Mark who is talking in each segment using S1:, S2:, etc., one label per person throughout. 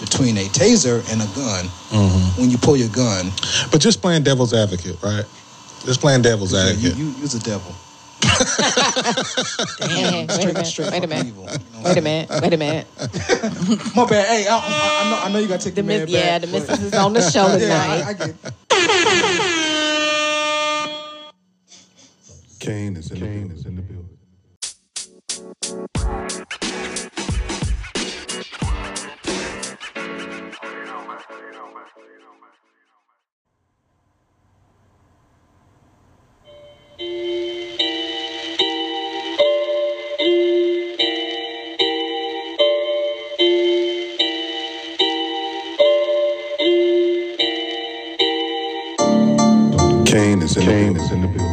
S1: between a taser and a gun.
S2: Mhm.
S1: When you pull your gun,
S2: But just playing devil's advocate, right? Just playing devil's
S1: you, you,
S2: advocate.
S1: you you's a devil.
S3: Wait a minute.
S1: Straight
S3: Wait a
S1: from
S3: minute.
S1: evil, you know?
S3: Wait a minute. Wait a minute.
S1: My bad. Hey, I, I, I know I know you got to take
S3: The
S1: the man
S3: miss,
S1: back.
S3: yeah, the
S1: but-
S3: missus is on the show tonight.
S1: Yeah, I, I get it.
S4: Kane is in the building. Is in the building. Kane is in the building. Is in the building.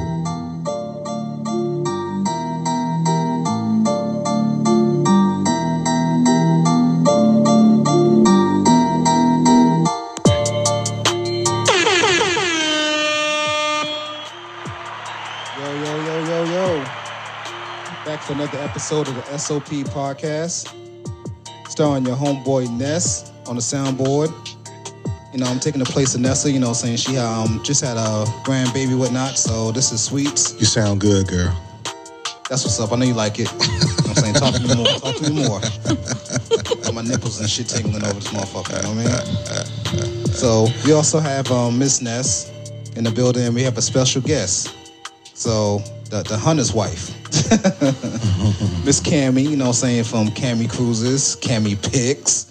S1: Yo, yo, yo, yo, yo. Back for another episode of the SOP podcast. Starring your homeboy Ness on the soundboard. You know, I'm taking the place of Nessa, you know, saying she um just had a grandbaby, whatnot, so this is sweets.
S2: You sound good, girl.
S1: That's what's up. I know you like it. You know what I'm saying, talk to me more. Talk to me more. Got my nipples and shit tingling over this motherfucker. You know what I mean? So we also have um, Miss Ness in the building. and We have a special guest. So the, the hunter's wife, Miss Cammy. You know, what I'm saying from Cammy Cruises, Cammy Picks.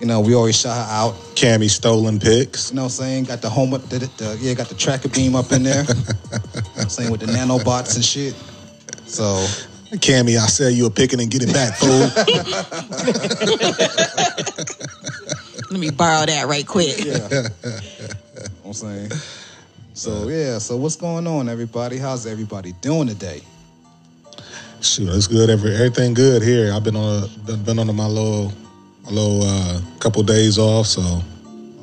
S1: You know, we always shout her out.
S2: Cammy stolen pics.
S1: You know what I'm saying? Got the home up, the, the, yeah, got the tracker beam up in there. you know what I'm saying with the nanobots and shit. So
S2: Cammy, I sell you a pick and then get it back, fool.
S5: Let me borrow that right quick.
S1: I'm saying. So yeah, so what's going on, everybody? How's everybody doing today?
S2: Shoot, it's good. Every everything good here. I've been on a, been on my little my little uh, couple days off, so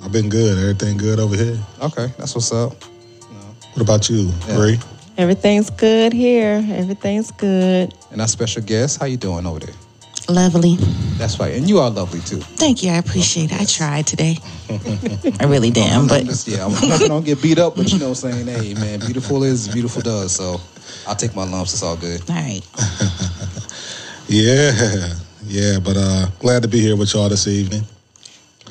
S2: I've been good. Everything good over here.
S1: Okay, that's what's up.
S2: What about you, Bree?
S3: Everything's good here. Everything's good.
S1: And our special guest, how you doing over there?
S5: Lovely.
S1: That's right, and you are lovely too.
S5: Thank you. I appreciate it. I tried today. I really did, but
S1: Just- yeah, I'm not gonna get beat up, but you know, what I'm saying, hey man, beautiful is beautiful does. So I'll take my lumps. It's all good.
S5: all right.
S2: Yeah, yeah. But uh, glad to be here with y'all this evening.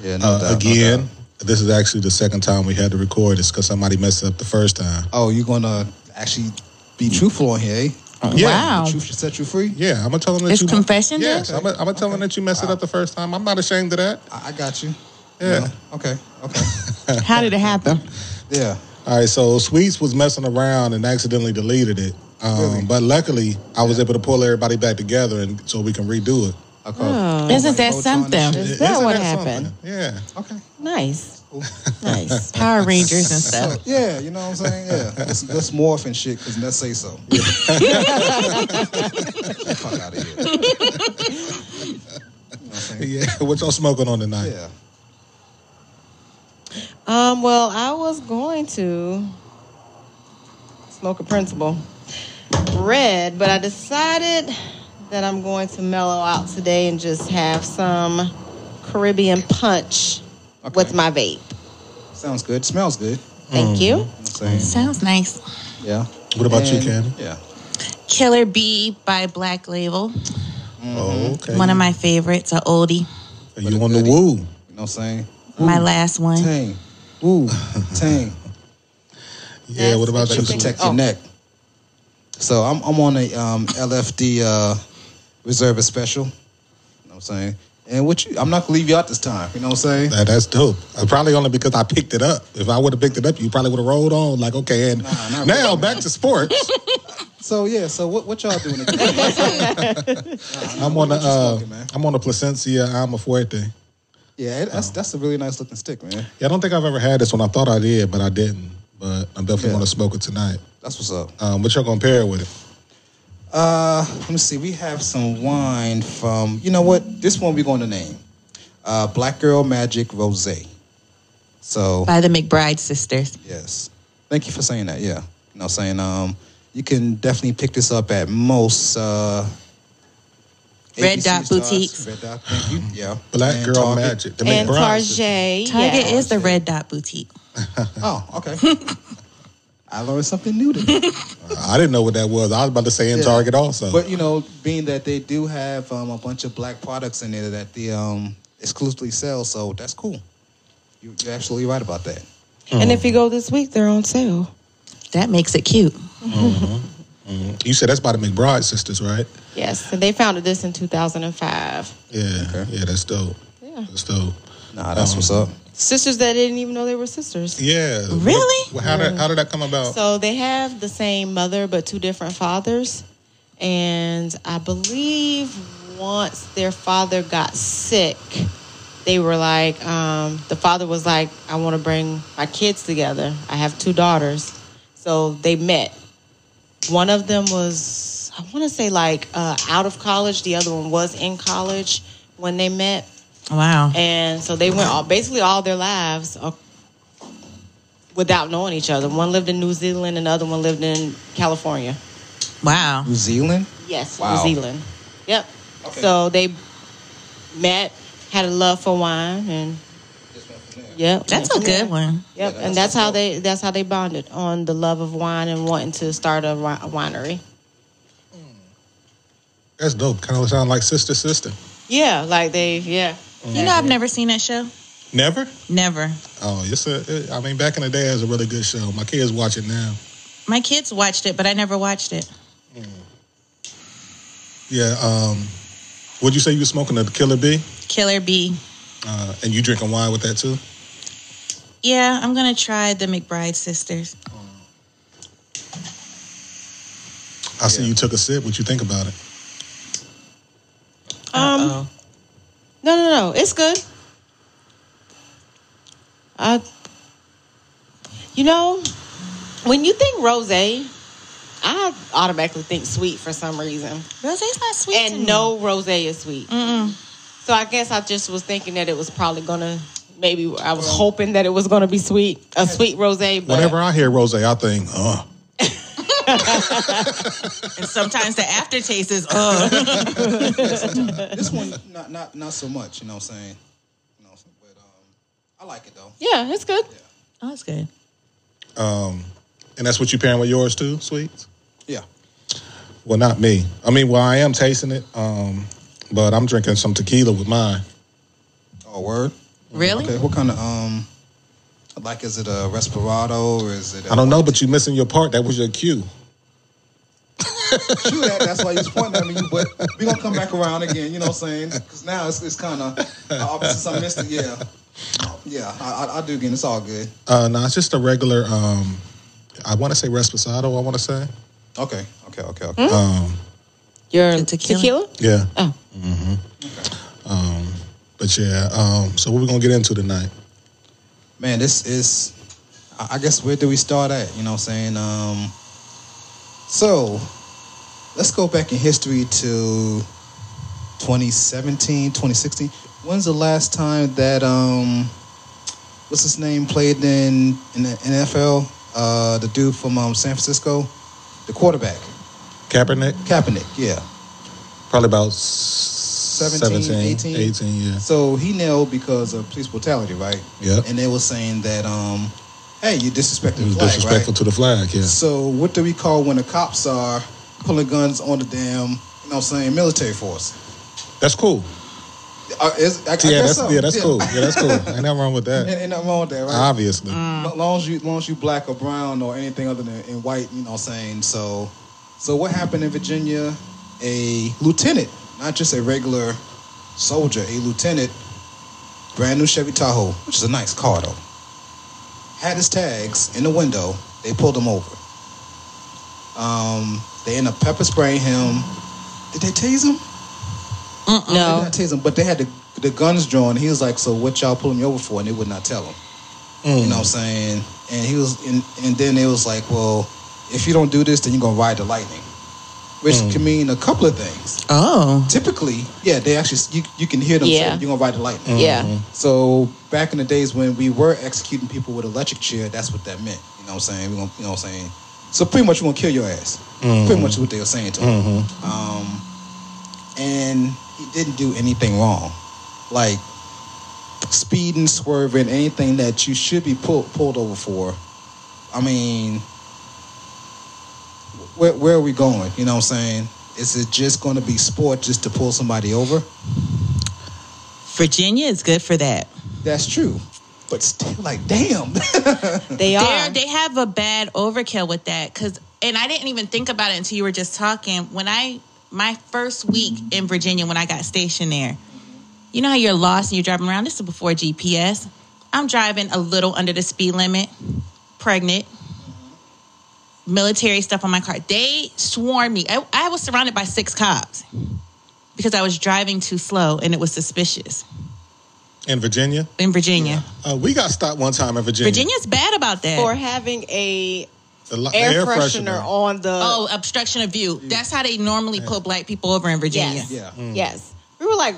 S1: Yeah, no
S2: Uh,
S1: doubt, no
S2: again,
S1: doubt.
S2: this is actually the second time we had to record this because somebody messed up the first time.
S1: Oh, you're gonna actually be truthful on here? Eh?
S2: Yeah.
S5: Wow.
S1: The truth should set you free.
S2: Yeah, I'm gonna tell them that
S5: It's
S2: you
S5: confession day?
S2: Yes, I'm gonna, I'm gonna tell them that you messed it up the first time. I'm not ashamed of that.
S1: I, I got you.
S2: Yeah.
S1: No? Okay. Okay.
S5: How did it happen?
S1: yeah.
S2: All right, so Sweets was messing around and accidentally deleted it. Um,
S1: Really?
S2: But luckily, I was able to pull everybody back together and so we can redo it.
S1: Okay.
S2: Oh.
S3: Oh.
S5: Isn't that
S1: Botox and
S5: something?
S1: shit.
S3: Is that
S2: Isn't
S3: what
S2: something?
S3: happened?
S2: Yeah.
S1: Okay.
S3: Nice.
S5: Nice. Power Rangers and stuff.
S1: Yeah, you know what I'm saying? Yeah. Let's, let's morph and shit, because let's say so. fuck out of here. You know what I'm saying?
S2: Yeah. What y'all smoking on tonight?
S1: Yeah.
S3: Um, well, I was going to smoke a principal red, but I decided that I'm going to mellow out today and just have some Caribbean punch with my vape.
S1: Sounds good. Smells good.
S3: Thank you.
S1: You know what I'm saying?
S5: Sounds nice.
S1: Yeah.
S2: What about you,
S1: And-
S2: Candy?
S1: Yeah.
S5: Killer Bee by Black Label.
S1: Mm-hmm.
S2: Oh, okay.
S5: One of my favorites, a oldie.
S2: you on the woo.
S1: You know what I'm saying?
S5: My last one.
S1: Tang. Ooh. Tang.
S2: Yeah, what about
S3: That's
S2: you?
S3: what I'm
S2: Sweets?
S1: protect your
S3: Oh.
S1: neck. So I'm, I'm on a um, LFD uh, reservist special. You know what I'm saying? And what you, I'm not gonna leave you out this time. You know what I'm saying?
S2: That- that's dope. Uh, Probably only because I picked it up. If I would have picked it up, you probably would have rolled on. Like, okay, and
S1: not
S2: now back to sports.
S1: So yeah. So what, what y'all doing? Again?
S2: I'm on the
S1: What you
S2: uh,
S1: smoking, man?
S2: I'm on the Placencia Alma Fuerte.
S1: Yeah, it- that's that's a really nice looking stick, man.
S2: Yeah, I don't think I've ever had this one. I thought I did, but I didn't. But I'm definitely
S1: Yeah.
S2: going to smoke it tonight.
S1: That's what's up.
S2: Um, what y'all gonna pair it with it?
S1: Uh, let me see. We have some wine from you know what? This one we're going to name uh, Black Girl Magic Rosé. So
S5: By the McBride sisters.
S1: yes, thank you for saying that. Yeah, you know, what I'm saying um, you can definitely pick this up at most uh,
S5: Red
S1: ABC
S5: Dot
S1: Stars,
S5: Boutiques.
S1: Red Dot, thank you. Yeah.
S2: Black
S1: And
S2: girl
S1: Target.
S2: magic to make
S6: And
S2: bronze.
S6: Tarjay.
S5: Target
S6: yeah.
S5: is the Red Dot Boutique.
S1: Oh, okay. I learned something new today.
S2: I didn't know what that was. I was about to say in
S1: Yeah.
S2: Target also.
S1: But you know, being that they do have um, a bunch of black products in there that they um, exclusively sell, so that's cool. You, you're absolutely right about that.
S6: And if you go this week, they're on sale.
S5: That makes it cute.
S2: you said that's by the McBride sisters, right?
S6: Yes, and they founded this in 2005.
S2: Yeah, yeah, that's dope.
S6: Yeah.
S2: That's dope.
S1: Nah, that's what's up.
S6: Sisters that didn't even know they were sisters.
S2: Yeah.
S5: Really?
S2: Well, how did how did that come about?
S6: So they have the same mother but two different fathers. And I believe once their father got sick, they were like, um, the father was like, I want to bring my kids together. I have two daughters. So they met. One of them was, I want to say, like uh, out of college. The other one was in college when they met.
S5: Wow.
S6: And so they went all basically all their lives uh, without knowing each other. One lived in New Zealand, and the other one lived in California.
S5: Wow.
S1: New Zealand?
S6: Yes,
S1: Wow.
S6: New Zealand. Yep. So they met, had a love for wine, and yep,
S5: That's a good one.
S6: Yep,
S1: Yeah, that's
S6: and that's how
S1: dope.
S6: they that's how they bonded on the love of wine and wanting to start a, wi- a winery.
S2: That's dope. Kind of sound like sister sister.
S6: Yeah, like they yeah.
S5: You know, I've never seen that show.
S2: Never.
S5: Never.
S2: Oh, it's a. It, I mean, back in the day, it was a really good show. My kids watch it now.
S5: My kids watched it, but I never watched it.
S2: Yeah. Um, would you say you were smoking a killer bee,
S5: Killer Bee.
S2: uh, and you drinking wine with that too?
S5: Yeah, I'm gonna try the McBride sisters.
S2: I see you took a sip. What you think about it?
S6: Um,
S5: Uh-oh.
S6: No, no, no. It's good. I, you know, when you think rosé, I automatically think sweet for some reason,
S5: Rosé's not sweet. to me.
S6: and no rosé is sweet. So I guess I just was thinking that it was probably gonna. Maybe I was hoping that it was gonna be sweet, a sweet rosé. But
S2: Whenever I hear rose, I think, oh,
S5: And sometimes the aftertaste is ugh.
S1: this one, not, not, not so much, you know what I'm saying? You know, but um, I like it though.
S6: yeah, it's good.
S5: oh, that's good.
S2: and that's what you pairing with yours too, sweets.
S1: Yeah.
S2: Well, not me. I mean, well, I am tasting it, um, but I'm drinking some tequila with mine.
S1: Oh, word?
S5: Really?
S1: Okay, what kind of, um, like, is it a respirado or is it a
S2: I don't know, but you missing your part. That was your cue.
S1: you at. That's why you was pointing at me. But we gonna come back around again. You know what I'm saying? Because now it's, it's kind of uh, since I missed it. Yeah, yeah. I, I, I do again. It's all good.
S2: Uh, no, it's just a regular. Um, I want to say Resposado. I want to say.
S1: Okay. Okay. Okay. Okay.
S2: Um,
S6: Your
S5: The tequila.
S2: yeah, Mm-hmm. Um,
S6: Oh,
S2: but yeah. Um, so what we gonna get into tonight?
S1: Man, this is. I I guess where do we start at? You know what I'm saying? Um, so let's go back in history to 2017, 2016. When's the last time that um, what's his name played in in the NFL? Uh, the dude from um, San Francisco, the quarterback,
S2: Kaepernick,
S1: Kaepernick. Yeah.
S2: probably about 17,
S1: 18.
S2: 18, yeah.
S1: So he nailed because of police brutality, right?
S2: Yeah.
S1: And they were saying that, um, hey, you disrespected
S2: It was
S1: the flag,
S2: disrespectful
S1: right?
S2: to the flag. Yeah.
S1: So what do we call when the cops are pulling guns on the damn, you know what I'm saying, military force?
S2: That's cool.
S1: Uh, is, I, I
S2: Yeah,
S1: guess
S2: that's
S1: so.
S2: yeah, that's cool. Yeah, that's cool. Ain't nothing wrong with
S1: Ain't,
S2: that.
S1: ain't nothing wrong with that, right? Mm.
S2: Obviously.
S1: As long as you, long as you black or brown or anything other than in white, you know what I'm saying? So, so what happened in Virginia? A lieutenant, not just a regular soldier, a lieutenant, brand new Chevy Tahoe, which is a nice car though, had his tags in the window. They pulled him over. Um, they end up pepper spraying him. Did they tase him? They did
S6: no.
S1: not tase him, but they had the, the guns drawn. He was like, "So what y'all pulling me over for?" And they would not tell him. You know what I'm saying? And he was, and, and then they was like, "Well, if you don't do this, then you're gonna ride the lightning," which
S6: Mm.
S1: can mean a couple of things.
S5: Oh.
S1: Typically, yeah, they actually you, you can hear them
S6: Yeah.
S1: say, "You're gonna ride the lightning."
S6: Yeah.
S1: So back in the days when we were executing people with electric chair, that's what that meant. You know what I'm saying? We're gonna, you know what I'm saying? So pretty much we're gonna kill your ass. Pretty much what they were saying to him. Um, and he didn't do anything wrong. Like speeding, swerving, anything that you should be pull, pulled over for. I mean, where, where are we going? You know what I'm saying? Is it just going to be sport just to pull somebody over?
S5: Virginia is good for that.
S1: That's true. But still, like, damn.
S3: They
S5: They're,
S3: are.
S5: they have a bad overkill with that because, and I didn't even think about it until you were just talking. When I my first week in Virginia when I got stationed there, you know how you're lost and you're driving around. This is before GPS. I'm driving a little under the speed limit, pregnant, military stuff on my car. They swarmed me. I, I was surrounded by six cops because I was driving too slow and it was suspicious
S2: In Virginia,
S5: in Virginia.
S2: uh, we got stopped one time in Virginia.
S5: Virginia's bad about that.
S3: for having a
S2: the, li- the
S3: air, freshener, on
S1: Uh,
S3: the
S5: Oh, obstruction of view. That's how they normally pull black people over in Virginia.
S3: Yes.
S1: yeah.
S3: Yes. We were like,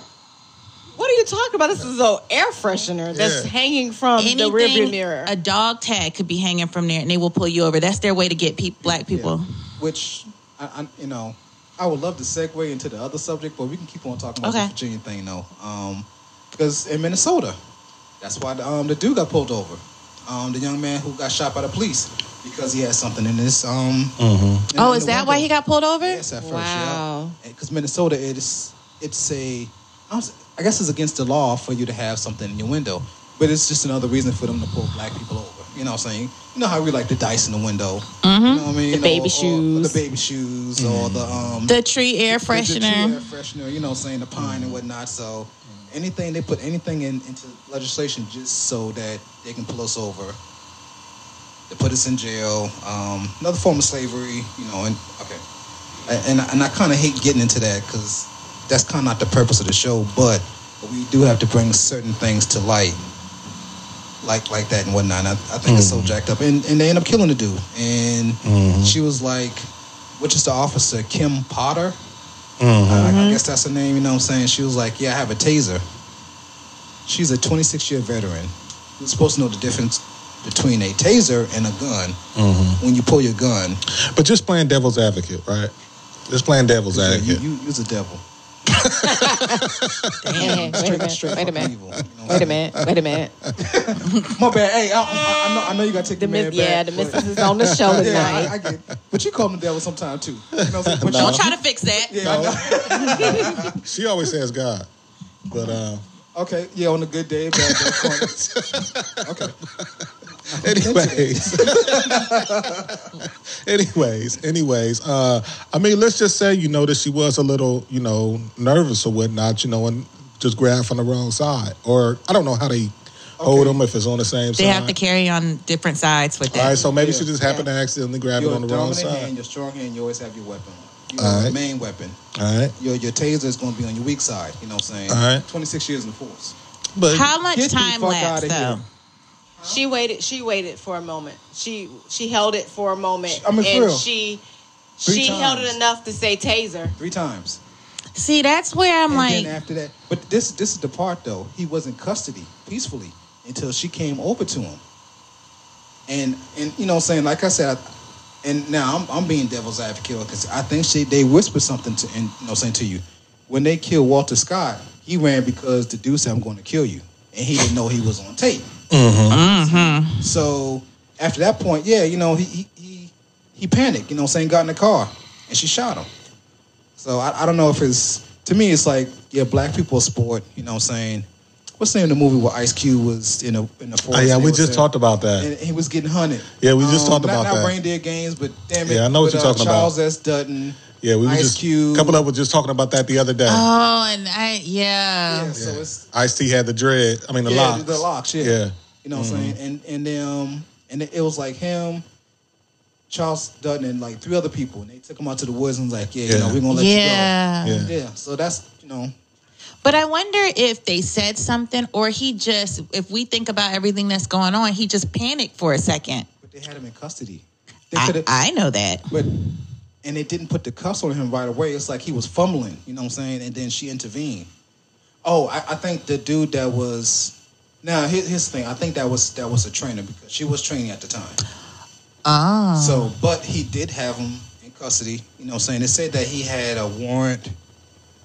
S3: what are you talking about? This is an air freshener that's
S2: Yeah.
S3: hanging from the rearview mirror.
S5: a dog tag could be hanging from there, and they will pull you over. That's their way to get pe- black people.
S1: Which, I, I, you know, I would love to segue into the other subject, but we can keep on talking about
S5: Okay.
S1: the Virginia thing, though. Um, because in Minnesota, that's why the, um, the dude got pulled over. Um, the young man who got shot by the police because he had something in his um. in-
S5: Oh,
S1: in
S5: is
S1: the
S5: that why
S1: window.
S5: he got pulled over?
S1: Yes, at first.
S3: Wow.
S1: Because Minnesota, it's it's a, I was- I guess it's against the law for you to have something in your window, but it's just another reason for them to pull black people over. You know what I'm saying? You know how we like the dice in the window. You know what I
S3: Mm-hmm.
S1: mean?
S3: The baby
S1: Or- or- or
S3: shoes.
S1: the baby shoes, or the um.
S5: The tree air
S1: the- the true air
S5: freshener.
S1: freshener. You know, what I'm saying the pine and whatnot. So, anything they put anything in into legislation just so that they can pull us over. They put us in jail. Um, another form of slavery. You know, and okay, and and I kind of hate getting into that because that's kind of not the purpose of the show. But we do have to bring certain things to light. Like like that and whatnot. And I, I think it's so jacked up, and and they end up killing the dude. And she was like, which is the officer Kim Potter. I,
S3: Mm-hmm.
S1: I guess that's her name, you know what I'm saying? She was like, Yeah, I have a taser. She's a 26 year veteran. You're supposed to know the difference between a taser and a gun when you pull your gun.
S2: But just playing devil's advocate, right? Just playing devil's
S1: You,
S2: advocate.
S1: you, you're the devil.
S3: Hey, hey, wait a minute.
S1: Straight
S3: Wait a
S1: from
S3: minute.
S1: evil, you know what
S3: Wait a
S1: I'm
S3: minute. Wait a minute.
S1: saying? My bad. Hey, I, I, I, know, I know you got to take the,
S3: The
S1: man
S3: miss,
S1: back,
S3: yeah, the
S1: but-
S3: missus is on the show tonight.
S1: Yeah, I, I get it. But you call him the devil sometime too. You know what I'm saying? But
S5: Don't
S1: you-
S5: try to fix that.
S1: yeah, I know.
S2: She always says God, but uh,
S1: Okay, yeah, on a good day, bad day. corner. Okay.
S2: anyways, anyways, anyways. Uh, I mean, let's just say you know that she was a little, you know, nervous or whatnot, you know, and just grabbed from the wrong side, or I don't know how they hold
S1: Okay.
S2: them if it's on the same side.
S5: They have to carry on different sides with
S2: All right,
S5: that.
S2: so maybe
S1: Yeah.
S2: she just happened to accidentally grab
S1: Your
S2: it on the wrong
S1: dominant
S2: side.
S1: hand, your strong hand, you always have your weapon. Your
S2: All right.
S1: main weapon.
S2: All right,
S1: your your taser is going to be on your weak side. You know what I'm saying?
S2: All right.
S1: 26 years in the force.
S2: but
S5: How much
S1: Get the
S5: time
S1: fuck
S5: lapse
S1: outta
S5: though?
S1: here.
S3: She waited. She waited for a moment. She she held it for a moment,
S1: I mean, for
S3: and
S1: real.
S3: she
S1: Three
S3: she held
S1: times.
S3: it enough to say taser.
S1: Three times.
S5: See, that's where I'm
S1: and
S5: like,
S1: then after that, but this this is the part though. He was in custody peacefully until she came over to him. And and you know what I'm saying? Like I said, I- and now I'm I'm being devil's advocate because I think she they whispered something to and you know saying to you. When they killed Walter Scott, he ran because the dude said I'm going to kill you, and he didn't know he was on tape. So after that point, yeah, you know, he he he, he panicked, you know, what I'm saying got in the car and she shot him. So I, I don't know if it's to me it's like, yeah, black people are sport, you know what I'm saying? What's the name of the movie where Ice Cube was in a in the forest?
S2: Oh, yeah,
S1: and
S2: we
S1: they
S2: just
S1: was
S2: talked about that.
S1: And he was getting hunted. Um,
S2: Yeah, we just talked
S1: not,
S2: about
S1: not
S2: that.
S1: reindeer games, but damn it.
S2: Yeah, I know what
S1: with,
S2: you're
S1: uh,
S2: talking about.
S1: Charles S. Dutton.
S2: yeah, we were
S1: Ice
S2: just
S1: Cube.
S2: couple of us just talking about that the other day.
S5: oh, and I, yeah.
S1: Yeah, so it's
S2: Ice T had the dread. I mean the
S1: yeah,
S2: locks.
S1: The locks, yeah.
S2: Yeah.
S1: You know what
S5: Mm-hmm.
S1: I'm saying? And and then um, and it was like him, Charles Dutton, and like three other people, and they took him out to the woods and was like, yeah, you
S2: Yeah.
S1: know, we're gonna let
S5: Yeah.
S1: you
S2: Yeah.
S1: go. Yeah. So that's you know,
S5: But I wonder if they said something or he just, if we think about everything that's going on, he just panicked for a second.
S1: but they had him in custody. They
S5: I,
S1: could have,
S5: I know that.
S1: but and they didn't put the cuffs on him right away. It's like he was fumbling. You know what I'm saying? And then she intervened. Oh, I, I think the dude that was. Now here- here's the thing. I think that was that was a trainer because she was training at the time.
S5: Oh.
S1: So, but he did have him in custody. You know what I'm saying? It said that he had a warrant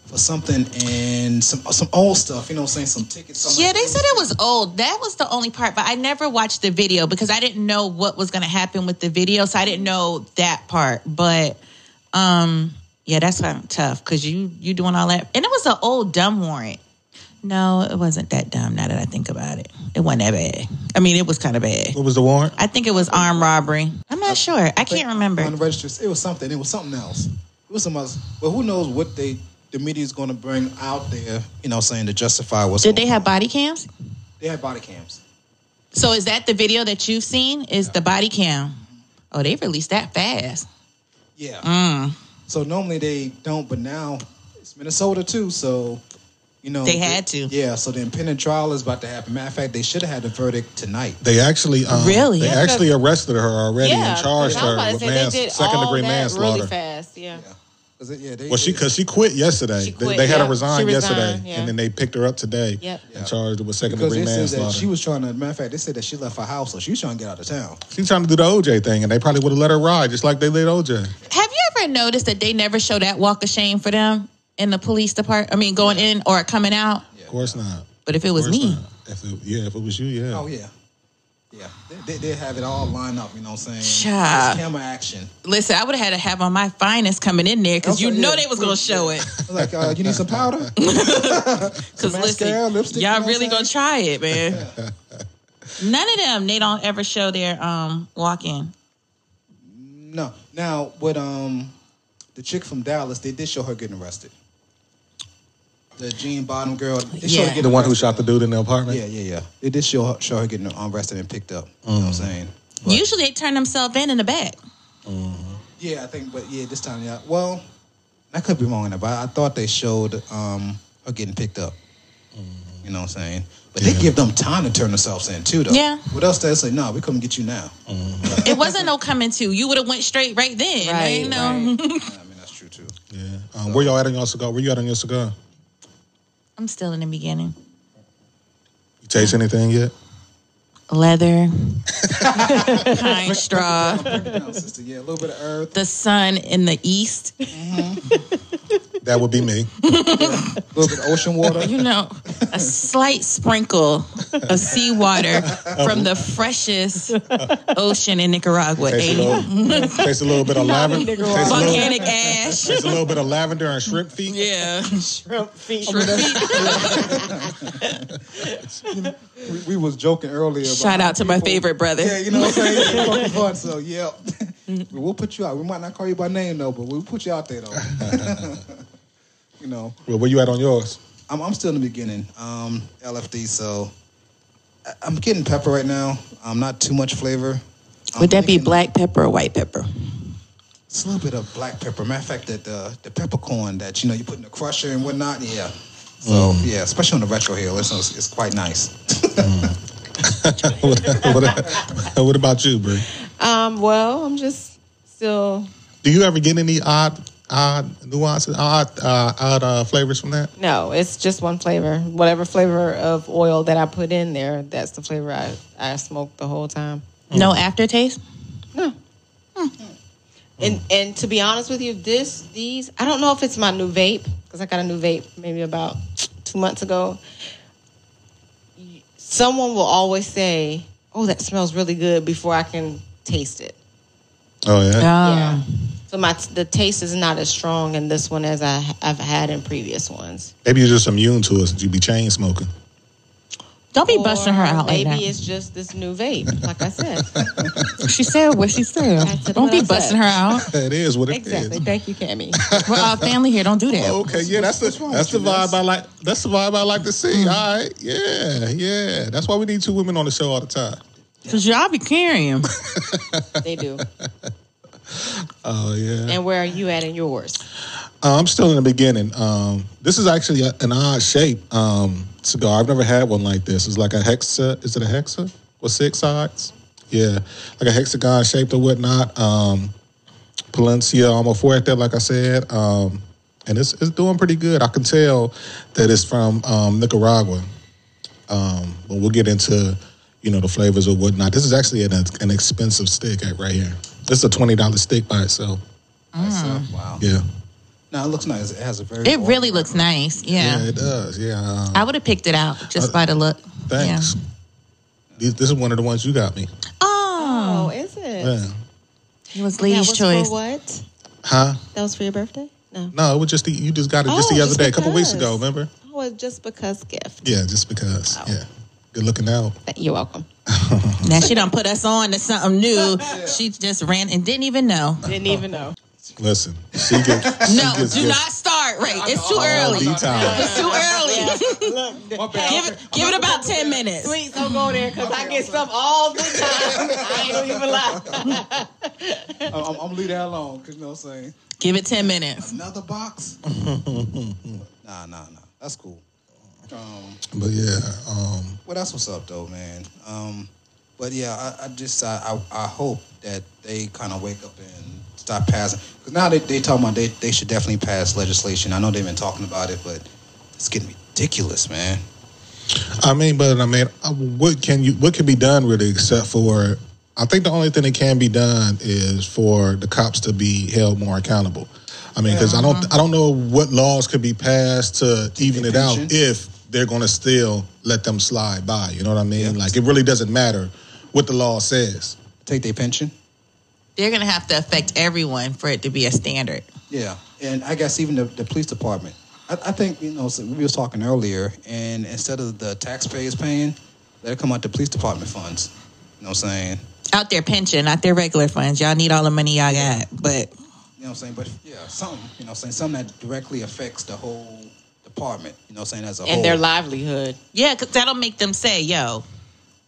S1: for something and some some old stuff. You know what I'm saying? Some tickets. Something
S5: Yeah,
S1: like
S5: they
S1: that.
S5: said it was old. That was the only part, but I never watched the video because I didn't know what was going to happen with the video, so I didn't know that part. But um, yeah, that's why I'm tough because you you doing all that, and it was an old dumb warrant. No, it wasn't that dumb. Now that I think about it, it wasn't that bad. I mean, it was kind of bad.
S2: What was the warrant?
S5: I think it was armed robbery. I'm not sure. I can't remember.
S1: Unregistered. It was something. It was something else. It was something else. But who knows what they the media is going to bring out there? You know, what I'm saying to justify what's.
S5: Did they
S1: going
S5: have
S1: on.
S5: body cams?
S1: They had body cams.
S5: So is that the video that you've seen? Is the body cam? Oh, they released that fast. Hmm.
S1: Yeah.
S5: Mm.
S1: So normally they don't, but now it's Minnesota too. So you know
S5: They had to.
S1: Yeah. So the impending trial is about to happen. Matter of fact, they should have had the verdict tonight.
S2: They actually, um,
S5: Really?
S2: They
S5: Yeah,
S2: actually arrested her already and charged
S3: I was about
S2: her
S3: to
S2: with
S3: say,
S2: mans-
S3: they did
S2: second
S3: all
S2: degree
S3: that
S2: manslaughter.
S3: Really fast, yeah.
S1: Yeah. 'Cause it- yeah, they,
S2: Well, she
S1: they-
S2: because she quit yesterday.
S3: She
S2: They-
S3: quit,
S2: they, had
S3: yeah.
S2: her resign
S3: She
S2: yesterday,
S3: resigned, yeah.
S2: and then they picked her up today
S3: Yep.
S1: Yeah.
S2: and charged her with second
S1: because they
S2: degree
S1: said that
S2: manslaughter.
S1: she
S2: She was
S1: was trying to. Matter of fact, they said that she left her house, so she was trying to get out of town.
S2: trying to do the OJ thing, and they probably would have let her ride, just like they let OJ.
S5: Have you ever noticed that they never show that walk of shame for them in the police department? I mean, going in or coming out.
S2: Of course not.
S5: But if it was
S2: Of course
S5: me,
S2: not. If it, yeah, if it was you, yeah.
S1: Oh yeah. Yeah, they, they, they have it all lined up, you know what I'm saying?
S5: Child.
S1: It's camera action.
S5: listen, I would have had to have on my finest coming in there because
S1: Okay,
S5: you know
S1: yeah.
S5: they was gonna show it.
S1: Like, uh, you need some powder?
S5: Because
S1: mascara,
S5: listen,
S1: lipstick, you know
S5: y'all
S1: what
S5: really
S1: I'm
S5: gonna try it, man. None of them they don't ever show their um walk in.
S1: No. Now with um the chick from Dallas, they did show her getting arrested. The Jean Bottom girl, they showed her
S5: Yeah.
S1: getting
S2: The one who
S1: arrested.
S2: shot the dude in the apartment.
S1: Yeah, yeah, yeah. They did show her, show her getting arrested and picked up. You know
S2: Mm.
S1: what I'm saying? But-
S5: Usually they turn themselves in in the back.
S1: yeah, I think, but yeah, this time, yeah. Well, I could be wrong on that, but I thought they showed um her getting picked up. You know what I'm saying? But they give them time to turn themselves in too, though.
S5: Yeah.
S1: With us, they say, "No, we come get you now."
S5: It wasn't no coming to. You would have went straight right then.
S3: Right,
S5: you know.
S1: I mean, that's true too.
S2: Yeah. Um, Where y'all at on your cigar? Where you at on your cigar?
S5: I'm still in the beginning.
S2: You taste anything yet?
S5: Leather, pine straw.
S1: No, sister, yeah, a little bit of earth,
S5: the sun in the east.
S2: That would be me.
S1: a little bit of ocean water.
S5: You know, a slight sprinkle of seawater from the freshest ocean in Nicaragua.
S2: Taste a
S5: A
S2: little, taste a little bit of lavender. Taste a little,
S5: volcanic ash.
S2: taste a little bit of lavender and shrimp feet.
S5: Yeah.
S3: Shrimp feet.
S1: we, we was joking earlier. About
S5: Shout out to my favorite
S1: Yeah,
S5: brother.
S1: you know what I'm saying. It's fucking fun, so yeah, we'll put you out. We might not call you by name though, but we'll put you out there though. you know,
S2: Well, where you at on yours?
S1: I'm, I'm still in the beginning. Um, LFD, so I- I'm getting pepper right now. I'm not too much flavor. I'm
S5: Would that be
S1: thinking
S5: black pepper or white pepper?
S1: It's a little bit of black pepper. Matter of fact, that the the peppercorn that you know you put in the crusher and whatnot, yeah. So yeah, especially on the retro hill, it's, it's quite nice.
S2: what, what- what about you, Brie?
S3: Um, well, I'm just still
S2: Do you ever get any odd, odd nuances, odd, uh, odd uh, flavors from that?
S3: no. It's just one flavor. Whatever flavor of oil that I put in there, that's the flavor I I smoked the whole time.
S5: No aftertaste? Hmm.
S3: And and to be honest with you, this these I don't know if it's my new vape because I got a new vape maybe about two months ago. Someone will always say, "Oh, that smells really good," before I can taste it.
S2: Oh yeah.
S5: Um.
S3: Yeah. So my the taste is not as strong in this one as I I've had in previous ones.
S2: Maybe you're just immune to it since you be chain smoking.
S5: Don't be busting her
S3: Or
S5: out like
S3: Maybe
S5: that.
S3: it's just this new vape, like I said.
S5: She said what she said.
S3: Back to the
S5: Don't be
S3: middle
S5: busting
S3: set.
S5: her out.
S2: It is what it is. Oh,
S3: exactly. Thank you, Cammy.
S5: We're all family here. Don't do that.
S2: Okay, yeah, that's the that's the vibe I Mm. like. That's the vibe I like to see. All right, yeah, yeah. That's why we need two women on the show all the time.
S5: Because y'all be carrying.
S3: they do.
S2: Oh yeah.
S3: And where are you at in yours?
S2: Uh, I'm still in the beginning. Um, this is actually a, an odd shape um, cigar. I've never had one like this. It's like a hexa. Is it a hexa with six sides? Yeah, like a hexagon shaped or whatnot. Um, Palencia almost fuerte, like I said, um, and it's it's doing pretty good. I can tell that it's from um, Nicaragua. Um, but we'll get into you know the flavors or whatnot. This is actually an, an expensive stick right here. This is a twenty dollar stick by itself.
S1: That's, uh, wow.
S2: Yeah.
S1: No, it looks nice. It has a very.
S5: Mm. It really
S1: looks.
S5: looks nice. Yeah.
S2: Yeah, it does. Yeah. um,
S5: I would have picked it out just by the look.
S2: thanks.
S5: Yeah.
S2: These- This is one of the ones you got me.
S5: Oh,
S3: Oh, is it?
S2: Yeah.
S5: it was
S3: That
S5: Lee's
S3: was
S5: choice.
S3: For what?
S2: Huh?
S3: That was for your birthday? No.
S2: No, it was just the, you just got it just
S3: Oh,
S2: the other
S3: just
S2: day, a couple weeks
S3: because.
S2: ago. Remember?
S3: Oh, it's just because gift.
S2: Yeah, just because. Yeah, good looking out.
S3: You're welcome.
S5: Now she done put us on to something new. She just ran and didn't even know.
S3: Didn't even know.
S2: Listen, she gets. she
S5: No,
S2: gets
S5: do
S2: good
S5: not start right. It's too
S2: all
S5: early.
S2: the time.
S5: It's too early. give it, give it about ten minutes.
S3: Please don't go there because I get stuff all the time. I ain't even lie.
S1: I'm, I'm, I'm leave that alone. 'cause you know what I'm saying?
S5: Give it ten minutes.
S1: Another box? nah, nah, nah. That's cool. Um,
S2: But yeah, um,
S1: well, that's what's up, though, man. Um, but yeah, I, I just I, I, I hope that they kind of wake up and stop passing. Because now they they talking about they they should definitely pass legislation. I know they've been talking about it, but it's getting ridiculous, man.
S2: I mean, but I mean, uh, what can you? What can be done really, except for? I think the only thing that can be done is for the cops to be held more accountable. I mean, because I don't, I don't know what laws could be passed to even it out
S1: pension?
S2: if they're going to still let them slide by. You know what I mean? Like it really doesn't matter what the law says.
S1: Take their pension.
S5: They're gonna have to affect everyone for it to be a standard.
S1: Yeah, and I guess even the, the police department. I, I think you know so we was talking earlier, and instead of the taxpayers paying, let it come out the police department funds. You know what I'm saying?
S5: Out their pension, not their regular funds. Y'all need all the money y'all got.
S1: You
S5: But
S1: know what I'm saying? But yeah, something. You know what I'm saying? Something that directly affects the whole department. You know what I'm saying? As a whole.
S3: And their livelihood.
S5: yeah, cause that'll make them say, "Yo,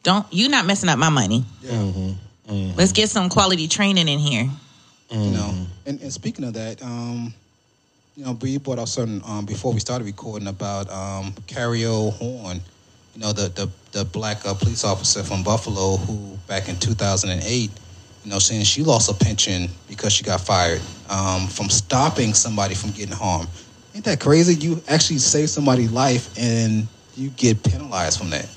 S5: don't you not messing up my money?
S1: Yeah.
S5: Let's get some quality training in here."
S1: You know. And, and speaking of that, um, you know, we brought up something um, before we started recording about um, Cario Horn. You know, the the, the black uh, police officer from Buffalo who back in 2008. You know, saying she lost a pension because she got fired um, from stopping somebody from getting harmed. Ain't that crazy? You actually save somebody's life and you get penalized from that.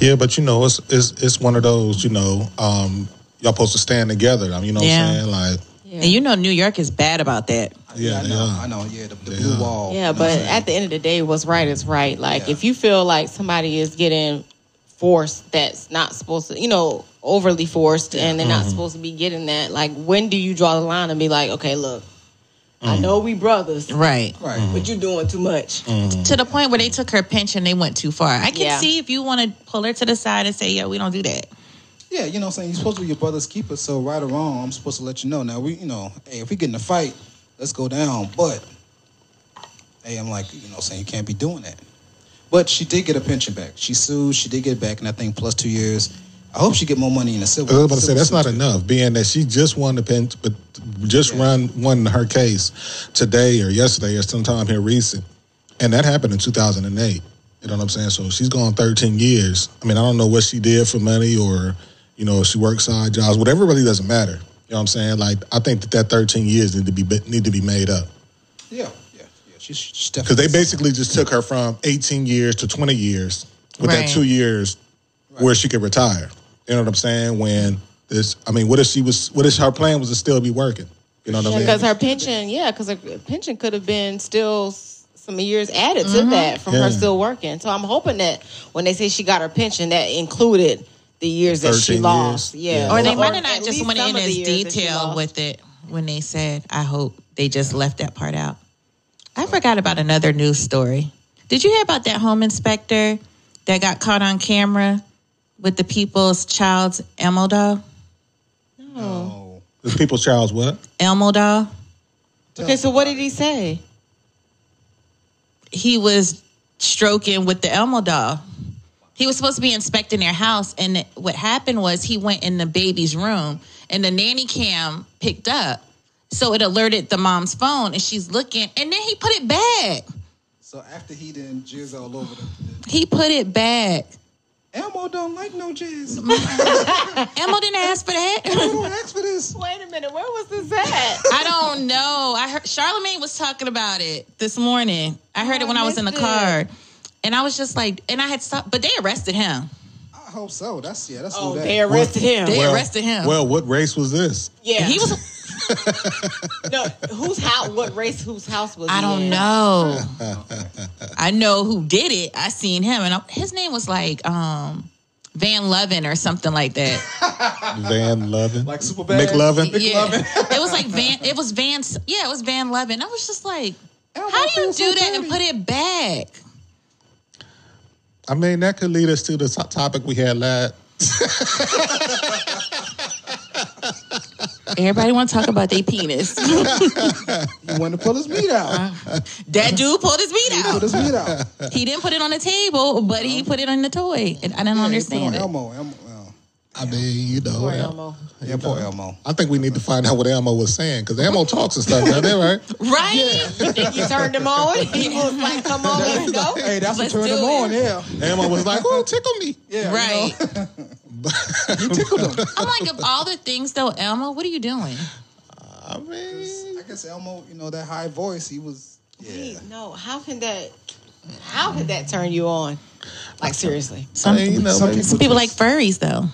S2: Yeah, but you know, it's it's it's one of those. You know, um, y'all supposed to stand together. I mean, you know
S5: Yeah.
S2: what I'm saying? Like,
S5: And you know New York is bad about that.
S2: Yeah,
S1: I
S2: they
S1: know.
S2: are.
S1: I know. Yeah, the, the
S2: They
S1: blue
S2: are.
S1: wall.
S3: Yeah, but at the end of the day, what's right is right. Like,
S1: Yeah.
S3: if you feel like somebody is getting forced that's not supposed to, you know, overly forced and they're not supposed to be getting that, like, when do you draw the line and be like, okay, look, I know we brothers,
S5: Right.
S1: right.
S2: Mm-hmm.
S3: but you're doing too much.
S5: To the point where they took her pension, they went too far. I can
S3: Yeah.
S5: see if you want to pull her to the side and say, "Yo, we don't do that."
S1: Yeah, you know what I'm saying? You're supposed to be your brother's keeper, so right or wrong, I'm supposed to let you know. Now, we, you know, hey, if we get in a fight, let's go down. But, hey, I'm like, you know what I'm saying? You can't be doing that. But she did get a pension back. She sued, she did get it back, and I think plus two years. I hope she get more money in the
S2: I
S1: civil.
S2: was about to say
S1: civil
S2: that's not
S1: suit.
S2: enough, being that she just won the pen, but just
S1: Yeah.
S2: run won her case today or yesterday or sometime here recent, and that happened in 2008. You know what I'm saying? So she's gone 13 years. I mean, I don't know what she did for money or, you know, if she worked side jobs, whatever. Really doesn't matter. You know what I'm saying? Like, I think that that 13 years need to be need to be made up.
S1: Yeah, yeah, yeah. She's, she's
S2: Because
S1: definitely.
S2: they basically just took her from 18 years to 20 years with
S5: Right.
S2: that two years where she could retire. You know what I'm saying? When this, I mean, what if she was, what if her plan was to still be working? You know what I
S3: Because
S2: mean?
S3: her pension, yeah, because her pension could have been still s- some years added to that from
S2: Yeah.
S3: her still working. So I'm hoping that when they say she got her pension, that included the years that she
S2: 13
S3: lost.
S2: years.
S3: Yeah,
S2: Yeah.
S5: Or they
S2: Or
S5: might have
S3: at
S5: not just
S3: least
S5: went
S3: some
S5: in
S3: of the
S5: as
S3: years that she
S5: detailed
S3: lost.
S5: with it when they said, "I hope they just left that part out." I forgot about another news story. Did you hear about that home inspector that got caught on camera with the people's child's Elmo doll?
S1: No.
S2: This people's child's what?
S5: Elmo doll.
S3: Okay, so what did he say?
S5: he was stroking with the Elmo doll. He was supposed to be inspecting their house, and what happened was he went in the baby's room, and the nanny cam picked up, so it alerted the mom's phone, and she's looking, and then he put it back.
S1: So after he didn't jizz all over the. the
S5: He put it back.
S1: Elmo don't like no jizz.
S5: Elmo didn't ask for
S1: I
S5: that.
S1: don't ask for this.
S3: Wait a minute, where was this at?
S5: I don't know. I heard Charlemagne was talking about it this morning. I heard
S3: Oh,
S5: it when
S3: I
S5: I was in the
S3: missed it.
S5: car, and I was just like, and I had stopped, but they arrested him.
S1: I hope so. That's, yeah, that's
S3: oh,
S1: who that
S3: they arrested him.
S5: They arrested him.
S2: Well, what race was this?
S3: yeah,
S5: He was
S3: No, whose house? What race? Whose house was?
S5: I
S3: he
S5: don't
S3: in?
S5: know. I know who did it. I seen him, and I, his name was like um, Van Levin or something like that.
S2: Van Lovin.
S1: Like Superbad?
S2: McLovin.
S5: yeah, it was like Van. It was Van. Yeah, it was Van Levin. I was just like,
S1: Elmo
S5: how do you
S1: feels Oh, so
S5: do that and
S1: dirty.
S5: put it back?
S2: I mean, that could lead us to the to- topic we had last.
S5: Everybody want to talk about their penis.
S1: You want to pull his meat
S5: Uh-huh.
S1: out.
S5: that dude pulled his meat
S1: Pull
S5: out.
S1: his meat out.
S5: He didn't put it on the table, but he put it on the toy, and I didn't understand
S1: yeah,
S5: it.
S1: put on Elmo. Elmo. well,
S2: I mean, you know.
S3: Poor
S2: yeah.
S3: Elmo.
S1: Yeah, poor Elmo.
S2: I think we need to find out what Elmo was saying because Elmo talks and stuff down there, right?
S5: Right?
S3: You turned him on. He was like, "Come on, let's go."
S1: Hey, that's
S5: Let's
S1: what turned him
S5: do
S1: on.
S5: it.
S1: Yeah,
S2: Elmo was like, "Oh, tickle me."
S1: yeah. you
S5: Right.
S1: know, he tickled him.
S5: I'm like, of all the things though, Elmo, what are you doing?
S2: I mean,
S1: I guess Elmo, you know, that high voice, he was.
S3: Hey,
S1: Yeah.
S3: no, how can that? How could that turn you on? Like seriously.
S5: Some,
S2: I mean, you know,
S1: Some
S2: maybe,
S1: people-
S5: people like furries though.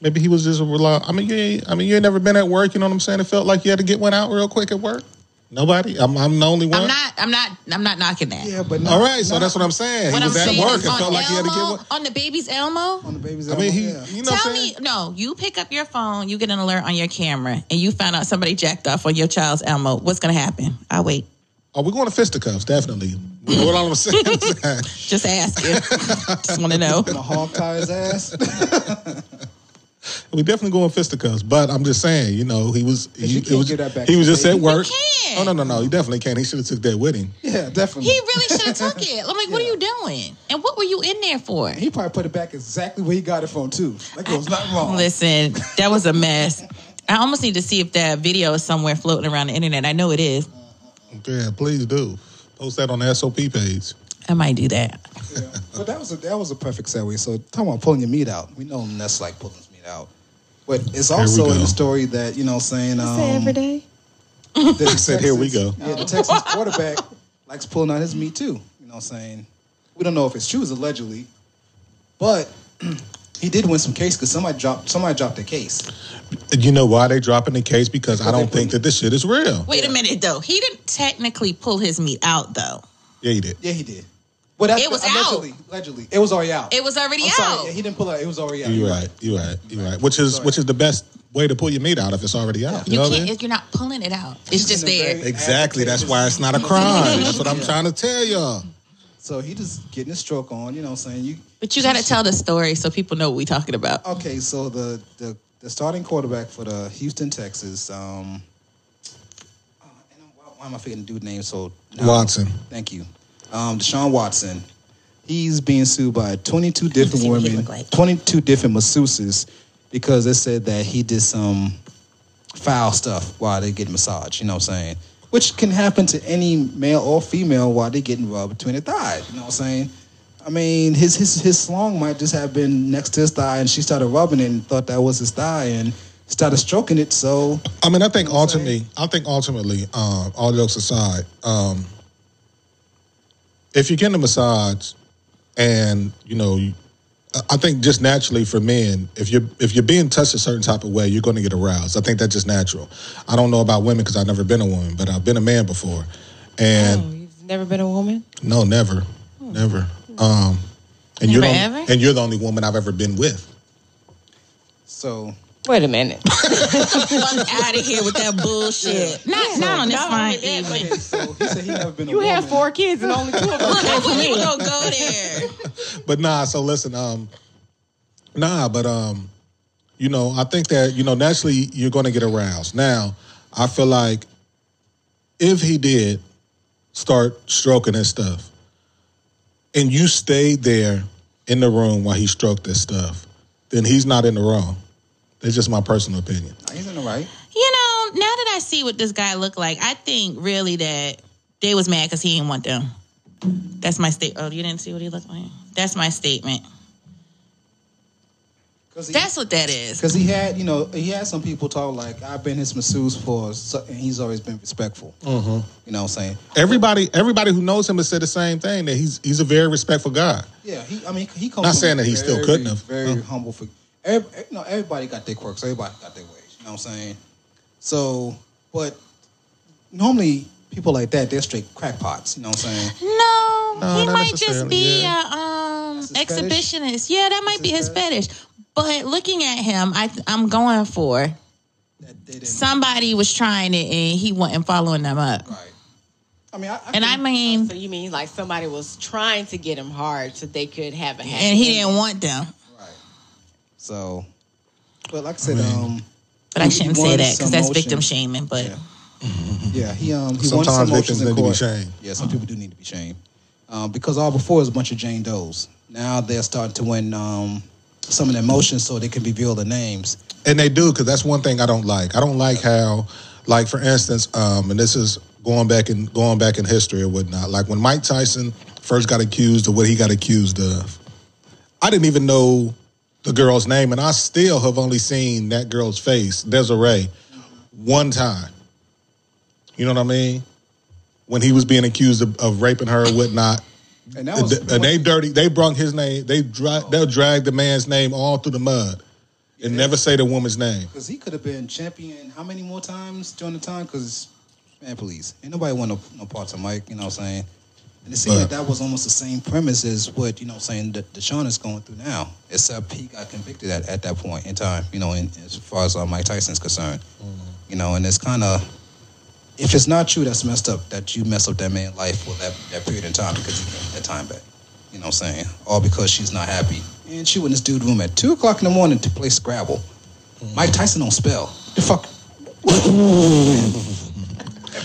S2: maybe he was just rely. I mean, you ain't, I mean, you ain't never been at work. You know what I'm saying? It felt like you had to get one out real quick at work. Nobody. I'm, I'm the only one.
S5: I'm not. I'm not. I'm not knocking that.
S1: Yeah, but no.
S2: All right, so that's what I'm saying.
S5: What
S2: he
S5: I'm
S2: was at
S5: saying
S2: work and
S5: is on
S2: felt like he had to get
S5: Elmo,
S2: one.
S5: on the baby's Elmo.
S1: On the baby's
S2: I mean,
S1: Elmo,
S2: he.
S1: yeah.
S2: You know what
S5: Tell
S2: I'm saying?
S5: me, no, you pick up your phone, you get an alert on your camera, and you find out somebody jacked off on your child's Elmo. What's gonna happen? I wait.
S2: Are Oh, we going to fisticuffs? Definitely. You know what I'm saying?
S5: Just ask you. Just want to know.
S1: Gonna hog tie his ass.
S2: we definitely going fisticuffs, but I'm just saying, you know, he was he,
S1: you
S2: it
S1: can't
S2: was
S1: give that back
S2: he
S1: to
S2: was
S1: the
S2: just at
S1: baby.
S2: work.
S5: can't.
S2: Oh no no no, he definitely can't. He should have took that with him.
S1: yeah, definitely.
S5: He really should have took it. I'm like, what are you doing? And what were you in there for?
S1: He probably put it back exactly where he got it from too. Like it was not wrong.
S5: Listen, that was a mess. I almost need to see if that video is somewhere floating around the internet. I know it is.
S2: Yeah, please do. Post that on the SOP page.
S5: I might do that.
S1: Yeah. But that was a, that was a perfect segue. So talking about pulling your meat out, we know that's like pulling his meat out. But it's
S2: we
S1: also in
S2: go.
S1: the story that you know saying um,
S3: Say every day.
S1: that the
S2: said, "Here we
S1: Texans-
S2: go."
S1: Yeah, the Texas quarterback likes pulling out his meat too. You know, what I'm saying we don't know if it's true, it's allegedly, but he did win some case because somebody dropped somebody dropped the case.
S2: And you know why they dropping the case? Because I don't think that this shit is real.
S5: Wait a minute though. He didn't technically pull his meat out though.
S2: Yeah, he did.
S1: Yeah, he did. Well, that's
S5: It was
S1: allegedly, allegedly, it was already out.
S5: It was already
S1: I'm
S5: out.
S1: Sorry, yeah, he didn't pull it out. It was already out.
S2: You're
S1: You're
S2: right. You're right. You're right. Which is
S1: Sorry.
S2: which is the best way to pull your meat out if it's already out. You,
S5: You
S2: know what I
S5: can't.
S2: mean?
S5: You're not pulling it out. It's just there.
S2: Exactly. That's why it's not a crime. That's what I'm trying to tell y'all.
S1: So he just getting his stroke on. You know, what I'm saying you.
S5: But you got to tell the story so people know what we're talking about.
S1: Okay, so the the, the starting quarterback for the Houston Texans. Um, uh, and I'm- why, why am I forgetting dude name? So now-
S2: Watson.
S1: Thank you, um, Deshaun Watson. He's being sued by 22
S5: see
S1: different
S5: what he
S1: women,
S5: look like.
S1: 22 different masseuses, because they said that he did some foul stuff while they get massage. You know what I'm saying? Which can happen to any male or female while they getting rubbed between the thighs. You know what I'm saying? I mean, his his his slong might just have been next to his thigh, and she started rubbing it and thought that was his thigh, and started stroking it. So
S2: I mean, I think
S1: You know what I'm
S2: ultimately, I think ultimately, um, all jokes aside, um, if you're getting a massage, and you know, you- I- I think just naturally for men, if you're if you're being touched a certain type of way, you're going to get aroused. I think that's just natural. I don't know about women because I've never been a woman, but I've been a man before, and
S3: Oh, you've never been a woman.
S2: no, never, never. Um, and you're the
S5: Never
S2: only-
S5: ever?
S2: and you're the only woman I've ever been with.
S1: so
S3: Wait a minute.
S5: out of here with that bullshit. Not, not on this line even.
S1: okay, so he said he never been. A
S3: You
S1: woman.
S3: have four kids and only two of them.
S5: Look, I wouldn't even gonna go there.
S2: but nah, so listen, um, nah, but um, you know, I think that you know naturally you're going to get aroused. Now, I feel like if he did start stroking his stuff, and you stayed there in the room while he stroked his stuff, then he's not in the wrong. That's just my personal opinion.
S1: He's in the right.
S5: You know, now that I see what this guy looked like, I think really that they was mad because he didn't want them. That's my state. Oh, you didn't see what he looked like. That's my statement.
S1: Cause he,
S5: That's what that is.
S1: Because he had, you know, he had some people talk like, I've been his masseuse for, so, and he's always been respectful.
S2: Mm-hmm.
S1: You know what I'm saying?
S2: Everybody, everybody who knows him has said the same thing that he's he's a very respectful guy.
S1: Yeah, he, I mean, he comes.
S2: Not
S1: from
S2: saying
S1: a
S2: that he still
S1: very,
S2: couldn't have.
S1: e, Very humble for, every, you know, everybody got their quirks, everybody got their ways. You know what I'm saying? So, but normally people like that, they're straight crackpots. You know what I'm saying?
S5: No,
S2: No,
S5: he
S2: not
S5: might just
S2: necessarily,
S5: be
S2: yeah.
S5: a um,
S1: his fetish?
S5: exhibitionist. Yeah, that might
S1: That's
S5: be
S1: his
S5: his fetish. But looking at him, I th- I'm going for
S1: That they didn't.
S5: somebody was trying it and he wasn't following them up.
S1: right. I mean, I, I
S5: And I
S1: can-
S5: mean,
S6: So you mean like somebody was trying to get him hard so they could have a happy
S5: and he
S6: ending.
S5: didn't want them.
S1: Right. So, but like I said, um,
S5: But I shouldn't
S1: He
S5: say
S1: wanted
S5: that because
S1: some
S5: that's
S1: motion.
S5: victim shaming. But
S1: Yeah. yeah, he um, he won
S2: Sometimes
S1: some
S2: victims
S1: motions in
S2: need to be
S1: court.
S2: shamed.
S1: Yeah, some people do need to be shamed um, because all before is a bunch of Jane Does. Now they're starting to win um, some of their motions so they can reveal the names.
S2: And they do because that's one thing I don't like. I don't like how, like for instance, um, and this is going back and going back in history and whatnot. Like when Mike Tyson first got accused of what he got accused of, I didn't even know the girl's name, and I still have only seen that girl's face, Desiree, one time. You know what I mean? When he was being accused of, of raping her and whatnot.
S1: And that was
S2: and they dirty. They brought his name. They dra- they'll drag the man's name all through the mud, and never say the woman's name.
S1: because he could have been champion how many more times during the time? Because man, please, ain't nobody want no, no parts of Mike. You know what I'm saying? And it seemed like
S2: Right.
S1: that was almost the same premise as what you know, what I'm saying that Deshaun is going through now. Except he got convicted at, at that point in time. You know, in, as far as uh, Mike Tyson's concerned,
S2: Mm-hmm.
S1: you know, and it's kind of if it's not you that's messed up, that you mess up that man's life for that, that period in time because you can't get that time back. You know what I'm saying? All because she's not happy. And she went in this dude's room at 2 o'clock in the morning to play Scrabble. Mike Tyson don't spell. The fuck?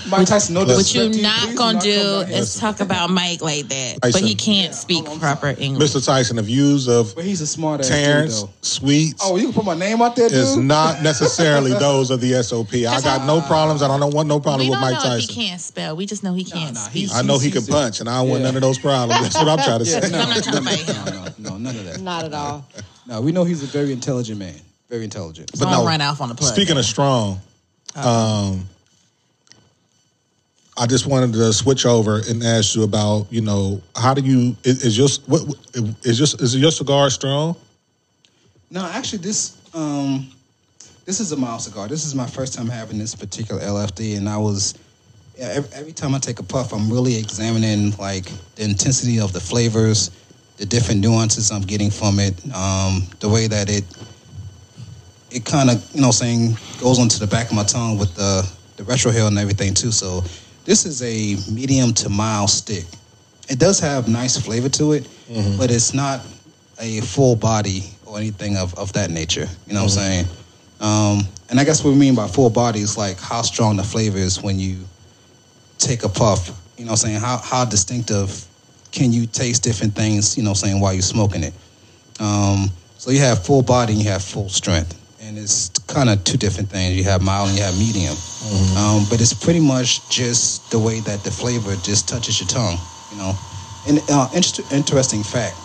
S1: Mike Tyson, no
S5: what
S1: disrespect
S5: you're
S1: to you,
S5: not
S1: please do
S5: gonna
S1: not come
S5: do
S1: out here.
S5: is talk about Mike like that.
S2: I
S5: But he
S2: said-
S5: can't
S1: Yeah,
S5: speak
S1: hold on,
S5: proper English.
S2: Mr. Tyson, the views of
S1: But he's a smart ass
S2: Terrence
S1: dude, though.
S2: Sweets
S1: Oh, you can put my name out there, dude?
S2: is not necessarily those of the SOP. I got no problems, and I don't want no
S5: We
S2: problem with
S5: don't know
S2: Mike
S5: if he
S2: Tyson.
S5: can't spell. We just know he can't
S1: nah,
S5: speak.
S1: he's-
S2: I know he can
S1: He's-
S2: punch, and I don't want
S1: yeah.
S2: none of those problems. That's what I'm trying to say.
S5: no. I'm not trying to fight him.
S1: No, no, no, none of that.
S6: Not at all.
S1: No, we know he's a very intelligent man. Very intelligent.
S2: But
S5: Don't
S2: no,
S5: run off on the plug.
S2: Speaking of strong, um, I just wanted to switch over and ask you about you know how do you is, is your what is your is your cigar strong?
S1: No, actually, this um, this is a mild cigar. This is my first time having this particular LFD, and I was yeah, ev- every time I take a puff, I'm really examining like the intensity of the flavors, the different nuances I'm getting from it, um, the way that it it kind of you know saying goes onto the back of my tongue with the the retrohale and everything too. So this is a medium to mild stick. It does have nice flavor to it, but it's not a full body or anything of, of that nature. You know what I'm saying? Um, and I guess what we mean by full body is like how strong the flavor is when you take a puff. You know what I'm saying? How, how distinctive can you taste different things, you know what I'm saying, while you're smoking it? Um, so you have full body and you have full strength. And it's kind of two different things. You have mild and you have medium. Um, but it's pretty much just the way that the flavor just touches your tongue, you know. And uh, inter- interesting fact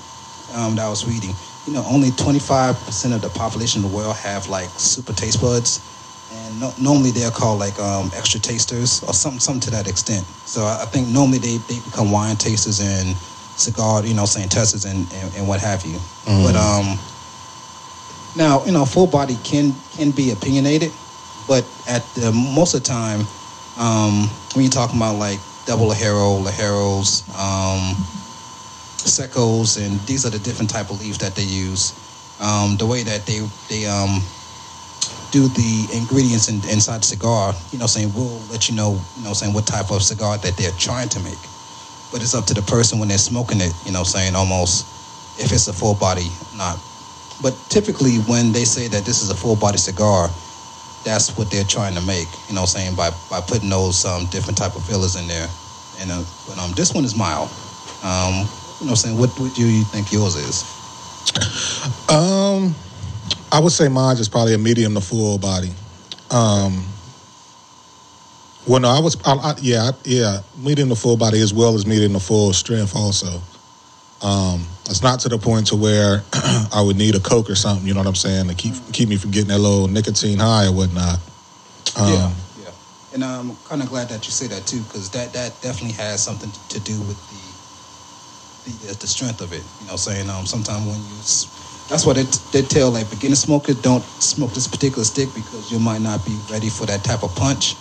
S1: um, that I was reading, you know, only 25% of the population of the world have like super taste buds. And no, normally they're called like um, extra tasters or something, something to that extent. So I, I think normally they, they become wine tasters and cigar, you know, saying testers and, and, and what have you. But um, now, you know, full body can can be opinionated, but at the most of the time, um, when you're talking about like double Lajero, Lajeros, um, Secos, and these are the different type of leaves that they use. Um, the way that they they um, do the ingredients in, inside the cigar, you know, saying we'll let you know, you know, saying what type of cigar that they're trying to make. But it's up to the person when they're smoking it, you know, saying almost if it's a full body, not. But typically, when they say that this is a full body cigar, that's what they're trying to make, you know, saying by by putting those um, different type of fillers in there. And uh, but um, this one is mild. Um, you know, saying what what do you think yours is?
S2: Um, I would say mine is probably a medium to full body. Um, well, no, I was, I, I, yeah, I, yeah, medium to full body as well as medium to full strength also. Um, it's not to the point to where I would need a coke or something. You know what I'm saying to keep keep me from getting that little nicotine high or whatnot. Um,
S1: yeah, yeah. And I'm kind of glad that you say that too, because that that definitely has something to uh, do with the the, the strength of it. You know, saying um, sometimes when you s- That's why they, they tell like beginner smokers don't smoke this particular stick because you might not be ready for that type of punch.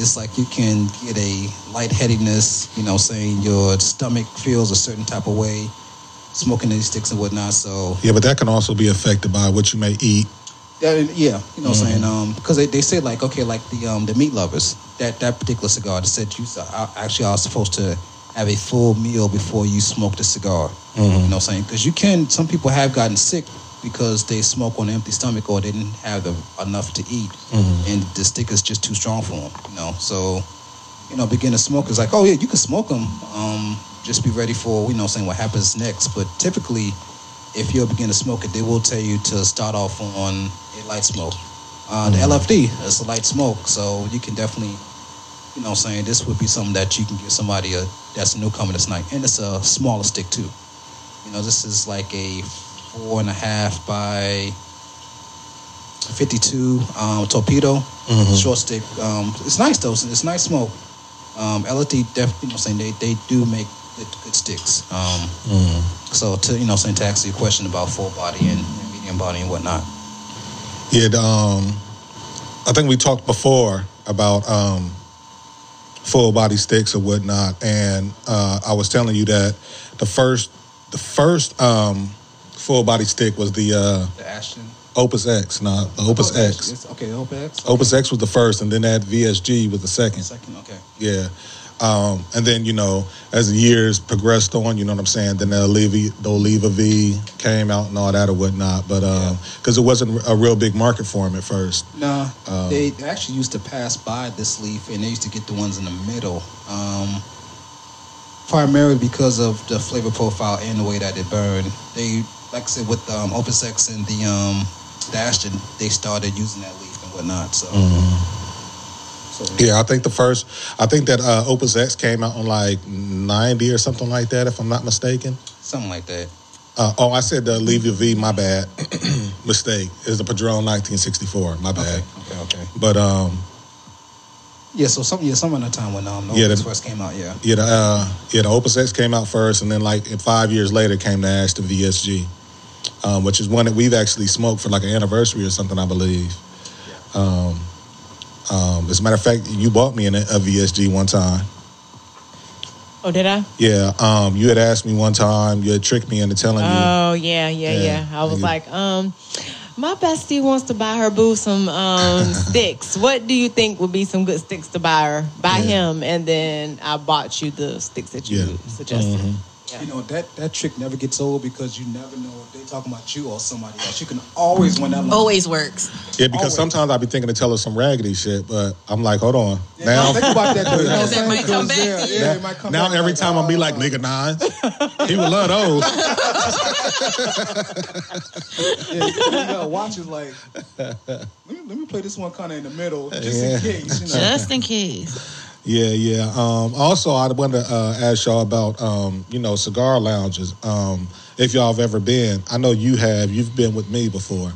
S1: It's like you can get a lightheadedness, you know, saying your stomach feels a certain type of way, smoking these sticks and whatnot. So
S2: Yeah, but that can also be affected by what you may eat.
S1: uh, yeah, you know what I'm saying? Um, because they, they say like okay, like the um the meat lovers that that particular cigar that said you I, actually are supposed to have a full meal before you smoke the cigar. You know what I'm saying? Because you can. Some people have gotten sick because they smoke on an empty stomach or they didn't have the, enough to eat, and the stick is just too strong for them. You know, so you know, beginner smokers like, oh yeah, you can smoke them. Um, just be ready for you know, what I'm saying what happens next. But typically, if you're a beginner smoker, they will tell you to start off on a light smoke. Uh, the LFD is a light smoke, so you can definitely, you know, what I'm saying this would be something that you can give somebody a, that's a newcomer that's night, and it's a smaller stick too. You know, this is like a four and a half by 52 um, torpedo short stick. Um, it's nice though. It's, it's nice smoke. Um, LFD definitely, you know, what I'm saying they they do make good, good sticks. Um,
S2: Mm.
S1: So to you know, what I'm saying to answer your question about full body and, and medium body and whatnot.
S2: Yeah, the, um, I think we talked before about um, full body sticks or whatnot, and uh, I was telling you that the first, the first um, full body stick was the uh,
S1: The Ashton.
S2: Opus X, not the Opus
S1: Oh,
S2: X. Oh.
S1: it's- Okay, Opus X.
S2: Opus X was the first, and then that VSG was the second.
S1: Second, okay.
S2: Yeah. Um, and then, you know, as the years progressed on, you know what I'm saying? Then the Oliva, the Oliva V came out and all that or whatnot. But because it wasn't a real big market for him at first.
S1: Nah,
S2: Um.
S1: they they actually used to pass by this leaf, and they used to get the ones in the middle, um, primarily because of the flavor profile and the way that it burned. They, like I said, with um, Opus X and the um, the Ashton, they started using that leaf and whatnot. So,
S2: Mm-hmm.
S1: so
S2: Yeah, I think the first, I think that uh, Opus X came out on like 90 or something like that, if I'm not mistaken.
S1: something like that.
S2: Uh, oh, I said the Oliva V, my bad. Mistake. Is the Padron 1964, my bad.
S1: Okay, okay.
S2: But um,
S1: Yeah, so some yeah, some in the time when um, the
S2: Yeah,
S1: Opus
S2: the-
S1: first came out, yeah.
S2: Yeah, the, uh, yeah, the Opus X came out first, and then like five years later came the Ashton VSG, um, which is one that we've actually smoked for like an anniversary or something, I believe. Um, um, as a matter of fact, you bought me an, a VSG one time.
S6: Oh, did I?
S2: Yeah, um, you had asked me one time, you had tricked me into telling
S1: Uh,
S6: Oh yeah, yeah,
S2: Yeah,
S6: yeah. I was
S2: you-
S6: like, um, my bestie wants to buy her boo some um, sticks. What do you think would be some good sticks to buy her? Buy
S2: Yeah.
S6: him, and then I bought you the sticks that you
S2: Yeah. Mm-hmm.
S6: suggested.
S1: You know that that trick never gets old because you never know if they talking about you or somebody else. You can always win that. line.
S5: Always works.
S2: you. Yeah,
S1: always.
S2: because sometimes I'd be thinking to tell her some raggedy shit, but I'm like, hold on.
S1: Yeah,
S2: now
S1: think about that. though, you know what I'm
S5: Because it
S1: saying?
S5: might come
S1: Because,
S5: back
S1: yeah,
S5: to you.
S1: yeah, it might come
S2: now
S1: back
S2: every
S1: like,
S2: time I'll be like,
S1: "Oh,
S2: nigga, nine. he would love those.
S1: Yeah, you gotta watch it like, let me, let me play this one kind of in the middle just
S2: Yeah.
S1: in case. You know?
S5: Just in case.
S2: Yeah, yeah. Um, also, I wanted to uh, ask y'all about um, you know cigar lounges. Um, if y'all have ever been, I know you have. You've been with me before,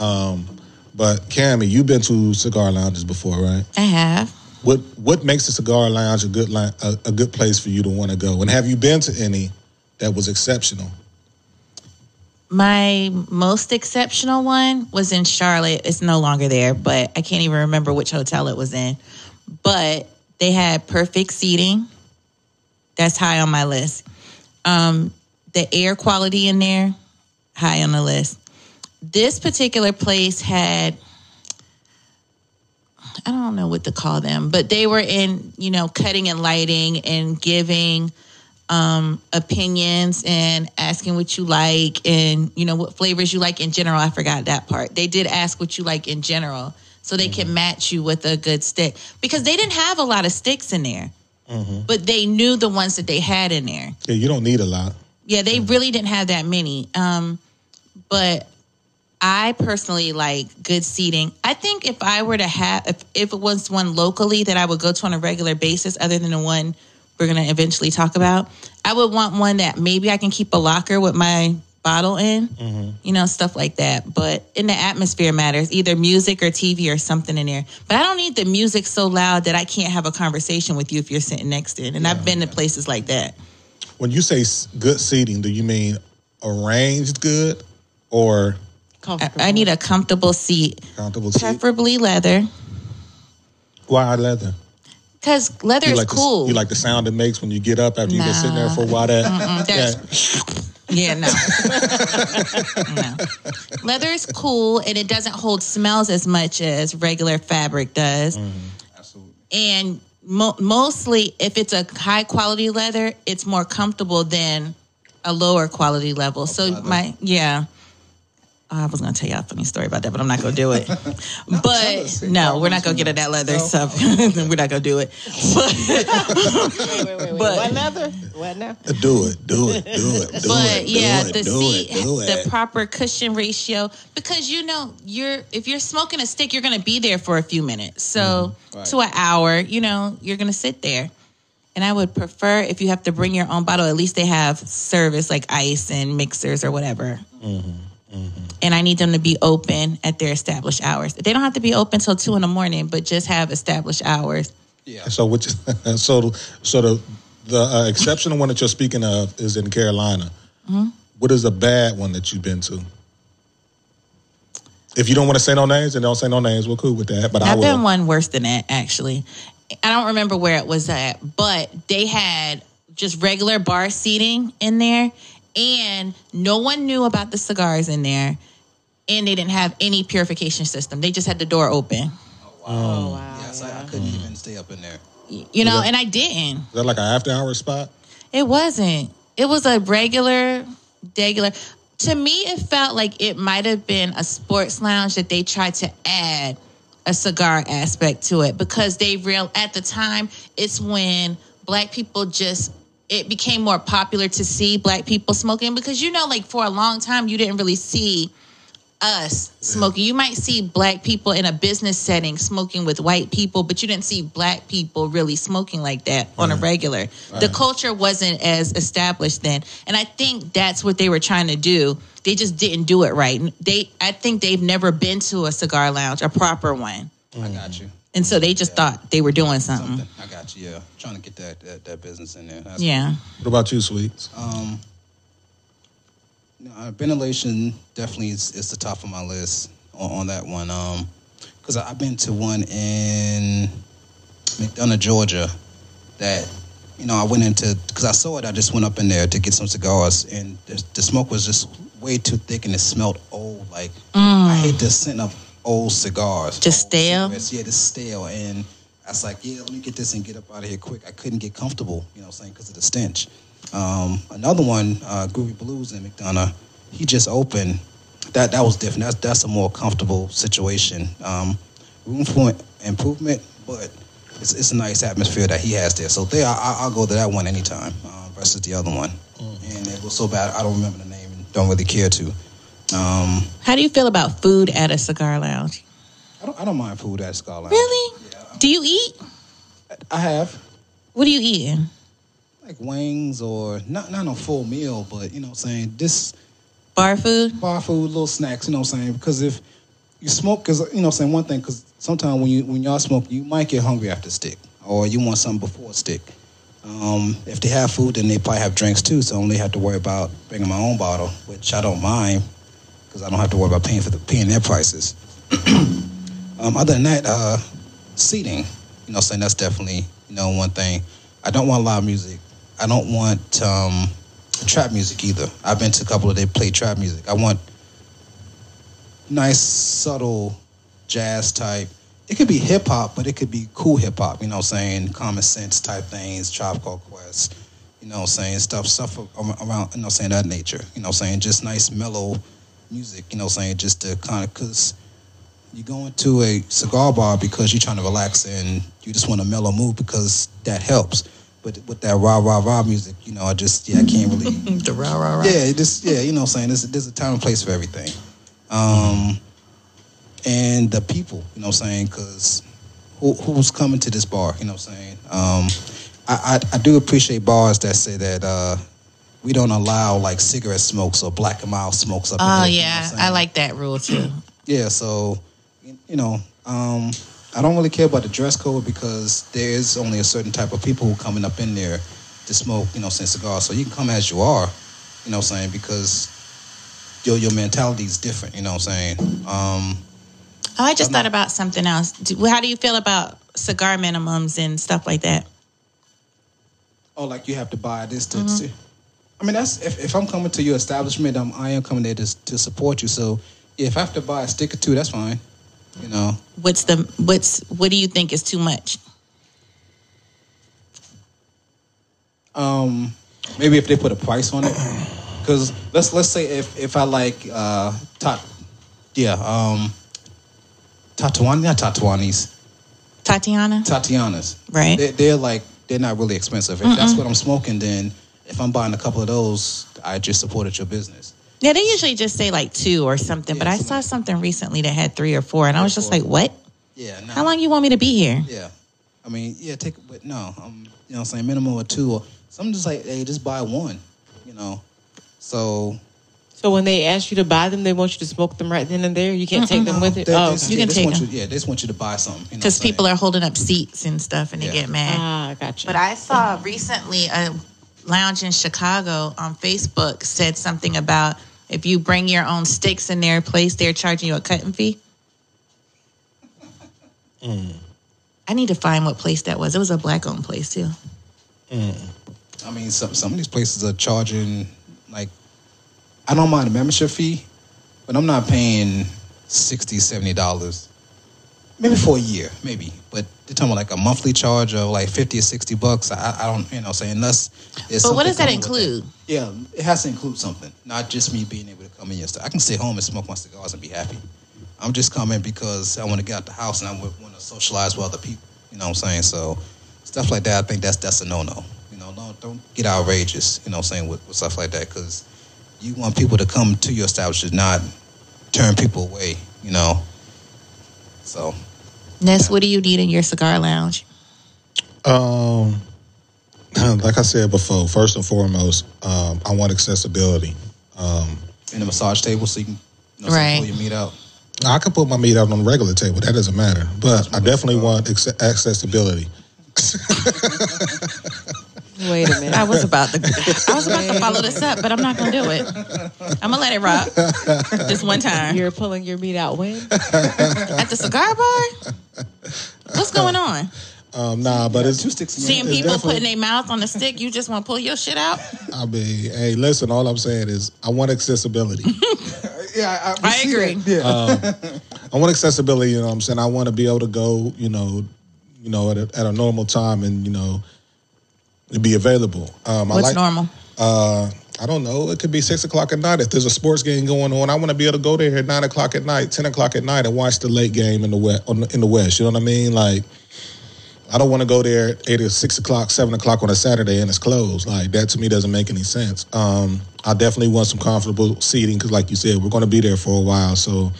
S2: um, but Cammy, you've been to cigar lounges before, right?
S5: I have.
S2: What What makes a cigar lounge a good li- a, a good place for you to want to go? And have you been to any that was exceptional?
S5: My most exceptional one was in Charlotte. It's no longer there, but I can't even remember which hotel it was in. But they had perfect seating. That's high on my list. Um, the air quality in there, high on the list. This particular place had, I don't know what to call them, but they were in, you know, cutting and lighting and giving opinions and asking what you like and you know what flavors you like in general. I forgot that part. They did ask what you like in general so they can match you with a good stick because they didn't have a lot of sticks in there. But they knew the ones that they had in there.
S2: Yeah, you don't need a lot.
S5: Yeah, they really didn't have that many. Um, but I personally like good seating. I think if I were to have, if, if it was one locally that I would go to on a regular basis, other than the one we're going to eventually talk about, I would want one that maybe I can keep a locker with my bottle in, you know, stuff like that. But in the atmosphere matters, either music or TV or something in there. But I don't need the music so loud that I can't have a conversation with you if you're sitting next to it. And I've been to places like that.
S2: When you say s- good seating, do you mean arranged good, or
S5: I, I need a comfortable seat,
S2: comfortable seat?
S5: preferably leather,
S2: Why leather?
S5: because leather
S2: You
S5: is
S2: like the-
S5: cool.
S2: you like the sound it makes when you get up after you've been sitting there
S5: Nah.
S2: for a while. That,
S5: there's-
S2: that-
S5: yeah, no. no. Leather is cool and it doesn't hold smells as much as regular fabric does.
S7: Absolutely.
S5: and mo- mostly if it's a high quality leather it's more comfortable than a lower quality level so my yeah Oh, I was gonna tell y'all a funny story about that, but I'm not gonna do it.
S7: tell us.
S5: but no, we're not gonna get at that leather stuff. we're not gonna do it. But,
S6: Wait, wait, wait.
S5: But-
S6: what leather? What now?
S2: do it, do it, do it, do
S5: but
S2: it,
S5: yeah,
S2: do it,
S5: the
S2: do
S5: seat,
S2: it, do
S5: the
S2: it.
S5: proper cushion ratio, because you know you're if you're smoking a stick, you're gonna be there for a few minutes.
S2: Mm-hmm.
S5: So to an
S7: right.
S5: hour, you know, you're gonna sit there. And I would prefer if you have to bring your own bottle. At least they have service like ice and mixers or whatever.
S2: Mm-hmm.
S5: And I need them to be open at their established hours. They don't have to be open till two in the morning, but just have established hours.
S7: Yeah.
S2: so which, so so the the uh, exceptional one that you're speaking of is in Carolina.
S5: Mm-hmm.
S2: What is a bad one that you've been to? If you don't want to say no names, then don't say no names. We're cool with that. But I
S5: I've
S2: will.
S5: been one worse than that, actually. I don't remember where it was at, but they had just regular bar seating in there, and no one knew about the cigars in there, and they didn't have any purification system. They just had the door open,
S6: Oh wow.
S7: Yes, I, I couldn't even stay up in there.
S5: y- you know, and I didn't.
S2: Is that like an after hour spot?
S5: It wasn't. It was a regular, regular. To me, it felt like it might have been a sports lounge that they tried to add a cigar aspect to it because they real at the time it's when black people just it became more popular to see black people smoking because you know like for a long time you didn't really see us smoking. You might see black people in a business setting smoking with white people, but you didn't see black people really smoking like that on a regular. The culture wasn't as established then. And I think that's what they were trying to do. They just didn't do it right. They I think they've never been to a cigar lounge, a proper one.
S7: I
S5: Mm.
S7: got you.
S5: And so they just thought they were doing something.
S7: Something. I got you. Yeah, trying to get that that, that business in there. That's-
S5: Yeah.
S2: What about you, sweets?
S7: Um, no, uh, ventilation definitely is, is the top of my list on, on that one. Um, because I've been to one in McDonough, Georgia, that you know I went into because I saw it. I just went up in there to get some cigars, and the, the smoke was just way too thick, and it smelled old. Like I hate the scent of old cigars.
S5: Mm. Just
S7: old
S5: stale?
S7: cigarettes. Yeah, just stale. And I was like, yeah, let me get this and get up out of here quick. I couldn't get comfortable, you know, what I'm saying because of the stench. Um, another one, uh, Groovy Blues in McDonough. He just opened. That that was different. That's that's a more comfortable situation. Um, room for improvement, but it's, it's a nice atmosphere that he has there. So there, I, I'll go to that one anytime uh, versus the other one. And it was so bad, I don't remember the name. and Don't really care to. Um,
S5: How do you feel about food at a cigar lounge?
S7: I don't, I don't mind food at Skyline.
S5: Really?
S7: Uh, Yeah.
S5: Do you eat?
S7: I have
S5: What are you eating?
S7: like wings or not not a full meal, but you know what I'm saying this
S5: Bar food?
S7: bar food, little snacks. You know what I'm saying because if you smoke, because you know what I'm saying one thing, because sometimes when you when y'all smoke, you might get hungry after stick, or you want something before stick. Um, if they have food, then they probably have drinks too, so I only have to worry about bringing my own bottle, which I don't mind because I don't have to worry about paying for the paying their prices. um, other than that, uh, seating, you know, saying that's definitely you know one thing. I don't want loud music. I don't want um, trap music either. I've been to a couple of they play trap music. I want nice, subtle jazz type. It could be hip hop, but it could be cool hip hop. You know what I'm saying? Common sense type things, Tribe Called Quest. You know what I'm saying? Stuff, stuff ar- around, you know what I'm saying, that nature. You know what I'm saying? Just nice, mellow music. You know what I'm saying? Just to kind of, because you go into a cigar bar because you're trying to relax and you just want a mellow mood because that helps. But with that rah, rah, rah music, you know, I just, yeah, I can't really.
S5: The rah rah rah.
S7: Yeah, it just yeah, you know what I'm saying? There's, there's a time and place for everything. Um, and the people, you know what I'm saying? Because who, who's coming to this bar, you know what I'm saying? Um, I, I, I do appreciate bars that say that uh, we don't allow like cigarette smokes or black and mild smokes up in
S5: Oh
S7: here, you know
S5: yeah,
S7: what I'm
S5: I
S7: saying?
S5: like that rule too.
S7: Yeah, so you you know, um, I don't really care about the dress code because there is only a certain type of people who coming up in there to smoke, you know, saying cigars. So you can come as you are, you know, what I'm saying because your your mentality is different. You know what I'm saying? Um,
S5: Oh, I just thought about something else. Do, how do you feel about cigar minimums and stuff like that?
S7: oh, like you have to buy this to. see. I mean, that's if, if I'm coming to your establishment, I'm, I am coming there to to support you. So if I have to buy a stick or two, that's fine. You know,
S5: What's the what's what do you think is too much?
S7: um, maybe if they put a price on it, because let's let's say if if I like uh, tat, yeah, um, Tatuani, not Tatuanis,
S5: Tatiana?
S7: Tatianas.
S5: Right.
S7: They, they're like they're not really expensive. If that's what I'm smoking, then if I'm buying a couple of those, I just supported your business.
S5: Yeah, they usually just say like two or something, but I saw something recently that had three or four, and I was just like, what?
S7: Yeah. Nah.
S5: How long you want me to be here?
S7: Yeah. I mean, yeah, take but no, um, you know what I'm saying, minimum of two or some just like, hey, just buy one, you know. So
S6: So when they ask you to buy them, they want you to smoke them right then and there. You can't take them with it.
S7: they,
S6: oh,
S7: they just-
S5: you
S7: yeah,
S5: can
S7: they just
S5: take
S7: want
S5: 'em.
S7: you, yeah, they just want you to buy something. you know
S5: Because
S7: what I'm
S5: people
S7: saying?
S5: are holding up seats and stuff, and
S7: Yeah.
S5: they get mad.
S6: ah, I gotcha.
S5: But I saw recently a lounge in Chicago on Facebook said something about if you bring your own sticks in their place, they're charging you a cutting fee.
S7: Mm.
S5: I need to find what place that was. It was a black owned place too.
S7: I mean, some some of these places are charging like I don't mind a membership fee, but I'm not paying 60 dollars. Maybe for a year, maybe. But they're talking about like a monthly charge of like fifty or sixty bucks. I, I don't, you know, saying unless. there's
S5: But what
S7: something
S5: does that
S7: coming with
S5: include?
S7: Yeah, it has to include something, not just me being able to come in yesterday. I can stay home and smoke my cigars and be happy. I'm just coming because I want to get out the house and I want to socialize with other people. You know what I'm saying? So stuff like that, I think that's that's a no-no. You know, don't don't get outrageous. You know what I'm saying with, with stuff like that because you want people to come to your establishment, not turn people away. You know, so
S5: Ness, what do you need in your cigar lounge?
S2: Um, like I said before, first and foremost, um, I want accessibility. Um,
S7: in a massage table so you can you know, right.
S5: Right.
S7: pull your meat out.
S2: I could put my meat out on the regular table. That doesn't matter. But I definitely want ex- accessibility.
S6: Wait a minute.
S5: I was about to I was about to follow this up, but I'm not gonna do it. I'm gonna let it rock. Just one time.
S6: You're pulling your meat out when?
S5: At the cigar bar? What's going on?
S2: Um, nah, but it's
S7: Two sticks. In your
S5: Seeing
S2: it's
S5: people
S2: definitely-
S5: putting their mouth on the stick, you just want to pull your shit out.
S2: I mean, hey, listen. All I'm saying is, I want accessibility.
S7: Yeah,
S5: I agree.
S2: I want accessibility. You know, what I'm saying I want to be able to go. You know, you know, at a, at a normal time, and you know, be available. Um, I like,
S5: What's normal?
S2: Uh, I don't know. It could be six o'clock at night. If there's a sports game going on, I want to be able to go there at nine o'clock at night, ten o'clock at night, and watch the late game in the west. On the, in the west, you know what I mean? Like, I don't want to go there at eight or six o'clock, seven o'clock on a Saturday, and it's closed. Like that to me doesn't make any sense. Um, I definitely want some comfortable seating because, like you said, we're going to be there for a while, so.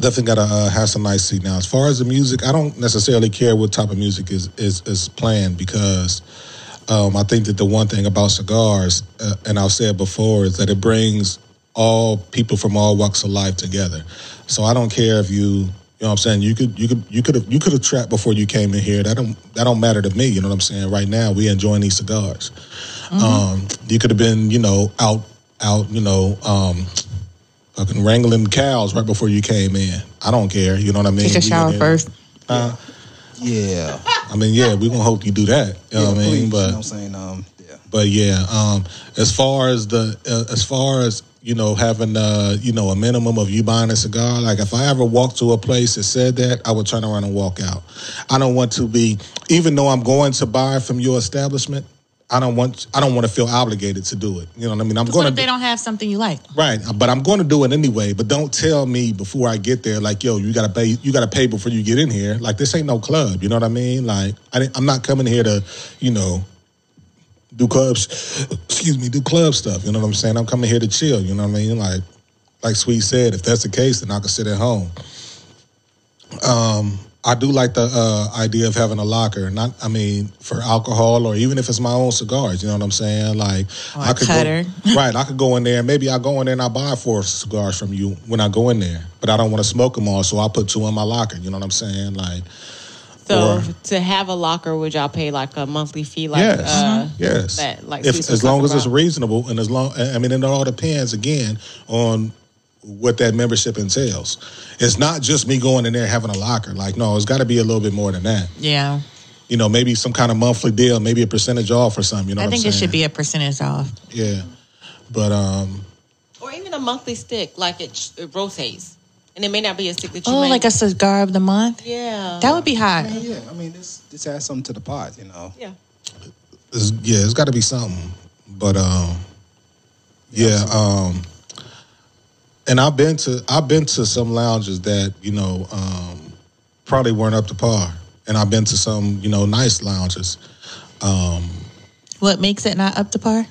S2: Definitely gotta uh, have some nice seat now. As far as the music, I don't necessarily care what type of music is is, is playing because um, I think that the one thing about cigars, uh, and I've said before, is that it brings all people from all walks of life together. So I don't care if you, you know, what I'm saying you could, you could, you could have, you could have trapped before you came in here. That don't, that don't matter to me. You know what I'm saying? Right now, we enjoying these cigars.
S5: Mm-hmm.
S2: Um, you could have been, you know, out, out, you know, um, fucking wrangling cows right before you came in. I don't care. You know what I mean?
S5: Take a
S2: We in
S5: shower
S2: there-
S5: first.
S7: Yeah.
S2: I mean, yeah, we gonna hope you do that. You know what I mean?
S7: please, you know
S2: But
S7: what I'm saying? Um, yeah.
S2: but yeah, um, as far as the uh, as far as you know, having uh, you know a minimum of you buying a cigar. Like if I ever walked to a place that said that, I would turn around and walk out. I don't want to be, even though I'm going to buy from your establishment. I don't want. I don't want to feel obligated to do it. You know what I mean? I'm
S5: What
S2: going
S5: if
S2: to
S5: they don't have something you like?
S2: right, but I'm going to do it anyway. But don't tell me before I get there, like, yo, you gotta pay. You gotta pay before you get in here. Like this ain't no club. You know what I mean? Like I didn't, I'm not coming here to, you know, do clubs, excuse me, do club stuff. You know what I'm saying? I'm coming here to chill. You know what I mean? Like, like Sweet said, if that's the case, then I can sit at home. Um, I do like the uh, idea of having a locker. Not, I mean, for alcohol or even if it's my own cigars. You know what I'm saying? Like,
S5: Or
S2: I
S5: a cutter.
S2: go right. I could go in there. Maybe I go in there and I buy four cigars from you when I go in there. But I don't want to smoke them all, so I put two in my locker. You know what I'm saying? Like,
S6: So
S2: Or-
S6: to have a locker, would y'all pay like a monthly fee? Like,
S2: yes, Uh-huh.
S6: uh,
S2: yes.
S6: that, like,
S2: if,
S6: Cecil
S2: as long
S6: talked
S2: as it's
S6: about.
S2: reasonable, and as long, I mean, it all depends again on what that membership entails. It's not just me going in there having a locker. Like, no, it's got to be a little bit more than that.
S5: Yeah.
S2: You know, maybe some kind of monthly deal, maybe a percentage off or something. You know,
S5: I
S2: what
S5: think
S2: I'm
S5: it
S2: saying?
S5: should be a percentage off.
S2: Yeah, but um,
S6: or even a monthly stick, like it, it rotates, and it may not be a stick that you
S5: Oh,
S6: make.
S5: like a cigar of the month?
S6: yeah,
S5: That would be hot.
S1: Yeah, yeah. I mean, this this adds something to the pot, you know.
S6: yeah.
S2: it's, yeah, it's got to be something. But um, yeah, um, and I've been to I've been to some lounges that you know um, probably weren't up to par, and I've been to some you know nice lounges. Um,
S5: What makes it not up to par?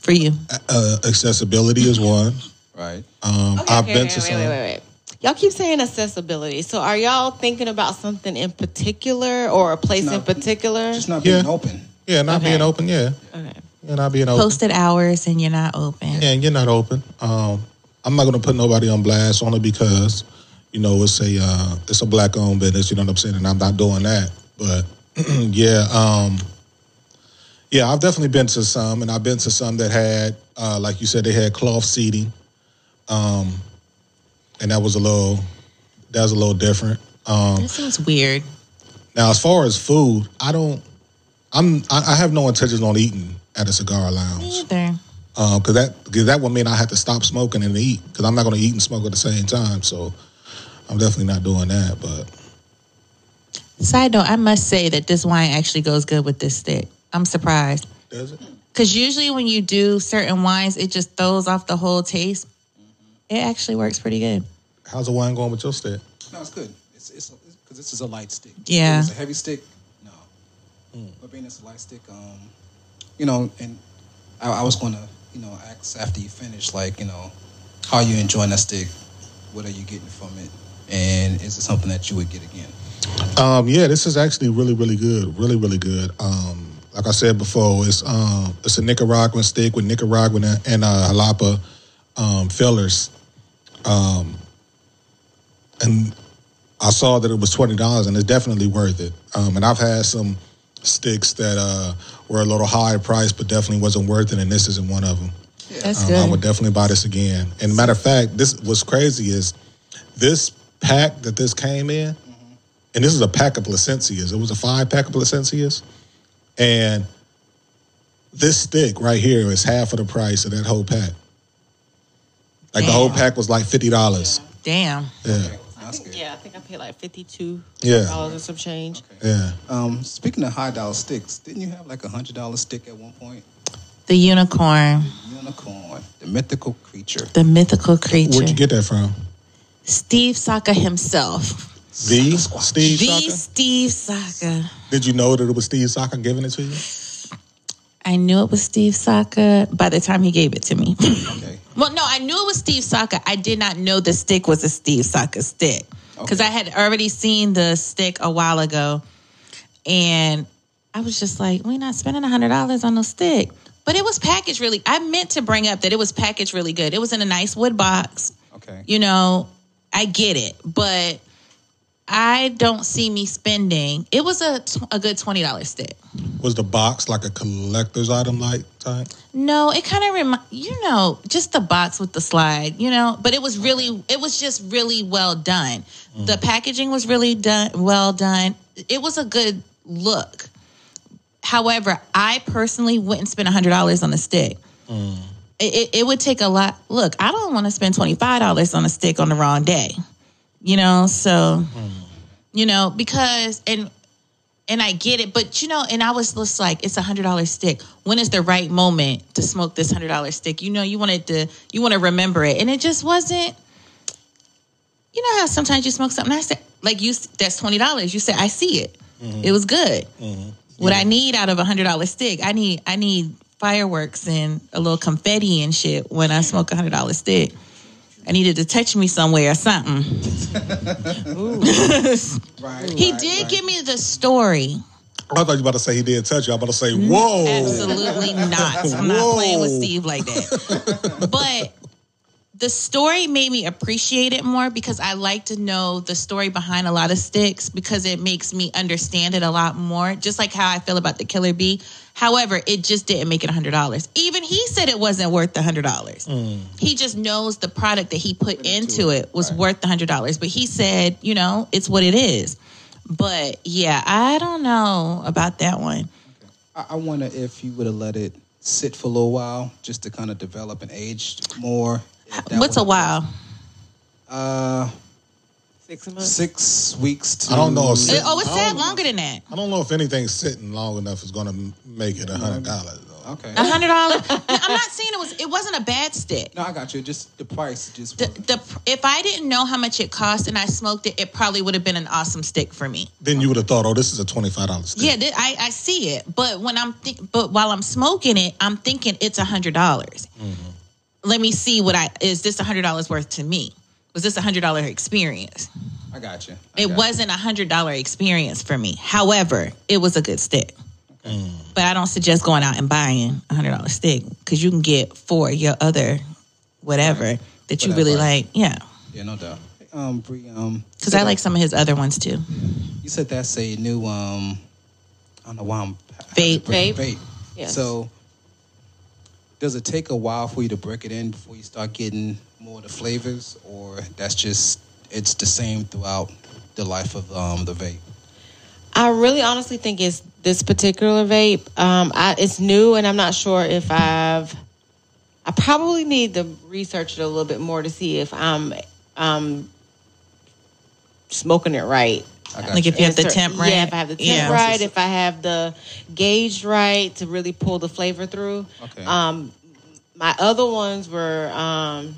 S5: For you.
S2: Uh, accessibility is one.
S1: Right.
S2: Um,
S6: Okay,
S2: I've
S6: okay,
S2: been
S6: wait,
S2: to
S6: wait,
S2: some.
S6: Wait, wait, wait. Y'all keep saying accessibility. So are y'all thinking about something in particular or a place
S1: No.
S6: in particular?
S1: Just not being
S2: Yeah.
S1: open.
S2: Yeah, not
S6: Okay.
S2: being open. Yeah,
S6: Okay.
S2: yeah, not being open.
S5: Posted hours and you're not open.
S2: and you're not open. Um, I'm not gonna put nobody on blast only because, you know, it's a uh, it's a black owned business. You know what I'm saying? And I'm not doing that. But yeah, um, yeah, I've definitely been to some, and I've been to some that had, uh, like you said, they had cloth seating, um, and that was a little that was a little different. Um,
S5: That seems weird.
S2: now, as far as food, I don't. I'm. I I have no intentions on eating at a cigar lounge
S5: Either.
S2: because that Um, cause that would mean I have to stop smoking and eat because I'm not going to eat and smoke at the same time. So I'm definitely not doing that. But
S5: Side note, I must say that this wine actually goes good with this stick. I'm surprised.
S2: does it?
S5: Because usually when you do certain wines, it just throws off the whole taste. It actually works pretty good.
S2: How's the wine going with your stick?
S1: No, it's good. It's it's because this is a light stick.
S5: Yeah.
S1: If It's a heavy stick. No.
S2: Hmm.
S1: But being it's a light stick, um, you know, and I, I was gonna, you know, ask after you finish, like, you know, how you enjoying that stick? What are you getting from it? And is it something that you would get again?
S2: Um, yeah, this is actually really, really good. Really, really good. Um, like I said before, it's um, it's a Nicaraguan steak with Nicaraguan and and, uh, jalapa um, fillers. Um, and I saw that it was twenty dollars, and it's definitely worth it. Um, and I've had some sticks that uh, were a little high priced, but definitely wasn't worth it, and this isn't one of them.
S5: That's
S2: Um,
S5: good.
S2: I would definitely buy this again. And matter of fact, this what's crazy is this pack that this came in, and this is a pack of placencias. It was a five pack of placencias, and this stick right here is half of the price of that whole pack. Like the whole pack was like fifty dollars.
S5: Damn.
S2: Yeah.
S1: That's good.
S6: Yeah, I think I paid like fifty-two
S2: Yeah.
S6: dollars or some change.
S2: yeah,
S1: Um, speaking of high dollar sticks, didn't you have like a hundred dollar stick at one point?
S5: The unicorn,
S1: Unicorn, the mythical creature.
S5: the mythical creature.
S2: Where'd you get that from?
S5: Steve Saka himself.
S2: The Steve
S5: the
S2: Saka.
S5: Steve Saka.
S2: Did you know that it was Steve Saka giving it to you?
S5: I knew it was Steve Saka by the time he gave it to me.
S1: Okay.
S5: well, no, I knew it was Steve Saka. I did not know the stick was a Steve Saka stick because I had already seen the stick a while ago, and I was just like, "We're not spending hundred dollars on no stick." But it was packaged really. I meant to bring up that it was packaged really good. It was in a nice wood box.
S1: Okay.
S5: you know, I get it, but I don't see me spending. It was a tw- a good twenty dollars stick.
S2: Was the box like a collector's item like type?
S5: No, it kind of remind you know just the box with the slide, you know. But it was really, it was just really well done. The packaging was really done, well done. It was a good look. However, I personally wouldn't spend hundred dollars on a stick. It, it, it would take a lot. Look, I don't want to spend twenty five dollars on a stick on the wrong day, you know. So, you know, because and and I get it, but you know, and I was just like, it's a hundred dollar stick. When is the right moment to smoke this hundred dollar stick? You know, you wanted to, you want to remember it, and it just wasn't. You know how sometimes you smoke something. I said, like you, that's twenty dollars. You said, I see it.
S1: Mm-hmm.
S5: It was good. What I need out of a hundred dollar stick, I need, I need fireworks and a little confetti and shit when I smoke a hundred dollar stick. I needed to touch me somewhere or something.
S1: Right.
S5: He did give me the story.
S2: I thought you were about to say he did touch you. I was about to
S6: Mm-hmm.
S2: say, whoa.
S5: Absolutely not. I'm not
S2: Whoa.
S5: playing with Steve like that. But the story made me appreciate it more because I like to know the story behind a lot of sticks because it makes me understand it a lot more. Just like how I feel about the Killer Bee. However, it just didn't make it hundred dollars. Even he said it wasn't worth the hundred dollars. He just knows the product that he put into it was worth the hundred dollars. But he said, you know, it's what it is. But yeah, I don't know about that one.
S1: I, I wonder if you would have let it sit for a little while just to kind of develop and age more. If that
S5: What's a
S1: was-
S5: while?
S1: Uh,
S6: Six months.
S1: six weeks to.
S2: I don't know if
S5: It-
S2: sitting,
S5: oh, it's
S2: I
S5: that
S2: don't-
S5: longer than that.
S2: I don't know if anything sitting long enough is going to make it a hundred
S6: Mm-hmm.
S2: dollars. though.
S1: Okay.
S5: A hundred dollars. I'm not saying it was. It wasn't a bad stick.
S1: No, I got you. Just the price. Just
S5: The, the if I didn't know how much it cost and I smoked it, it probably would have been an awesome stick for me.
S2: Then you would have thought, oh, this is a twenty five dollars.
S5: Yeah, thi- I, I see it, but when I'm thi- but while I'm smoking it, I'm thinking it's a hundred dollars. Let me see what I is this a hundred dollars worth to me? Was this a hundred dollar experience?
S1: I got you. I
S5: It
S1: got
S5: wasn't a hundred dollar experience for me. However, it was a good stick. But I don't suggest going out and buying a hundred dollar stick because you can get for your other whatever that you really
S1: Whatever.
S5: like. Yeah,
S1: You. Yeah, no doubt. Um, Bree. Um,
S5: because I like some of his other ones too.
S1: you said that's a new. Um, I don't know why I'm.
S5: Vape.
S1: Vape.
S6: Vape.
S1: Vape.
S6: Yes.
S1: So, does it take a while for you to break it in before you start getting more of the flavors, or that's just it's the same throughout the life of um the vape?
S6: I really honestly think it's this particular vape. Um, I, it's new, and I'm not sure if I've. I probably need to research it a little bit more to see if I'm um, smoking it right.
S1: I got
S5: Like
S1: you.
S5: if you have the
S6: Cer-
S5: temp right,
S6: Yeah, if I have the temp
S5: Yeah.
S6: right, if I have the gauge right to really pull the flavor through.
S1: Okay.
S6: Um, my other ones were um,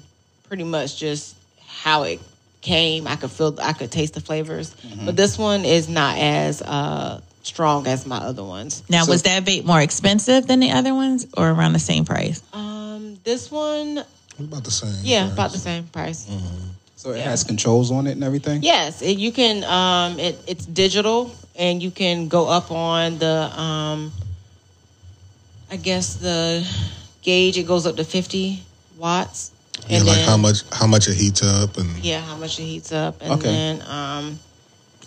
S6: pretty much just how it came. I could feel, I could taste the flavors,
S2: Mm-hmm.
S6: but this one is not as uh, strong as my other ones.
S5: Now, was that vape more expensive than the other ones, or around the same price?
S6: Um, this one,
S2: about the same.
S6: yeah,
S2: price.
S6: about the same price.
S2: Mm.
S1: so it has controls on it and everything.
S6: Yes, it, you can. Um, it, it's digital, and you can go up on the. Um, I guess the gauge it goes up to fifty watts.
S2: Yeah, like how much how much it heats up and
S6: Yeah, how much it heats up, and
S1: Okay.
S6: then um,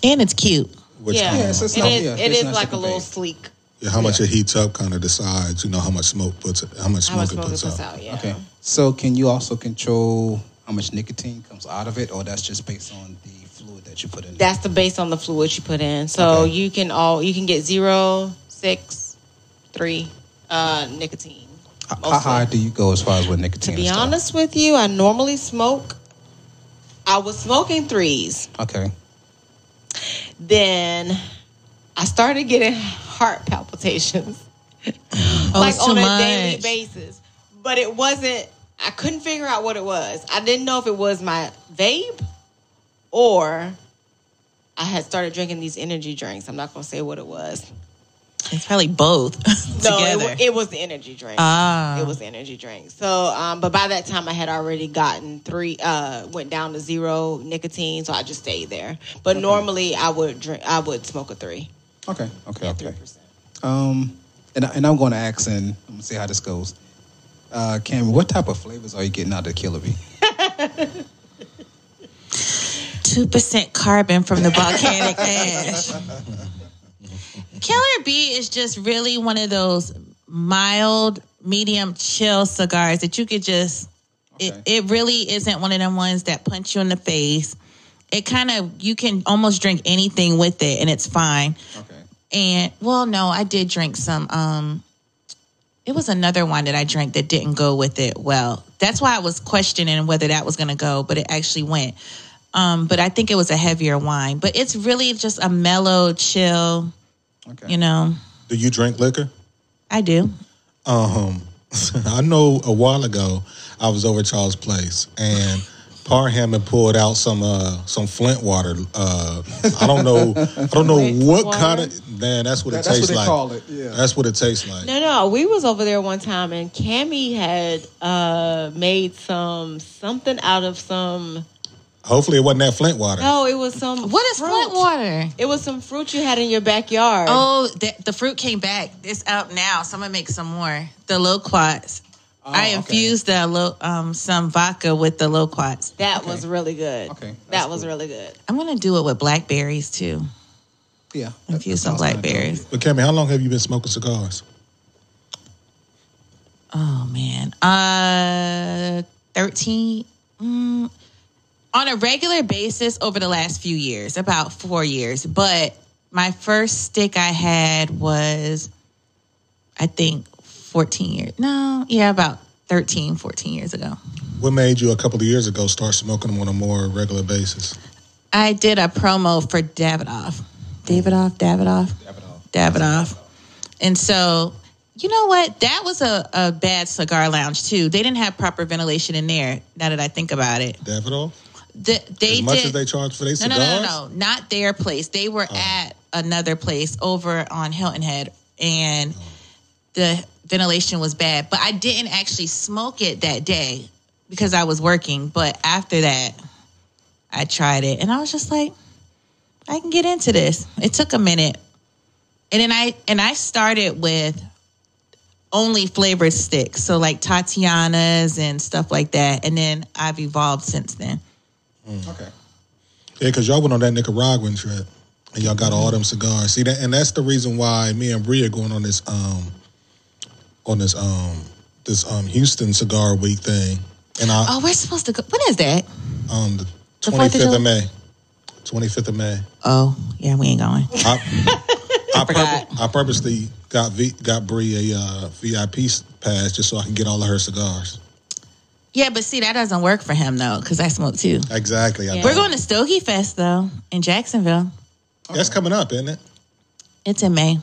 S5: And it's cute.
S2: which
S6: yeah,
S2: um,
S1: Yeah, it's just
S6: it
S1: not-
S6: is.
S1: yeah,
S6: it
S1: it's
S6: is
S1: not
S6: like a
S1: shipping
S6: little
S1: based.
S6: sleek.
S2: yeah, how much it heats up kind of decides you know how much smoke puts how much
S6: How
S2: smoke
S6: much
S2: it
S6: smoke it
S2: puts
S6: puts
S2: out.
S6: out? Yeah.
S1: Okay. So can you also control how much nicotine comes out of it, or that's just based on the fluid that you put in?
S6: That's the base on the fluid you put in. So
S1: Okay.
S6: you can all you can get zero, six, three, uh, nicotine.
S1: H- How high do you go as far as with
S6: To
S1: nicotine?
S6: be
S1: and stuff?
S6: honest with you, I normally smoke. I was smoking threes.
S1: Okay.
S6: Then I started getting heart palpitations, like
S5: Oh, it's
S6: on
S5: too
S6: a daily
S5: much.
S6: basis. But it wasn't. I couldn't figure out what it was. I didn't know if it was my vape or I had started drinking these energy drinks. I'm not gonna say what it was.
S5: It's probably both
S6: No, it,
S5: together.
S6: wa- it was the energy drink.
S5: Ah.
S6: It was the energy drink. So, um, but by that time, I had already gotten three, uh, went down to zero nicotine, so I just stayed there. But normally, I would drink, I would smoke a three,
S1: Okay. Okay.
S6: three
S1: Okay.
S6: percent.
S1: Um, and I- and I'm going to ask, and I'm gonna see how this goes. Uh, Cameron, what type of flavors are you getting out of the Killer Bee?
S5: two percent carbon from the volcanic ash. Killer Bee is just really one of those mild, medium, chill cigars that you could just.
S1: Okay.
S5: It, it really isn't one of them ones that punch you in the face. It kind of you can almost drink anything with it and it's fine.
S1: Okay.
S5: And well, no, I did drink some. Um, it was another one that I drank that didn't go with it well. That's why I was questioning whether that was going to go, but it actually went. Um, but I think it was a heavier wine. But it's really just a mellow, chill.
S1: Okay.
S5: You know,
S2: Do you drink liquor?
S5: I do.
S2: Um, I know a while ago I was over at Charles Place and Parham had pulled out some uh some Flint water. Uh, I don't know, I don't know
S6: Flint
S2: what
S6: water?
S2: kind of man. That's what it
S1: That- that's what
S2: tastes
S1: they
S2: like.
S1: call it, yeah.
S2: That's what it tastes like.
S6: No, no, we was over there one time, and Cammy had uh, made some something out of some.
S2: Hopefully, it wasn't that Flint water.
S6: No, it was some.
S5: What is
S6: fruit.
S5: Flint water?
S6: It was some fruit you had in your backyard.
S5: Oh, the, the fruit came back. It's out now. Someone make some more. The loquats. I
S7: okay.
S5: infused the lo- um, some vodka with the loquats.
S6: That
S7: Okay.
S6: was really good.
S7: Okay, that's
S6: That was
S7: cool.
S6: really good.
S5: I'm gonna do it with blackberries too.
S7: Yeah.
S1: Uh,
S5: Infuse some
S7: sounds kinda
S5: blackberries.
S2: But Cammy, how long have you been smoking cigars?
S5: Oh man, uh, thirteen. mm, on a regular basis over the last few years, about four years. But my first stick I had was, I think, 14 years. No, yeah, about 13, 14 years ago.
S2: What made you a couple of years ago start smoking them on a more regular basis?
S5: I did a promo for Davidoff. Davidoff, Davidoff,
S7: Davidoff.
S5: Davidoff. And so, you know what? That was a, a bad cigar lounge, too. They didn't have proper ventilation in there, now that I think about it.
S2: Davidoff?
S5: The, they
S2: As much
S5: did,
S2: as they charge for their
S5: no, no,
S2: cigars?
S5: no, no, no. Not their place. They were at another place over on Hilton Head, and the ventilation was bad. But I didn't actually smoke it that day because I was working. But after that, I tried it, and I was just like, I can get into this. It took a minute, and then I and I started with only flavored sticks, so like Tatiana's and stuff like that. And then I've evolved since then.
S7: dope. Okay.
S2: Yeah, because y'all went on that Nicaraguan trip and y'all got
S5: Mm-hmm.
S2: all them cigars. See that, and that's the reason why me and Bree are going on this um on this um this um Houston Cigar Week thing. And I
S5: Oh, we're supposed to go. When is that?
S2: um the
S5: Oh, The 4th of
S2: twenty fifth
S5: July?
S2: of May. Twenty fifth of May.
S5: Oh, yeah, we ain't going.
S2: I, I,
S5: forgot.
S2: purpo- I purposely got v, got Bree a uh, VIP s- pass just so I can get all of her cigars.
S5: Yeah, but see, that doesn't work for him though, because I smoke too.
S2: Exactly. I
S5: We're
S2: know.
S5: going to Stogie Fest though in Jacksonville.
S2: That's coming up, isn't it?
S5: It's in May.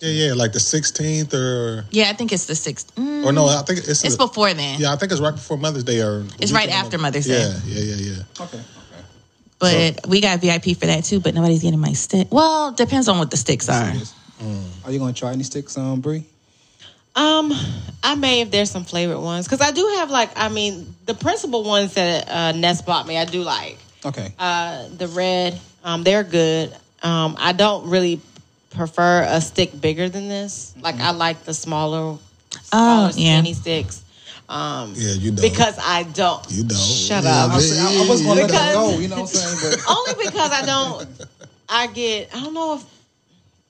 S2: Yeah, yeah, like the sixteenth or
S5: Yeah, I think it's the sixth. Mm,
S2: or no, I think it's
S5: it's
S2: the-
S5: before then.
S2: Yeah, I think it's right before Mother's Day or
S5: It's right after Mother's Day.
S2: Yeah, yeah, yeah, yeah.
S7: Okay.
S5: But we got VIP for that too. But nobody's getting my stick. Well, depends on what the sticks are.
S7: Are you gonna try any sticks, um, Bree?
S6: Um, I may if there's some flavored ones because I do have like I mean the principal ones that uh, Nest bought me I do like
S7: Okay.
S6: uh, the red um, they're good um, I don't really prefer a stick bigger than this like I like the smaller smaller
S5: Oh, yeah.
S6: skinny sticks um,
S2: Yeah, you don't.
S6: because I don't
S2: you don't.
S6: shut
S2: Yeah,
S6: up
S7: I, was, I, I was gonna let that go. You know what I'm saying? But
S6: only because I don't. I get. I don't know if.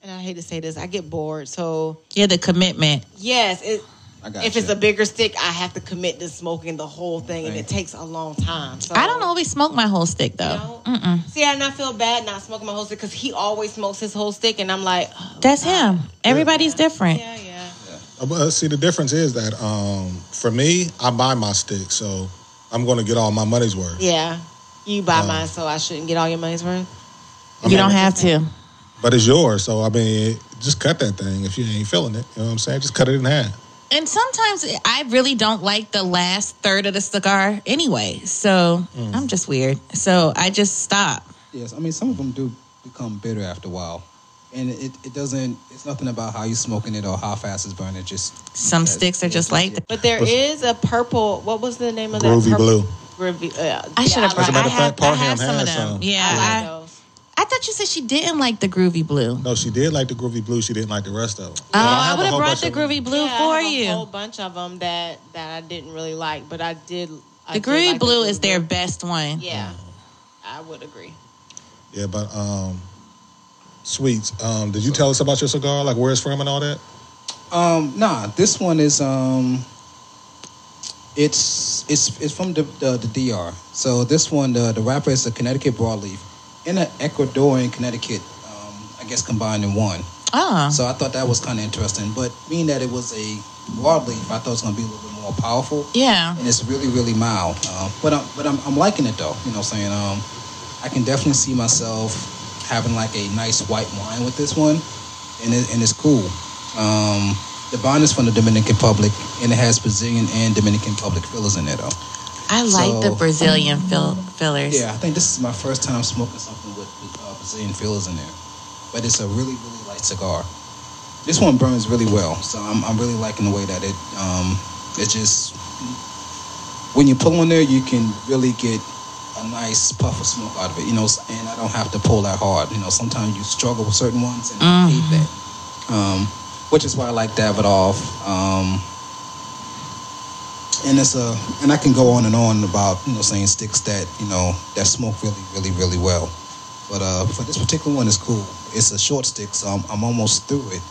S6: And I hate to say this. I get bored. So
S5: Yeah, the commitment.
S6: yes, it,
S7: I got
S6: if it's a bigger stick, I have to commit to smoking the whole thing, and it takes a long time. So
S5: I don't always smoke my whole stick though.
S6: No. See, and I feel bad not smoking my whole stick because he always smokes his whole stick, and I'm like, oh,
S5: That's him. Everybody's different.
S6: yeah, yeah.
S2: Uh, but, uh, see, the difference is that um, for me, I buy my stick, so I'm going to get all my money's worth.
S6: Yeah, you buy mine, so I shouldn't get all your money's worth.
S5: You don't have to.
S2: But it's yours, so I mean, just cut that thing if you ain't feeling it. You know what I'm saying? Just cut it in half.
S5: And sometimes I really don't like the last third of the cigar anyway. So
S2: Mm.
S5: I'm just weird. So I just stop.
S7: Yes, I mean some of them do become bitter after a while, and it, it doesn't. It's nothing about how you smoking it or how fast it's burning. It just
S5: Some
S7: Yes,
S5: sticks are just
S7: yes,
S5: like
S7: yes.
S5: that.
S6: But there is a purple. What was the name of that?
S2: Groovy
S6: purple-
S2: blue.
S6: Groovy. Uh,
S5: I should have
S6: yeah,
S5: brought.
S2: matter of
S5: I have,
S2: fact, Parham
S5: I have some of
S2: has
S5: them.
S2: some.
S5: Yeah,
S6: I
S5: I,
S6: like those.
S5: I thought you said she didn't like the groovy blue.
S2: No, she did like the groovy blue. She didn't like the rest of them.
S5: oh,
S2: And
S5: I,
S2: have a
S5: would have
S2: whole
S5: brought
S2: bunch
S5: the
S2: of them.
S5: groovy blue
S6: Yeah,
S5: for
S6: I have A whole
S5: you.
S6: bunch of them that that I didn't really like, but I did. I
S5: The
S6: did
S5: groovy
S6: like the
S5: blue
S6: Groovy
S5: is their best one.
S6: Yeah, I would agree.
S2: Yeah, but um, sweets. Um, did you tell us about your cigar? Like where it's from and all that?
S7: Um, nah, this one is um, it's it's it's from the, the the DR. So this one, the the wrapper is a Connecticut broadleaf and an Ecuadorian Connecticut, um, I guess combined in one.
S5: Oh,
S7: So I thought that was kind of interesting. But being that it was a broadleaf, I thought it was gonna be a little bit more powerful.
S5: yeah.
S7: and it's really really mild. Um, but I'm but I'm, I'm liking it though. You know, what I'm saying um, I can definitely see myself having like a nice white wine with this one, and it, and it's cool. Um, the bond is from the Dominican Republic, and it has Brazilian and Dominican Republic fillers in there though.
S5: I like
S7: So-
S5: the Brazilian fill, fillers.
S7: Yeah, I think this is my first time smoking something with uh, Brazilian fillers in there, but it's a really really light cigar. This one burns really well, so I'm, I'm really liking the way that it um, it just when you pull on there, you can really get a nice puff of smoke out of it. You know, and I don't have to pull that hard. You know, sometimes you struggle with certain ones, and I hate that. Um, which is why I like Davidoff. Um,
S1: and it's a and I can go on and on about you know saying sticks that you know that smoke really really really well, but uh, for this particular one it's cool. It's a short stick, so I'm, I'm almost through it.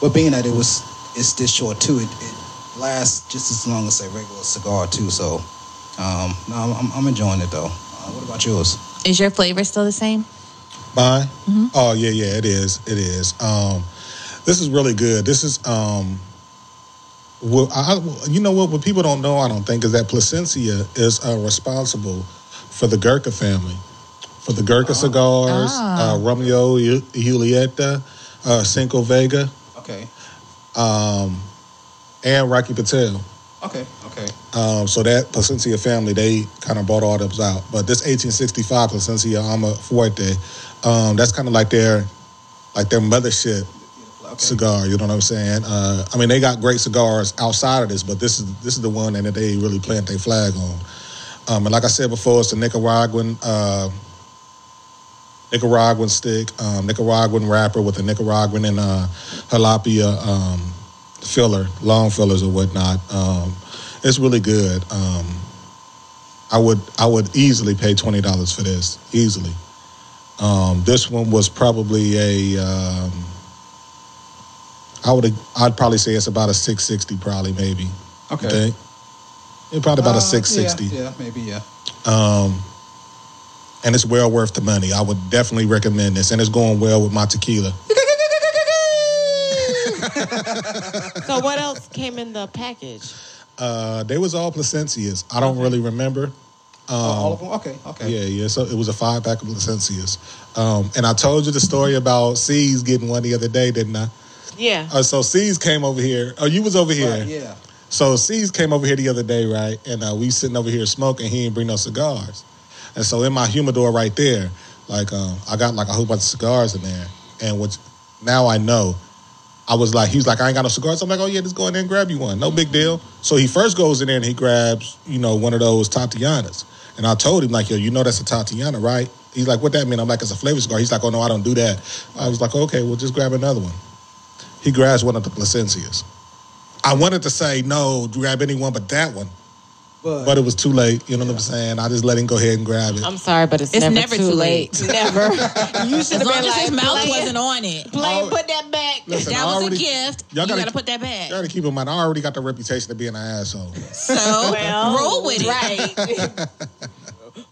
S1: But being that it was it's this short too, it, it lasts just as long as a regular cigar too. So um, no, I'm, I'm- I'm enjoying it though. Uh, what about yours?
S5: Is your flavor still the same?
S2: Mine? Oh yeah, yeah, it is. It is. Um, this is really good. This is um, well, I, I- you know what? What people don't know, I don't think, is that Placencia is uh, responsible for the Gurkha family, for the Gurkha cigars,
S5: Ah.
S2: uh, Romeo y Julieta, uh, Cinco Vega,
S1: Okay,
S2: and Rocky Patel.
S1: okay, okay.
S2: Um, so that Placencia family, they kind of bought all those out. But this 1865 Placencia Alma Fuerte, um, that's kind of like their, like their mothership
S1: okay.
S2: cigar. You know what I'm saying? Uh, I mean, they got great cigars outside of this, but this is this is the one that they really plant their flag on. Um, and like I said before, it's a Nicaraguan uh, Nicaraguan stick, um, Nicaraguan wrapper with a Nicaraguan and uh, jalapia um, filler, long fillers or whatnot. Um, it's really good. Um, I would I would easily pay twenty dollars for this easily. Um, this one was probably a um, I would I'd probably say it's about a six sixty probably maybe.
S1: Okay.
S2: You think? Yeah, probably about
S1: Uh,
S2: a six sixty
S1: Yeah, yeah, maybe yeah.
S2: and it's well worth the money. I would definitely recommend this, and it's going well with my tequila.
S6: So what else came in the package?
S2: Uh, they was all Placencias. I don't really remember.
S1: Oh, all of them. Okay, okay.
S2: Yeah, yeah. So it was a five pack of Placencias, um, and I told you the story about C's getting one the other day, didn't I?
S6: Yeah.
S2: Uh, so C's came over here. Oh, you was over here.
S1: Right, yeah.
S2: So C's came over here the other day, right? And uh, we sitting over here smoking. He didn't bring no cigars, and so in my humidor right there, like um, I got like a whole bunch of cigars in there, and which now I know. I was like, he was like, I ain't got no cigars. I'm like, oh yeah, just go in there and grab you one. No big deal. So he first goes in there and he grabs, you know, one of those Tatianas. And I told him like, yo, you know that's a Tatiana, right? He's like, what that mean? I'm like, it's a flavor cigar. He's like, oh no, I don't do that. I was like, okay, well just grab another one. He grabs one of the Placencias. I wanted to say no, grab anyone but that one,
S1: But,
S2: but it was too late. You know what I'm saying? I just let him go ahead and grab it.
S6: I'm sorry, but it's, never, too, late. never. You should
S5: As
S6: have
S5: long
S6: been
S5: as
S6: like,
S5: his mouth
S6: "Play it,
S5: wasn't on it.
S6: play it, put that back.
S2: Listen,
S5: That
S2: I
S5: was a
S2: already-
S5: gift.
S2: Y'all
S5: you
S2: gotta-
S5: gotta put that back.
S2: You gotta keep in mind, I already got the reputation of being an asshole.
S5: So roll with it.
S6: Right.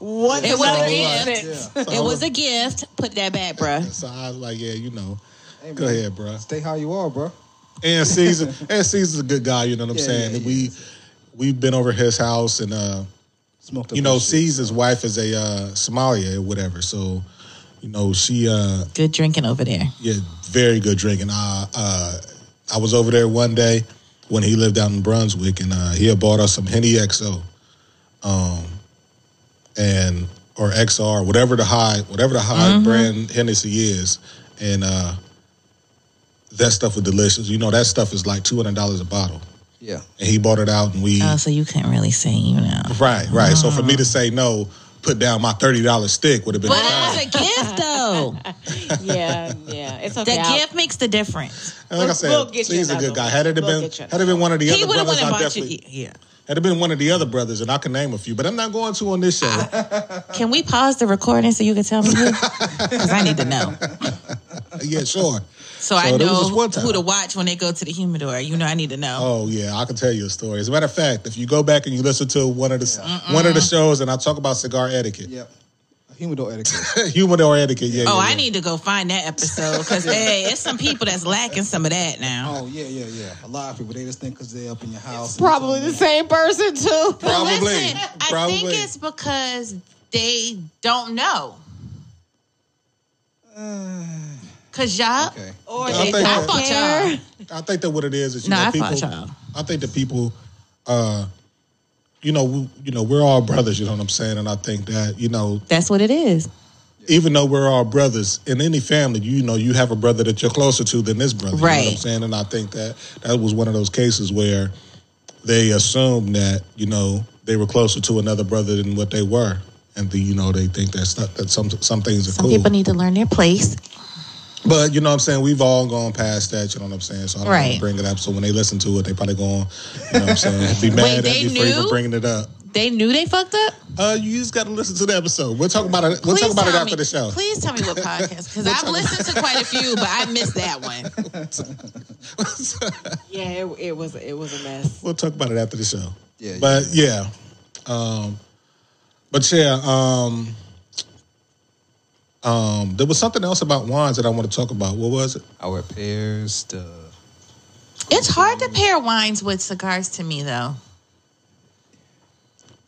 S6: what
S5: It was
S6: another
S5: a gift.
S6: instance?
S2: Uh-huh.
S5: It was a gift. Put that back, bruh.
S2: So I was like, yeah, you know.
S1: Hey,
S2: Go
S1: man.
S2: ahead, bro.
S1: Stay how you are, bro.
S2: And Caesar, and Caesar's a good guy. You know what I'm
S1: Yeah,
S2: saying?
S1: yeah, yeah.
S2: we we've been over his house, and uh,
S1: Smoked up
S2: you know,
S1: his shit.
S2: Caesar's wife is a uh, Somalia or whatever. So, you know, she uh,
S5: Good drinking over there.
S2: yeah, very good drinking. I uh, I was over there one day when he lived out in Brunswick, and uh, he had bought us some Henny XO, um, and or XR, whatever the high, whatever the high
S6: Mm-hmm.
S2: brand Hennessy is, and uh, that stuff was delicious. You know, that stuff is like two hundred dollars a bottle,
S1: Yeah.
S2: and he bought it out, and we
S5: Oh, so you couldn't really say, you know.
S2: right, right. So for me
S6: Mm.
S2: to say no, put down my thirty dollars stick would have been.
S5: But
S2: fine.
S5: it was a gift, though.
S6: Yeah, yeah. It's
S5: The
S6: okay. I'll-
S5: gift makes the difference.
S2: And like I
S6: We'll-
S2: said,
S6: we'll get you
S2: he's a
S6: another
S2: good guy.
S6: one.
S2: Had it
S6: We'll
S2: been,
S6: get you
S2: had it been one of the
S5: He
S2: other
S5: would have
S2: brothers,
S5: wanted to
S2: I
S5: buy you.
S2: definitely
S5: Yeah.
S2: had it been one of the other brothers, and I can name a few, but I'm not going to on this show.
S5: Can we pause the recording so you can tell me who? Because I need to know.
S2: yeah, sure.
S5: So, I
S2: there was
S5: know
S2: this one time-
S5: who to watch when they go to the humidor. You know, I need to know.
S2: Oh yeah, I can tell you a story. As a matter of fact, if you go back and you listen to one of the one of the shows, and I talk about cigar etiquette,
S1: Yep. Humidor etiquette.
S2: human or etiquette. Yeah.
S5: Oh,
S2: yeah,
S5: I
S2: yeah.
S5: need to go find that episode because hey, it's some people that's lacking some of that now.
S1: Oh yeah, yeah, yeah. A lot of people they just think because they're up in your house. and
S6: Probably the
S1: something.
S6: same person too.
S2: Oh, Probably.
S5: Listen, I
S2: Probably.
S5: think it's because they don't know. Cause y'all,
S1: Okay.
S6: Or
S2: I
S6: they
S2: think
S5: I
S2: that-
S6: don't
S5: thought
S6: care.
S5: y'all.
S2: I think that what it is is you
S5: No,
S2: know
S5: I
S2: people.
S5: thought y'all.
S2: I think that people, uh, you know, we, you know, we're all brothers. You know what I'm saying? And I think that you know,
S5: That's what it is.
S2: even though we're all brothers in any family, you know, you have a brother that you're closer to than this brother. You know what I'm
S5: Right.
S2: saying? And I think that that was one of those cases where they assumed that, you know, they were closer to another brother than what they were. And the, you know, they think that's not, that some some things are
S5: Some
S2: cool.
S5: people need to learn their place.
S2: But you know what I'm saying? We've all gone past that, you know what I'm saying? So I don't wanna
S5: Right.
S2: bring it up. So when they listen to it, they probably going, you know what I'm saying, be mad
S5: they
S2: at me for even
S5: knew?
S2: bringing it up.
S5: They knew they fucked up.
S2: Uh, you just got to listen to the episode. We'll talk about it. We'll
S5: Please
S2: talk about it
S5: tell
S2: after
S5: me-
S2: the show.
S5: Please tell me what podcast because I've listened to quite a few, but I missed that one.
S6: Yeah, it, it was it was a mess.
S2: We'll talk about it after the show.
S1: Yeah,
S2: But yeah. Um, but yeah, um, um, there was something else about wines that I want to talk about. What was it?
S1: Our pears, the
S5: It's hard to pair wines with cigars to me, though.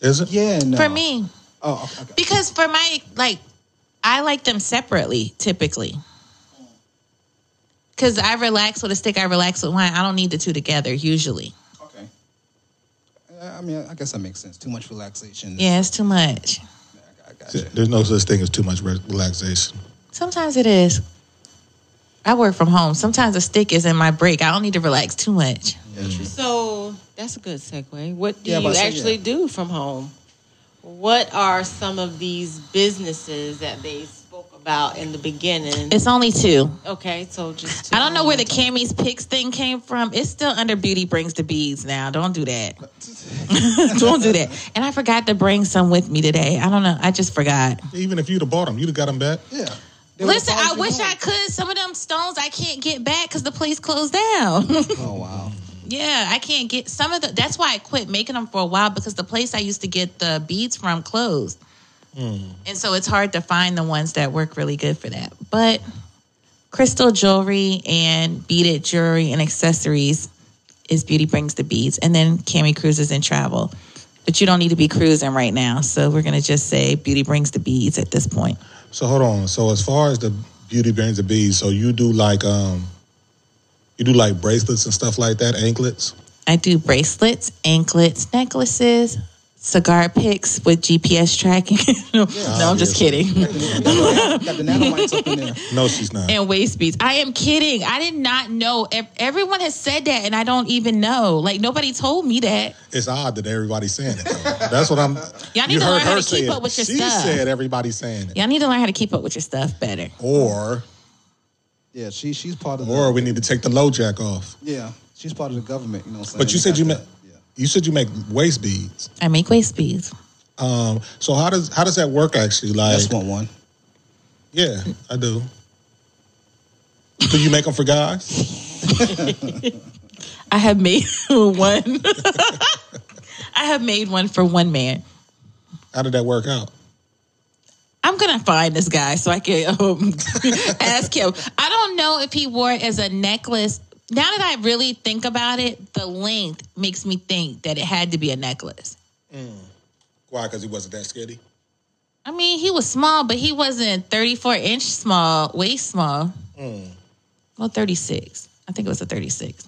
S2: Is it?
S1: yeah, no.
S5: For me,
S1: Oh, okay.
S5: because for my like, I like them separately typically. Because I relax with a stick, I relax with wine. I don't need the two together usually.
S1: okay. Uh, I mean, I guess that makes sense. Too much relaxation.
S5: Yeah, it's too much.
S1: I, I got you.
S2: There's no such thing as too much re- relaxation.
S5: Sometimes it is. I work from home. Sometimes a stick is in my break. I don't need to relax too much.
S6: So that's a good segue. What do
S1: Yeah,
S6: you
S1: but-
S6: actually do from home? What are some of these businesses that they spoke about in the beginning?
S5: It's only two.
S6: Okay, so just
S5: I don't know where the Cammy's Picks thing came from. It's still under Beauty Brings the Beads now. Don't do that. don't do that. And I forgot to bring some with me today. I don't know. I just forgot.
S2: Even if you'd have bought them, you'd have got them back.
S1: Yeah. They would've
S5: Listen, I
S1: followed you
S5: wish I
S1: home.
S5: could. Some of them stones I can't get back because the place closed down.
S1: Oh wow.
S5: yeah, I can't get some of the. That's why I quit making them for a while because the place I used to get the beads from closed. And so it's hard to find the ones that work really good for that. But crystal jewelry and beaded jewelry and accessories is Beauty Brings the Beads. And then Cami Cruises and Travel. But you don't need to be cruising right now. So we're going to just say Beauty Brings the Beads at this point.
S2: So hold on. So as far as the beauty brings the bees, so you do like um, you do like bracelets and stuff like that, anklets.
S5: I do bracelets, anklets, necklaces, cigar picks with GPS tracking. no, no, I'm just kidding.
S1: Got the nanomites up in there.
S2: No, she's not.
S5: And waist beads. I am kidding. I did not know. Ev- Everyone has said that, and I don't even know. Like nobody told me that.
S2: It's odd that everybody's saying it. Though. That's what I'm.
S5: Y'all need
S2: you
S5: to
S2: heard
S5: learn how
S2: her
S5: to keep
S2: say it.
S5: up with your
S2: she
S5: stuff.
S2: said everybody's saying it.
S5: Y'all need to learn how to keep up with your stuff better.
S2: Or
S1: Yeah, she she's part of the
S2: or we need to take the low jack off.
S1: Yeah, she's part of the government. You know what I'm saying?
S2: But you
S1: They
S2: said
S1: got
S2: you
S1: the-
S2: make you said you make waist beads.
S5: I make waist beads.
S2: Um, so how does how does that work actually? Like
S1: That's one one.
S2: Yeah, I do. Do you make them for guys?
S5: I have made one. I have made one for one man.
S2: How did that work out?
S5: I'm gonna find this guy so I can um, ask him. I don't know if he wore it as a necklace. Now that I really think about it, the length makes me think that it had to be a necklace.
S2: Why? Because he wasn't that skinny.
S5: I mean, he was small, but he wasn't 34 inch small, waist small. Well, 36. I think it was a 36.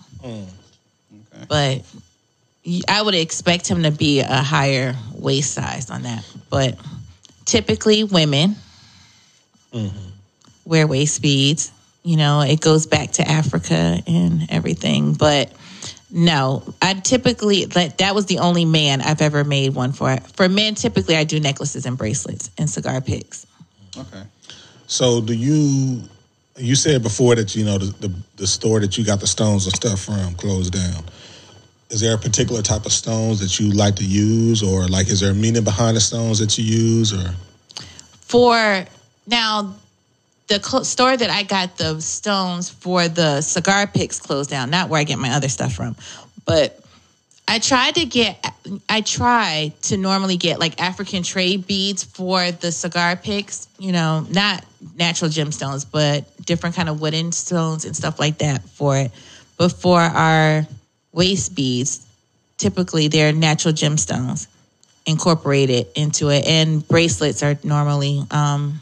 S5: But y- I would expect him to be a higher waist size on that. But typically, women wear waist beads. You know, it goes back to Africa and everything. But no, I typically like that was the only man I've ever made one for. For men, typically I do necklaces and bracelets and cigar picks.
S1: Okay.
S2: So do you? You said before that you know the, the the store that you got the stones and stuff from closed down. Is there a particular type of stones that you like to use, or like is there a meaning behind the stones that you use, or
S5: For now, the cl- store that I got the stones for the cigar picks closed down. Not where I get my other stuff from, but I tried to get. I try to normally get like African trade beads for the cigar picks. You know, not natural gemstones, but different kind of wooden stones and stuff like that for it. But for our waist beads, typically they're natural gemstones incorporated into it, and bracelets are normally um,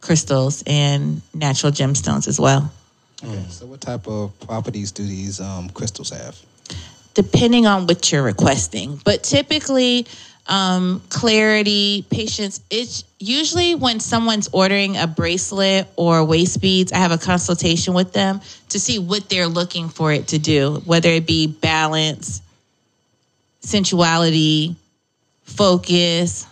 S5: crystals and natural gemstones as well.
S1: Okay. So what type of properties do these um, crystals have?
S5: depending on what you're requesting. But typically, um, clarity, patience. It's usually when someone's ordering a bracelet or waist beads, I have a consultation with them to see what they're looking for it to do, whether it be balance, sensuality, focus,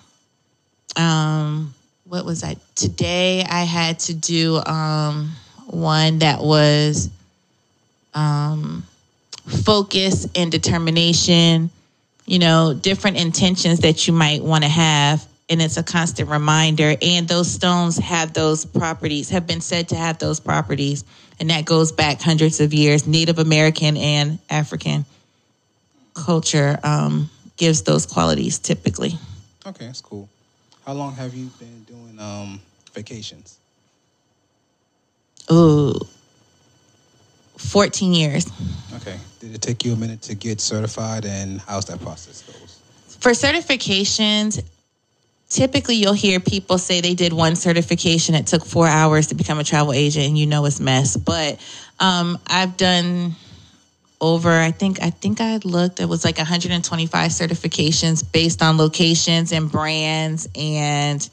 S5: um, what was I today? I had to do um, one that was um, focus and determination. You know, different intentions that you might want to have, and it's a constant reminder. And those stones have those properties, have been said to have those properties, and that goes back hundreds of years. Native American and African culture um, gives those qualities typically.
S1: Okay, that's cool. How long have you been doing um, vacations?
S5: Ooh. 14 years.
S1: Okay. Did it take you a minute to get certified, and how's that process goes?
S5: For certifications, typically you'll hear people say they did one certification, it took four hours to become a travel agent, and you know it's mess. But um, I've done over, I think, I think I looked, it was like 125 certifications based on locations and brands and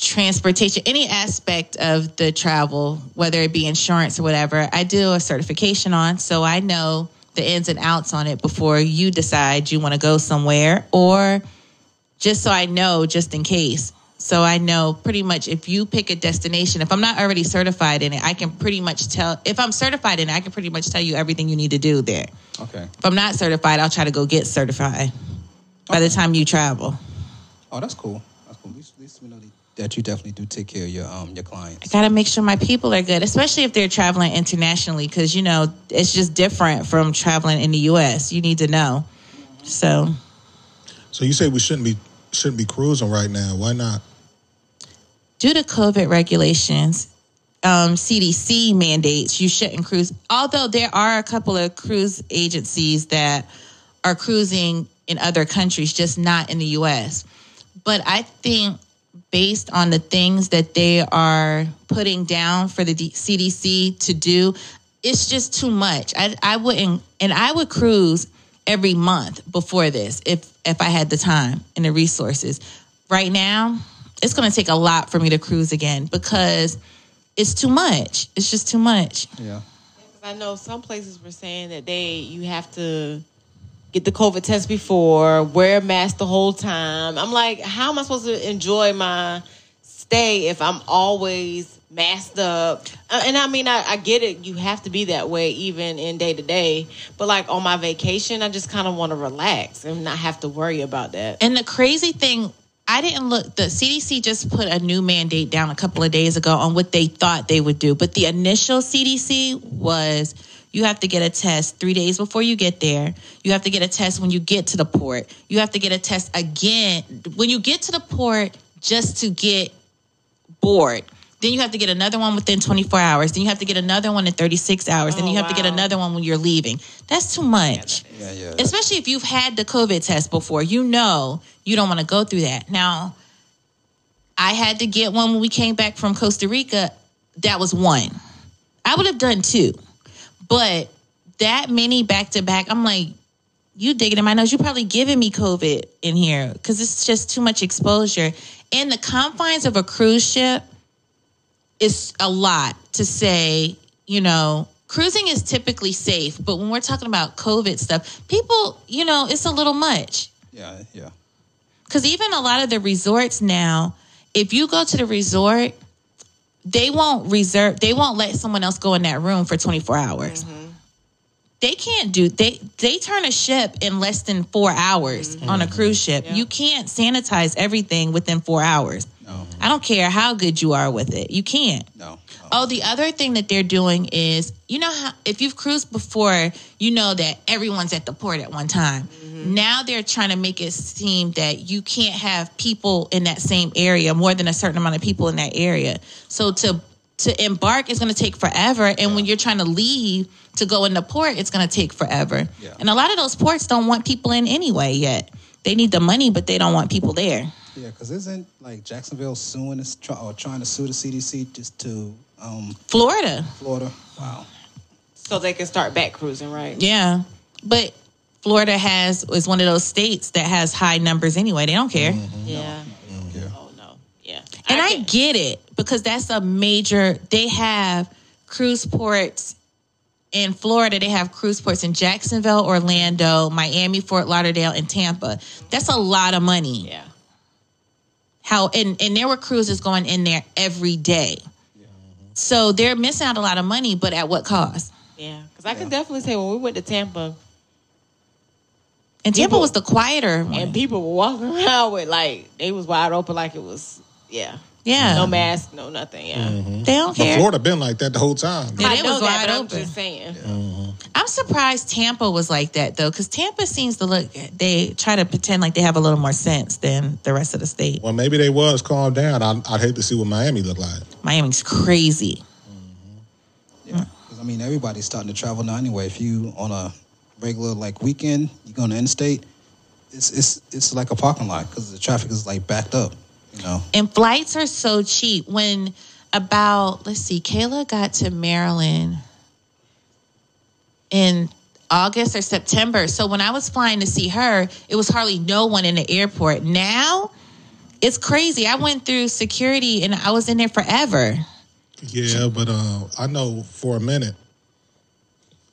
S5: transportation, any aspect of the travel, whether it be insurance or whatever, I do a certification on. So I know the ins and outs on it before you decide you want to go somewhere, or just so I know, just in case. So I know pretty much if you pick a destination, if I'm not already certified in it, I can pretty much tell. If I'm certified in it, I can pretty much tell you everything you need to do there.
S1: Okay.
S5: If I'm not certified, I'll try to go get certified by the time you travel.
S1: Oh, that's cool. That's cool. At least, at least we know that you definitely do take care of your um your clients.
S5: got to make sure my people are good, especially if they're traveling internationally, because you know it's just different from traveling in the U.S. You need to know. So
S2: So you say we shouldn't be shouldn't be cruising right now. Why not?
S5: due to COVID regulations, um, CDC mandates you shouldn't cruise. Although there are a couple of cruise agencies that are cruising in other countries, just not in the US. But I think based on the things that they are putting down for the D- CDC to do, it's just too much. I, I wouldn't, and I would cruise every month before this if if I had the time and the resources. Right now, it's going to take a lot for me to cruise again because it's too much. It's just too much.
S1: Yeah.
S6: 'Cause I know some places were saying that they you have to get the COVID test before, wear a mask the whole time. I'm like, how am I supposed to enjoy my stay if I'm always masked up? Uh, And I mean, I, I get it. You have to be that way even in day to day. But like on my vacation, I just kind of want to relax and not have to worry about that.
S5: And the crazy thing, I didn't look. The CDC just put a new mandate down a couple of days ago on what they thought they would do. But the initial CDC was you have to get a test three days before you get there. You have to get a test when you get to the port. You have to get a test again when you get to the port just to get bored. Then you have to get another one within 24 hours. Then you have to get another one in 36 hours. then
S6: Oh,
S5: you have to get
S6: wow.
S5: another one when you're leaving. That's too much
S1: Yeah. Yeah.
S5: especially if you've had the COVID test before, you know you don't want to go through that. Now, I had to get one when we came back from Costa Rica. That was one. I would have done two, but that many back to back, I'm like, you digging in my nose. You probably giving me COVID in here because it's just too much exposure. In the confines of a cruise ship, it's a lot to say, you know, cruising is typically safe, but when we're talking about COVID stuff, people, you know, it's a little much.
S1: Yeah. Yeah.
S5: Because even a lot of the resorts now, if you go to the resort, they won't reserve, they won't let someone else go in that room for 24 hours. They can't do they they turn a ship in less than 4 hours on a cruise ship. You can't sanitize everything within 4 hours.
S1: No.
S5: I don't care how good you are with it. You can't.
S1: No. no.
S5: Oh, the other thing that they're doing is, you know how if you've cruised before, you know that everyone's at the port at one time. Now they're trying to make it seem that you can't have people in that same area, more than a certain amount of people in that area. So to to embark is going to take forever, and when you're trying to leave to go in the port, it's going to take forever.
S1: Yeah.
S5: And a lot of those ports don't want people in anyway yet. They need the money, but they don't want people there.
S1: Yeah. Because isn't like Jacksonville suing us try, or trying to sue the CDC just to um
S5: Florida.
S1: Florida? Wow.
S6: So they can start back cruising, right?
S5: Yeah, but Florida has is one of those states that has high numbers anyway. They don't care,
S6: Yeah.
S1: Yeah.
S6: Oh, no. Yeah.
S5: and I
S6: get-
S5: get it because that's a major. They have cruise ports in Florida. They have cruise ports in Jacksonville, Orlando, Miami, Fort Lauderdale, and Tampa. That's a lot of money.
S6: Yeah.
S5: how and and there were cruises going in there every day. So they're missing out a lot of money, but at what cost?
S6: Yeah, because I can definitely say when we went to Tampa,
S5: And Tampa
S6: People-
S5: was the quieter one.
S6: and people were walking around with like they was wide open, like it was yeah,
S5: yeah,
S6: no mask, no nothing. Yeah,
S5: they
S2: But
S5: don't care.
S2: Florida been like that the whole time.
S5: Yeah,
S6: I
S5: they
S6: know
S5: was
S6: that,
S5: wide
S6: but
S5: open.
S6: I'm just saying.
S5: I'm surprised Tampa was like that though, because Tampa seems to look. They try to pretend like they have a little more sense than the rest of the state.
S2: Well, maybe they was calmed down. I, I'd hate to see what Miami look like.
S5: Miami's crazy. Hmm.
S1: Because I mean, everybody's starting to travel now anyway. If you on a regular like weekend, you go to in-state, it's it's it's like a parking lot because the traffic is like backed up. You know,
S5: And flights are so cheap. When about let's see, Kayla got to Maryland in August or September. So when I was flying to see her, it was hardly no one in the airport. Now it's crazy. I went through security and I was in there forever.
S2: Yeah, but uh, I know for a minute,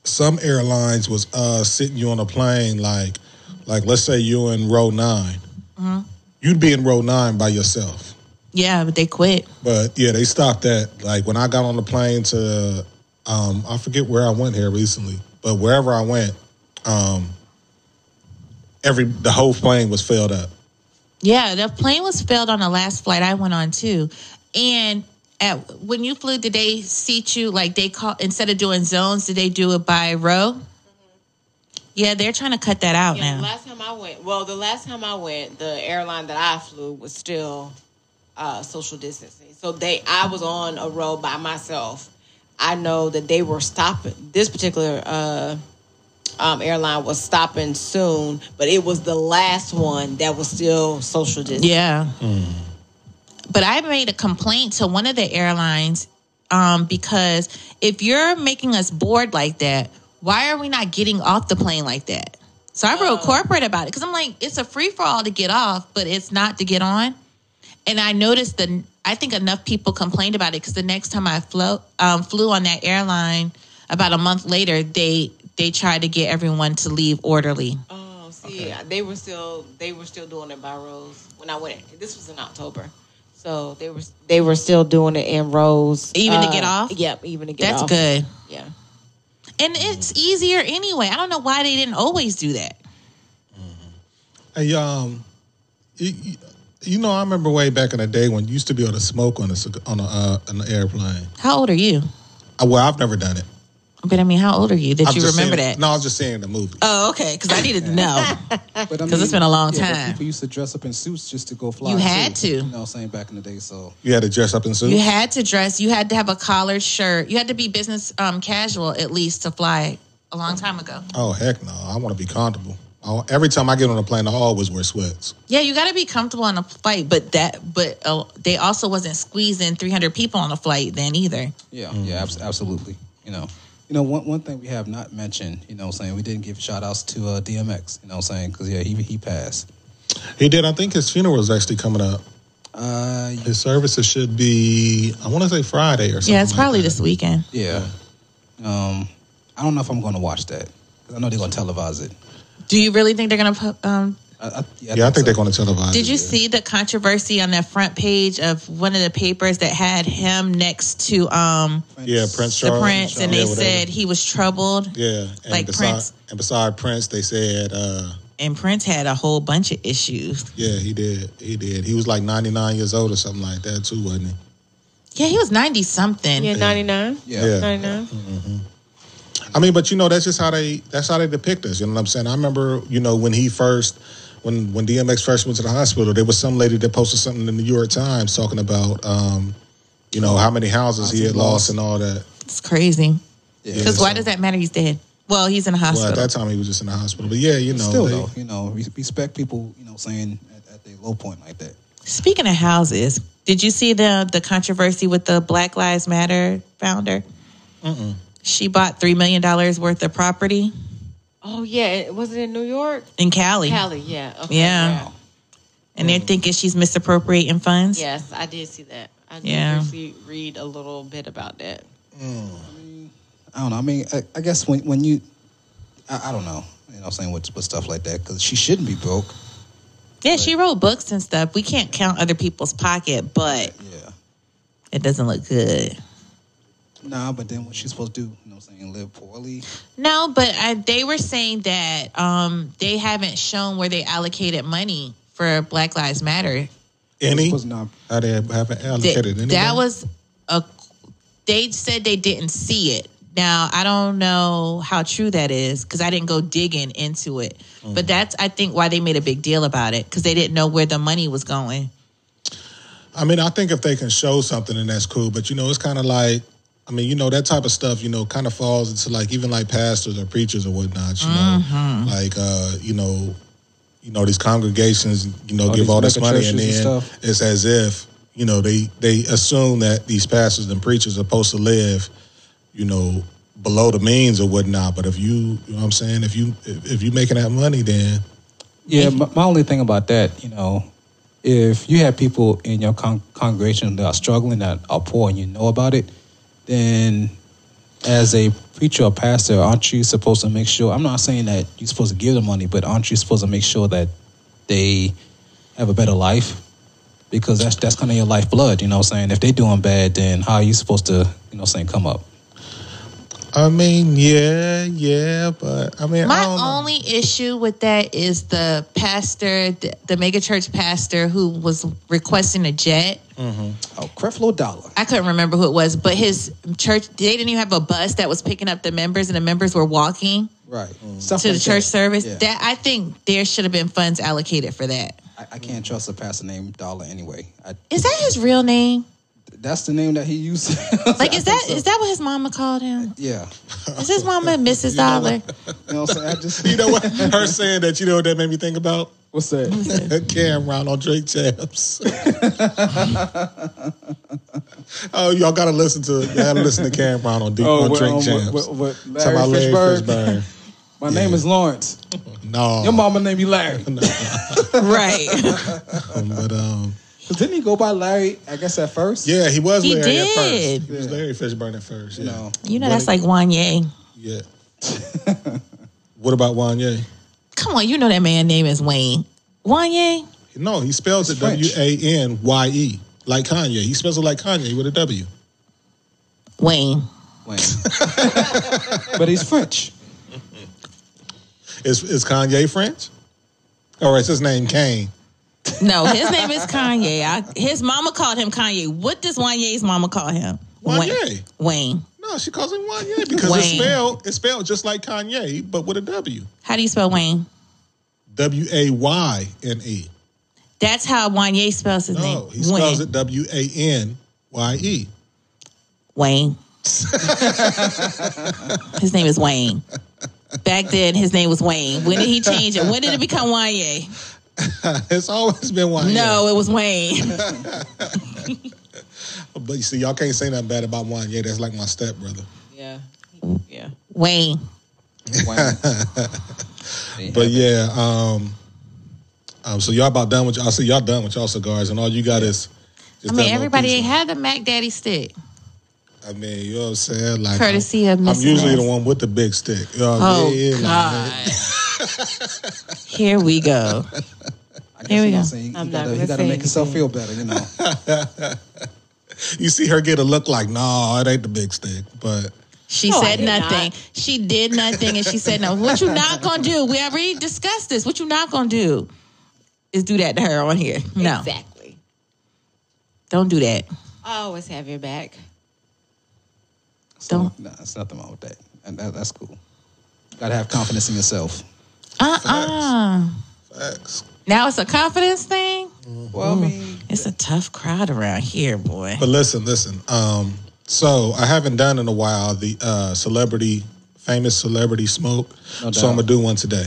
S2: some airlines was uh, sitting you on a plane like, like let's say you in row 9 you you'd be in row nine by yourself.
S5: Yeah, but they quit.
S2: But yeah, they stopped that. Like when I got on the plane to, um, I forget where I went here recently, but wherever I went, um, every the whole plane was filled up.
S5: Yeah, the plane was filled on the last flight I went on too, and at when you flew, did they seat you like they call instead of doing zones? Did they do it by row? Yeah, they're trying to cut that out
S6: Mm-hmm. Yeah, the
S5: now.
S6: last time I went, well, the last time I went, the airline that I flew was still uh, social distancing. So they, I was on a road by myself. I know that they were stopping. This particular uh, um, airline was stopping soon, but it was the last one that was still social distancing.
S5: Yeah, Mm. but I made a complaint to one of the airlines um, because if you're making us bored like that, why are we not getting off the plane like that? So I wrote
S6: Oh.
S5: corporate about it because I'm like, it's a free for all to get off, but it's not to get on. and I noticed that I think enough people complained about it because the next time I flew um, flew on that airline about a month later, they they tried to get everyone to leave orderly.
S6: Oh, see, they were still they were still doing it by rows when I went. This was in October, so they were they were still doing it in rows,
S5: Even to get off?
S6: Yep, even to get
S5: That's
S6: off.
S5: good,
S6: Yeah.
S5: and it's easier anyway. I don't know why they didn't always do that.
S2: Hey, um, you, you- you know, I remember way back in the day when you used to be able to smoke on a cig- on a uh, an airplane.
S5: How old are you?
S2: Uh, Well, I've never done it.
S5: But I mean, how old are you that
S2: I've
S5: you
S2: just
S5: remember
S2: seen
S5: that?
S2: it- No, I was just saying the movie.
S5: Oh, okay. Because I needed to know.
S1: because
S5: 'Cause it's been a long time.
S1: People used to dress up in suits just to go fly.
S5: You had
S1: too,
S5: to.
S1: You know, what I'm saying back in the day. So
S2: you had to dress up in suit.
S5: you had to dress. You had to have a collared shirt. You had to be business um, casual at least to fly a long time ago.
S2: oh heck no! I want to be comfortable. I, every time I get on a plane, I always wear sweats.
S5: Yeah, you got to be comfortable on a flight, but that, but uh, they also wasn't squeezing 300 people on a flight then either.
S1: yeah, yeah, abs- absolutely. You know, you know one one thing we have not mentioned. You know, what I'm saying we didn't give shout outs to uh, DMX. You know, what I'm saying because yeah, he he passed.
S2: He did. I think his funeral is actually coming up.
S1: Uh,
S2: His services should be. I want to say Friday or something.
S5: yeah, it's
S2: like
S5: probably
S2: that.
S5: this weekend.
S1: yeah. Um, I don't know if I'm going to watch that. 'Cause I know they're going to televise it.
S5: Do you really think they're gonna? pu- Um,
S1: I, I, yeah,
S2: Yeah, I think
S1: so.
S2: they're going to televise.
S5: did you
S2: it.
S5: see the controversy on the front page of one of the papers that had him next to um
S2: Yeah, Prince
S5: the
S2: Charles.
S5: prince, and
S2: Yeah,
S5: they
S2: whatever.
S5: said he was troubled,
S2: Yeah, and
S5: like
S2: beside,
S5: Prince.
S2: And beside Prince, they said. uh
S5: and Prince had a whole bunch of issues.
S2: Yeah, he did. He did. He was like 99 years old or something like that, too, wasn't he?
S5: Yeah, he was 90 something.
S6: Yeah, 99.
S1: Yeah.
S2: Yeah.
S6: 99.
S2: I mean, but you know, that's just how they that's how they depict us. You know what I'm saying? I remember, you know, when he first when when DMX first went to the hospital, there was some lady that posted something in the New York Times talking about um, you know, how many houses he had lost and all that.
S5: It's crazy.
S1: Yeah.
S5: Because why
S2: so-
S5: does that matter? He's dead. Well, he's in a
S2: Well,
S5: hospital.
S2: at that time he was just in the hospital. But yeah, you know,
S1: Still,
S2: they-
S1: though, you know, re- respect people. You know, what I'm saying at, at their low point like that.
S5: Speaking of houses, did you see the the controversy with the Black Lives Matter founder? She bought three million dollars worth of property
S6: Oh, yeah. it- Was it in New York?
S5: in Cali,
S6: Cali, yeah. Okay,
S5: Yeah. and
S2: Mm.
S5: they're thinking she's misappropriating funds.
S6: Yes, I did see that. I did
S5: Yeah.
S6: actually read a little bit about that.
S1: I don't know. I mean, I, I guess when when you, I, I don't know. You know, what I'm saying with with stuff like that because she shouldn't be broke.
S5: Yeah, she wrote books and stuff. We can't count other people's pocket, but
S1: Yeah.
S5: it doesn't look good.
S1: Nah, but then what she supposed to do? You know what I'm saying? Live poorly.
S5: No, but I, they were saying that um, they haven't shown where they allocated money for Black Lives Matter.
S2: Any?
S1: Supposed to not.
S2: How they haven't
S5: Th-
S2: allocated anything?
S5: that was a. They said they didn't see it. Now I don't know how true that is because I didn't go digging into it. But that's I think why they made a big deal about it because they didn't know where the money was going.
S2: I mean, I think if they can show something, then that's cool. But you know, it's kind of like, I mean, you know, that type of stuff, you know, kind of falls into like even like pastors or preachers or whatnot. You
S1: Mm-hmm.
S2: know, like uh, you know, you know these congregations, you know,
S1: All
S2: give
S1: these
S2: all this
S1: mega
S2: money, and
S1: churches and
S2: then
S1: stuff.
S2: it's as if you know they they assume that these pastors and preachers are supposed to live, you know, below the means or whatnot. But if you, you know, what I'm saying, if you if, if you making that money, then
S7: Yeah, my, my only thing about that, you know, if you have people in your con- congregation that are struggling, that are poor, and you know about it, then as a preacher or pastor, aren't you supposed to make sure? I'm not saying that you're supposed to give them money, but aren't you supposed to make sure that they have a better life? Because that's that's kind of your lifeblood, you know what I'm saying? If they're doing bad, then how are you supposed to, you know what I'm saying, come up?
S2: I mean, yeah, yeah, but I mean, I
S5: My
S2: don't know.
S5: only issue with that is the pastor, the, the megachurch pastor who was requesting a jet.
S1: Oh, Creflo Dollar.
S5: I couldn't remember who it was, but his church, they didn't even have a bus that was picking up the members, and the members were walking
S1: Right. Stuff
S5: to the
S1: like
S5: church
S1: that.
S5: service.
S1: Yeah.
S5: That I think there should have been funds allocated for that.
S1: I, I can't trust a pastor named Dollar anyway. I,
S5: Is that his real name?
S1: that's the name that he used.
S5: Like, is that is that what his mama called him?
S1: yeah.
S5: Is his mama Mrs. Dollar?
S1: You know what I'm saying? I just,
S2: You know what? Her saying that, you know what that made me think about?
S1: What's that?
S2: Cameron on Drake Chaps. oh, y'all gotta listen to you gotta listen to Cameron on, D- on
S7: what-
S2: Drake
S7: um,
S2: Chaps.
S7: what- what- what-
S2: Talking about
S7: Larry
S2: Larry
S7: Fishburne? My name is Lawrence.
S2: Fishburne. no,
S7: Your mama named you Larry.
S5: right.
S2: but um,
S1: Cause didn't he go by Larry? I guess at first.
S2: yeah, he was
S5: He
S2: Larry at
S5: did.
S2: first. He was Larry Fishburne at first. Yeah,
S1: You know,
S5: You know that's like Wanye.
S2: yeah. what about Wanye?
S5: Come on, you know that man name is Wayne. Wanye?
S2: No, he spells it W
S1: French.
S2: A N Y E, like Kanye. He spells it like Kanye with a W.
S5: Wayne.
S1: Wayne.
S7: But he's French.
S2: Is is Kanye French? All right, it's his name Kane.
S5: No, his name is Kanye. I, his mama called him Kanye. What does Wanye's mama call him?
S2: Wanye.
S5: Wayne. Wayne.
S2: No, she calls him Kanye because it's
S5: Wayne.
S2: spelled it's spelled just like Kanye, but with a W.
S5: How do you spell Wayne?
S2: W A Y N E.
S5: That's how Wanye spells his name.
S2: No, he spells
S5: Wayne.
S2: it W A N Y E.
S5: Wayne. his name is Wayne. Back then, his name was Wayne. When did he change it? When did it become Wanye?
S2: It's always been Kanye.
S5: No, it was Wayne.
S2: but you see, y'all can't say nothing bad about Kanye. That's like my stepbrother.
S6: Yeah. Yeah.
S5: Wayne.
S1: Wayne.
S2: But yeah, um, um, so y'all about done with y'all. I see y'all done with y'all cigars, and all you got is. Just that
S5: I mean,
S2: little
S5: everybody
S2: piece
S5: ain't
S2: of-
S5: had the Mac Daddy stick.
S2: I mean, you know what I'm saying? Like,
S5: Courtesy of
S2: I'm, I'm
S5: Miss
S2: usually
S5: Ness.
S2: the one with the big stick. You know what I
S5: Oh,
S2: mean? Like,
S5: God. Here we go.
S1: I guess
S5: Here we
S1: you know
S5: go.
S1: what I'm saying. You
S6: I'm not
S1: gotta, you
S6: gonna
S1: gotta
S6: say
S1: make yourself
S6: anything.
S1: feel better. You know.
S2: You see her get a look like, nah, it ain't the big stick. But
S5: She
S6: No, I
S5: said
S6: did
S5: nothing.
S6: not.
S5: She did nothing, and she said no. What you not gonna do? We already discussed this. What you not gonna do is do that to her on here. No,
S6: Exactly.
S5: don't do that.
S6: I always have your back.
S5: Don't.
S1: Nah, it's nothing wrong with that. And that, that's cool. Gotta have confidence in yourself.
S5: Uh uh
S2: facts.
S5: Now it's a confidence thing.
S1: Well, I mean,
S5: It's a tough crowd around here, boy.
S2: But listen, listen. Um, so I haven't done in a while the uh, celebrity, famous celebrity smoke.
S1: No
S2: so I'm
S1: doubt.
S2: gonna do one today.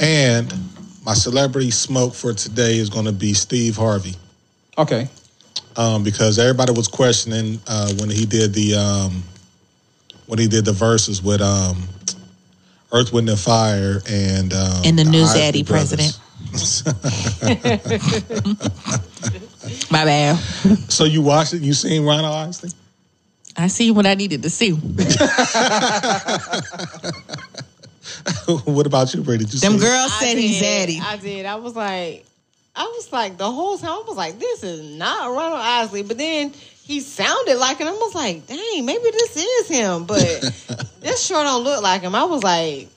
S2: And my celebrity smoke for today is gonna be Steve Harvey.
S1: okay.
S2: um, because everybody was questioning uh, when he did the um, when he did the verses with um, Earth, Wind, and Fire and um,
S5: And the new
S2: Isley
S5: zaddy
S2: Brothers.
S5: president. My bad.
S2: So you watched it? You seen Ronald Isley?
S5: I see what I needed to see.
S2: what about you, Brady? Did you
S5: Them
S2: see it?
S5: girls said he's zaddy.
S6: I did. I was like, I was like the whole time I was like, this is not Ronald Isley. But then he sounded like and I was like, dang, maybe this is him. But this sure don't look like him. I was like,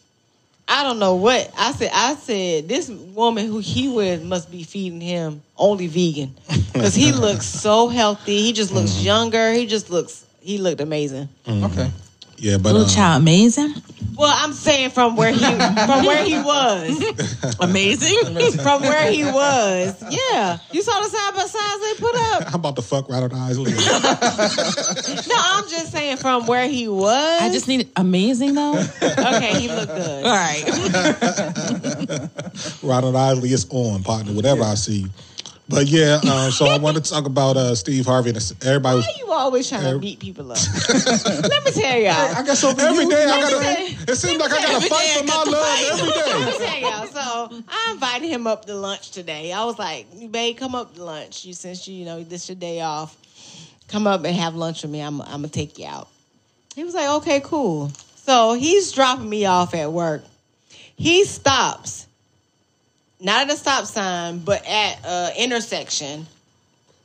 S6: I don't know what I said. I said this woman who he with must be feeding him only vegan because he looks so healthy. He just
S5: Mm-hmm.
S6: looks younger. He just looks. He looked amazing.
S7: Okay.
S2: Yeah, but
S5: Blue
S2: um,
S5: child, amazing,
S6: Well, I'm saying from where he from where he was
S5: amazing.
S6: from where he was. Yeah, you saw the side by sides they put up.
S2: I'm about to fuck Ronald Isley.
S6: No, I'm just saying from where he was.
S5: I just need amazing though. All
S6: okay. He looked good.
S5: right.
S2: Ronald Isley is on, partner, whatever I see. But yeah, um, so I wanted to talk about uh, Steve Harvey. And everybody was
S6: Why you always trying to
S2: Every-
S6: beat people up? Let me tell y'all.
S1: I guess over
S2: every
S1: you.
S2: day I
S6: Every
S2: gotta. It seems like I gotta
S5: Every
S2: fight
S5: day I
S2: for my love every day.
S6: Let me tell y'all. So I invited him up to lunch today. I was like, "You babe, come up to lunch. You since you, you know this your day off, come up and have lunch with me. I'm, I'm gonna take you out." He was like, "Okay, cool." So he's dropping me off at work. He stops, not at a stop sign, but at a intersection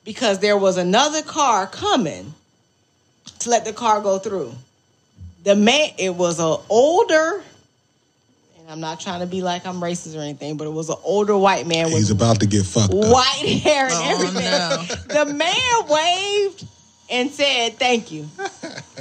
S6: because there was another car coming to let the car go through. The man, it was an older and I'm not trying to be like I'm racist or anything, but it was an older white man
S2: He's
S6: with
S2: about to get fucked up.
S6: white hair and everything. The man waved and said, Thank you.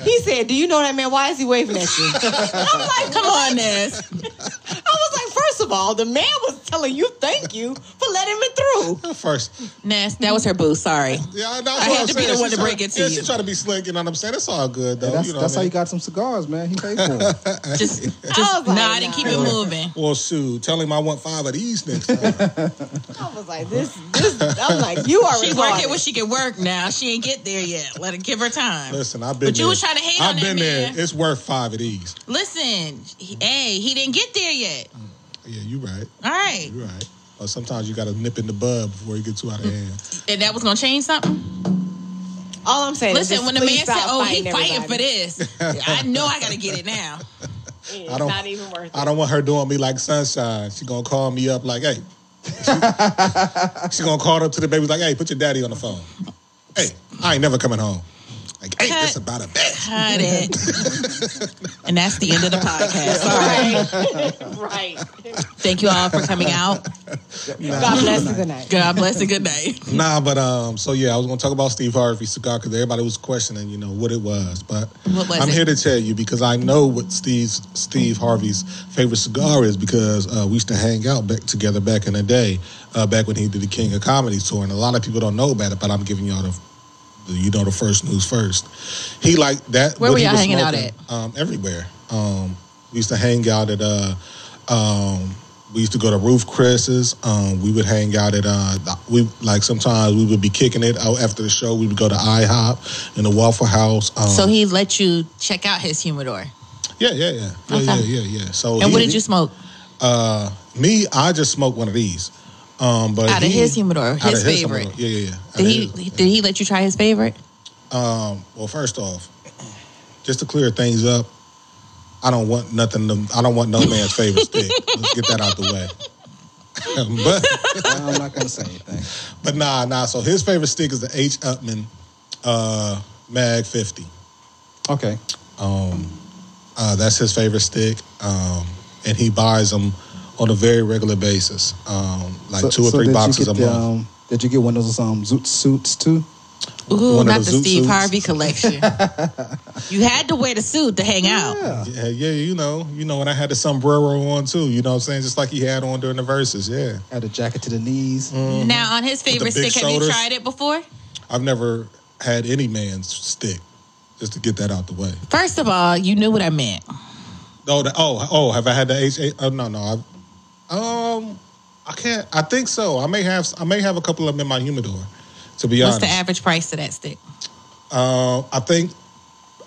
S6: He said, Do you know that man? Why is he waving at you? I'm like,
S5: Come on, Ness.
S6: I was like, first of all, the man was telling you thank you for letting me through.
S2: First,
S5: Ness, that was her boo. Sorry.
S2: yeah, that's
S5: I
S2: what
S5: had
S2: I'm
S5: to be
S2: saying.
S5: the one
S2: She
S5: to break
S2: try-
S5: it to
S2: yeah,
S5: you.
S2: She trying to be slick, you know what I'm saying? It's all good though.
S1: That's,
S2: you know
S1: that's
S2: what
S1: how
S2: I
S1: you
S2: mean?
S1: got some cigars, man. He paid for them.
S5: Just, just
S6: I was like,
S5: nod and
S6: nah.
S5: keep it moving.
S2: Well, shoot, tell him I want five of these next time.
S6: I was like, this, this, I'm like, you are
S5: She work
S6: retarded.
S5: it when she can work now. She ain't get there yet. Let her give her time.
S2: Listen, I've been.
S5: But you
S2: there.
S5: was trying to hate
S2: I've
S5: on that
S2: been there.
S5: man.
S2: It's worth five of these.
S5: Listen, he- hey, he didn't get there yet.
S2: Yeah, you right.
S5: All right.
S2: You right. But sometimes you got to nip in the bud before you get too out of hand.
S5: And that was gonna change something.
S6: all I'm saying is
S5: Listen,
S6: just
S5: when the
S6: please
S5: man said,
S6: stop
S5: "Oh, he
S6: fighting
S5: fighting
S6: everybody.
S5: for this," I know I gotta get it now.
S6: It's
S2: I don't-
S6: not even worth it.
S2: I don't want her doing me like sunshine. She gonna call me up like, hey. She, she gonna call up to the baby like, hey, put your daddy on the phone. Hey, I ain't never coming home. Like, hey, that's about a bitch.
S5: Cut it. and that's the end of the podcast. All right.
S6: right.
S5: Thank you all for coming out.
S6: God bless you. Good night.
S5: God bless and good night.
S2: Nah, but um, so yeah, I was gonna talk about Steve Harvey cigar because everybody was questioning, you know, what it was. But
S5: What was
S2: I'm
S5: it?
S2: here to tell you because I know what Steve's Steve Harvey's favorite cigar is because uh, we used to hang out back together back in the day, uh, back when he did the King of Comedy tour, and a lot of people don't know about it, but I'm giving y'all the. the- You know the first news first. He liked that.
S5: Where
S2: what
S5: were
S2: he
S5: y'all
S2: was
S5: hanging out
S2: smoking, Um, everywhere. Um, we used to hang out at uh, um, we used to go to Roof Chris's. Um, we would hang out at uh, the- we like sometimes we would be kicking it out after the show. We would go to IHOP and the Waffle House. Um,
S5: So he let you check out his humidor.
S2: yeah, yeah, yeah, yeah, yeah, yeah, yeah. So
S5: And
S2: he-
S5: what did you smoke?
S2: Uh, me, I just smoked one of these. Um, but
S5: Out of
S2: he-
S5: his humidor,
S2: out
S5: his
S2: of
S5: favorite.
S2: humidor. Yeah, yeah, yeah. Out
S5: Did
S2: of
S5: he
S2: his.
S5: did he let you try his favorite?
S2: Um, well, first off, just to clear things up, I don't want nothing. To, I don't want no man's favorite stick. Let's get that out the way. but
S1: I'm not gonna say anything.
S2: but nah, nah. So his favorite stick is the H Upman uh, Mag Fifty.
S7: Okay.
S2: Uh, that's his favorite stick, um, and he buys them on a very regular basis, um, like
S1: So-
S2: two or
S1: so
S2: three
S1: did you
S2: boxes
S1: get
S2: a
S1: the,
S2: month.
S1: um, did you get one of those um, zoot suits too?
S5: Ooh,
S2: One of
S5: not
S2: the
S5: the
S2: zoot
S5: Steve
S2: suits.
S5: Harvey collection. you had to wear the suit to hang out.
S2: yeah, yeah, you know, you know, and I had the sombrero on too. You know what I'm saying? Just like he had on during the verses. Yeah,
S1: Had a jacket to the knees.
S2: Mm.
S5: Now, on his favorite
S2: big
S5: stick, have you
S2: shoulders.
S5: tried it before?
S2: I've never had any man's stick. Just to get that out the way.
S5: First of all, you knew what I meant.
S2: Oh, the, oh, oh! Have I had the H? Oh, no, no. I've, um, I can't. I think so. I may have. I may have a couple of them in my humidor. To be
S5: What's
S2: honest,
S5: the average price of that stick?
S2: Um, I think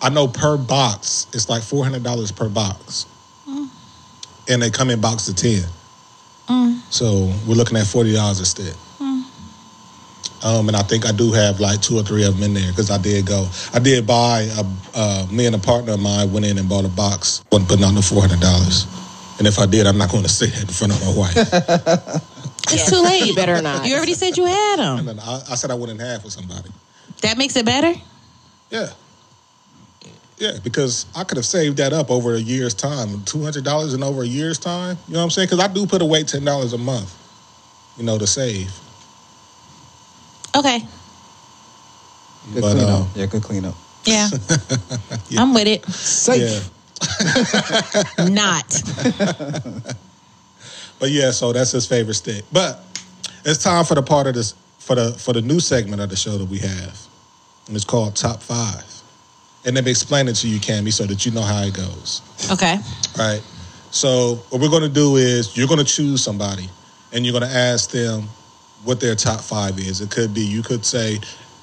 S2: I know per box it's like four hundred dollars per box, and they come in box of ten. So we're looking at forty dollars a stick. Um, and I think I do have like two or three of them in there because I did go. I did buy. A, uh, me and a partner of mine went in and bought a box. wasn't putting on the four hundred dollars. And if I did, I'm not going to say that in front of my wife.
S5: It's too late.
S6: You better not.
S5: You already said you had them.
S2: And I, I said I wouldn't have for somebody.
S5: That makes it better.
S2: Yeah. Yeah, because I could have saved that up over a year's time, two hundred dollars in over a year's time. You know what I'm saying? Because I do put away ten dollars a month, you know, to save.
S5: Okay.
S7: Good
S2: But,
S7: cleanup.
S1: Oh,
S2: um,
S7: yeah, good cleanup.
S5: Yeah. I'm with it.
S7: Safe.
S2: Yeah,
S5: Not.
S2: but yeah, so that's his favorite stick. But it's time for the part of this for the for the new segment of the show that we have, and it's called Top Five. And they've explained it to you, Cammy, so that you know how it goes.
S5: Okay.
S2: right? So what we're going to do is you're going to choose somebody, and you're going to ask them what their top five is. It could be you could say,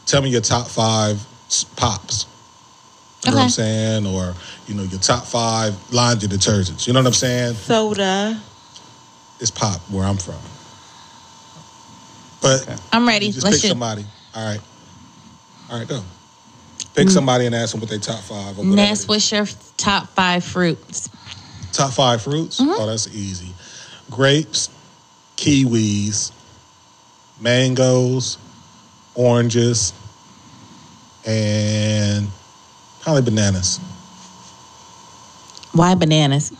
S2: "Tell me your top five s- pops." You know what I'm
S5: Okay.
S2: saying, or you know your top five laundry detergents. You know what I'm saying?
S6: Soda.
S2: It's pop where I'm from, but
S5: I'm
S2: you
S5: ready.
S2: just
S5: Let's
S2: pick
S5: shoot.
S2: somebody. All right, all right, go. Pick
S5: Mm.
S2: somebody and ask them what their top five. Or whatever it is.
S5: Ness, what's your top five fruits?
S2: Top five fruits? Oh, that's easy. Grapes, kiwis, mangoes, oranges, and probably bananas.
S5: Why bananas?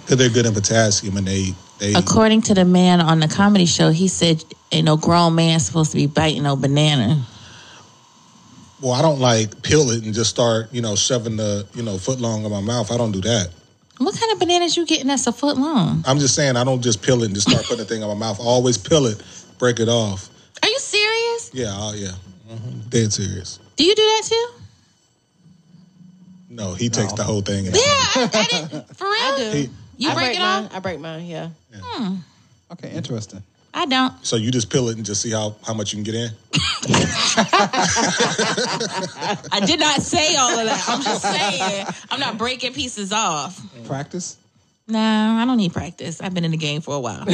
S2: Because they're good in potassium and they, they
S5: According to the man on the comedy show, he said, "Ain't no grown man supposed to be biting no banana."
S2: well, I don't like peel it and just start, you know, shoving the, you know, foot long in my mouth. I don't do that.
S5: What kind of bananas you getting that's a foot long?
S2: I'm just saying I don't just peel it and just start putting the thing in my mouth. I always peel it, break it off.
S5: Are you serious?
S2: Yeah, oh yeah. hmm Dead serious.
S5: Do you do that too?
S2: No, he takes the whole thing. And
S5: Yeah, I, I didn't. For real,
S6: I do.
S2: Hey.
S5: You
S6: I
S5: break, it
S6: mine.
S5: off?
S6: I break mine. Yeah.
S7: Okay, interesting.
S5: I don't.
S2: So you just peel it and just see how, how much you can get in?
S5: I did not say all of that. I'm just saying. I'm not breaking pieces off.
S7: Practice.
S5: No, I don't need practice. I've been in the game for a while.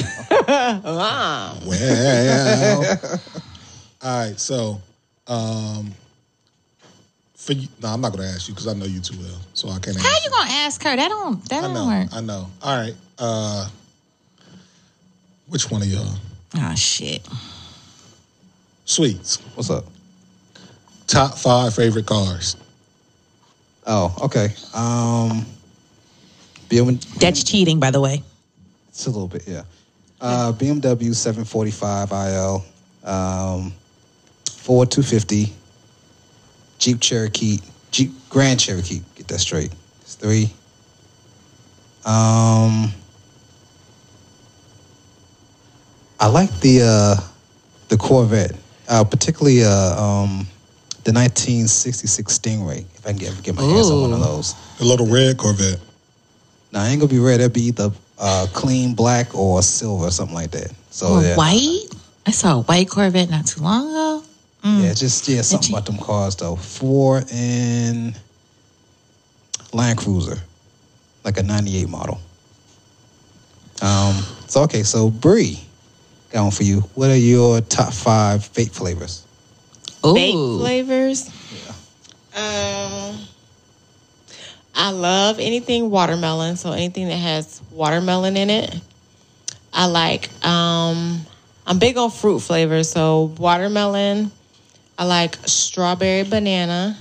S2: Well. All right, so um for you, no, I'm not gonna ask you because I know you too well, so I can't.
S5: How
S2: ask
S5: you gonna ask her? That don't. That
S2: I
S5: don't
S2: know.
S5: work.
S2: I know. All right. Uh Which one of y'all?
S5: Oh shit.
S2: Sweets.
S7: What's up?
S2: Top five favorite cars.
S7: Oh, okay. Um, BMW.
S5: That's cheating, by the way.
S7: It's a little bit, yeah. Uh, BMW 745 IL, um, Ford 250, Jeep Cherokee, Jeep Grand Cherokee. Get that straight. It's three. Um, I like the uh, the Corvette, uh, particularly uh, um, the 1966 Stingray. If I can ever get my hands on one of
S5: Ooh.
S7: those.
S2: The little red Corvette.
S7: Now, it ain't gonna be red. It'd be either uh, clean black or silver, something like that. So
S5: Or
S7: Oh, yeah,
S5: White. I saw a white Corvette not too long ago.
S7: yeah,
S5: Mm.
S7: just yeah, something about them cars though. Ford and Land Cruiser, like a '98 model. Um, so okay, so Bree, got one for you. What are your top five vape flavors?
S6: Baked
S5: Ooh.
S6: flavors. Um, I love anything watermelon. So anything that has watermelon in it, I like. Um, I'm big on fruit flavors. So watermelon. I like strawberry banana.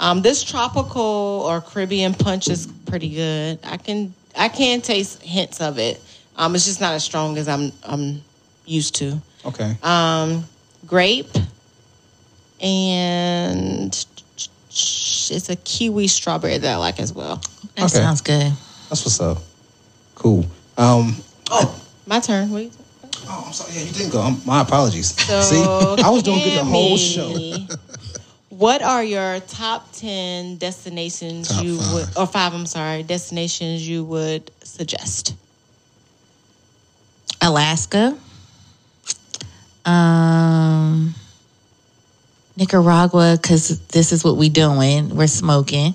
S6: Um, this tropical or Caribbean punch is pretty good. I can I can taste hints of it. Um, it's just not as strong as I'm I'm used to
S7: Okay,
S5: Uh,
S6: um, grape, and it's a kiwi strawberry that I like as well.
S5: That
S7: Okay.
S5: sounds good.
S7: that's what's up. Cool. Um,
S6: Oh, my turn. Wait.
S7: oh, I'm sorry. Yeah, you didn't go. Um my apologies.
S6: So,
S7: See, I was doing good the whole show.
S6: Tammy, What are your top ten destinations
S2: Top
S6: you
S2: five.
S6: would, or five? I'm sorry, destinations you would suggest.
S5: Alaska. Um, Nicaragua, because this is what we doing. We're smoking.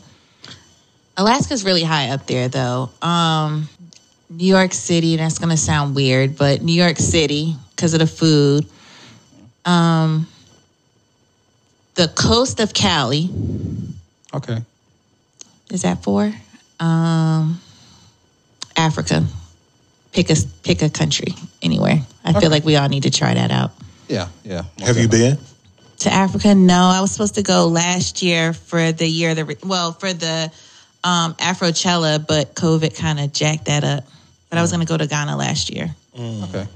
S5: Alaska's really high up there, though. Um, New York City. That's gonna sound weird, but New York City because of the food. Um, the coast of Cali.
S7: Okay.
S5: Is that four? Um, Africa. Pick a pick a country anywhere. I feel like we all need to try that out.
S7: Yeah, yeah.
S2: Have you been?
S5: To Africa? No, I was supposed to go last year for the year of the re- well for the um, Afrochella, but COVID kind of jacked that up. But I was going to go to Ghana last year,
S7: Okay.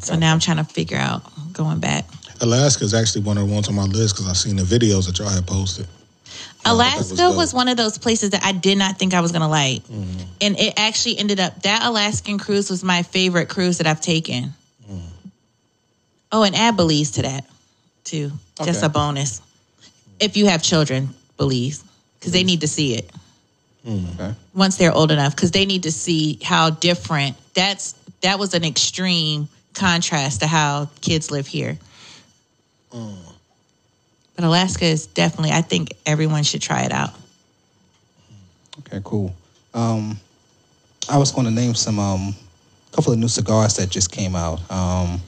S5: so now I'm trying to figure out going back.
S2: Alaska is actually one of the ones on my list because I've seen the videos that y'all had posted. that was
S5: Alaska
S2: dope.
S5: was, one of those places that I did not think I was going to like. And it actually ended up, that Alaskan cruise was my favorite cruise that I've taken. Oh, and add Belize to that, too. Just
S7: Okay.
S5: a bonus. If you have children, Belize, because they need to see it
S7: Okay.
S5: once they're old enough because they need to see how different that's that was an extreme contrast to how kids live here but alaska is definitely i think everyone should try it out
S7: Okay, cool. Um, I was going to name some um, couple of new cigars that just came out. Um,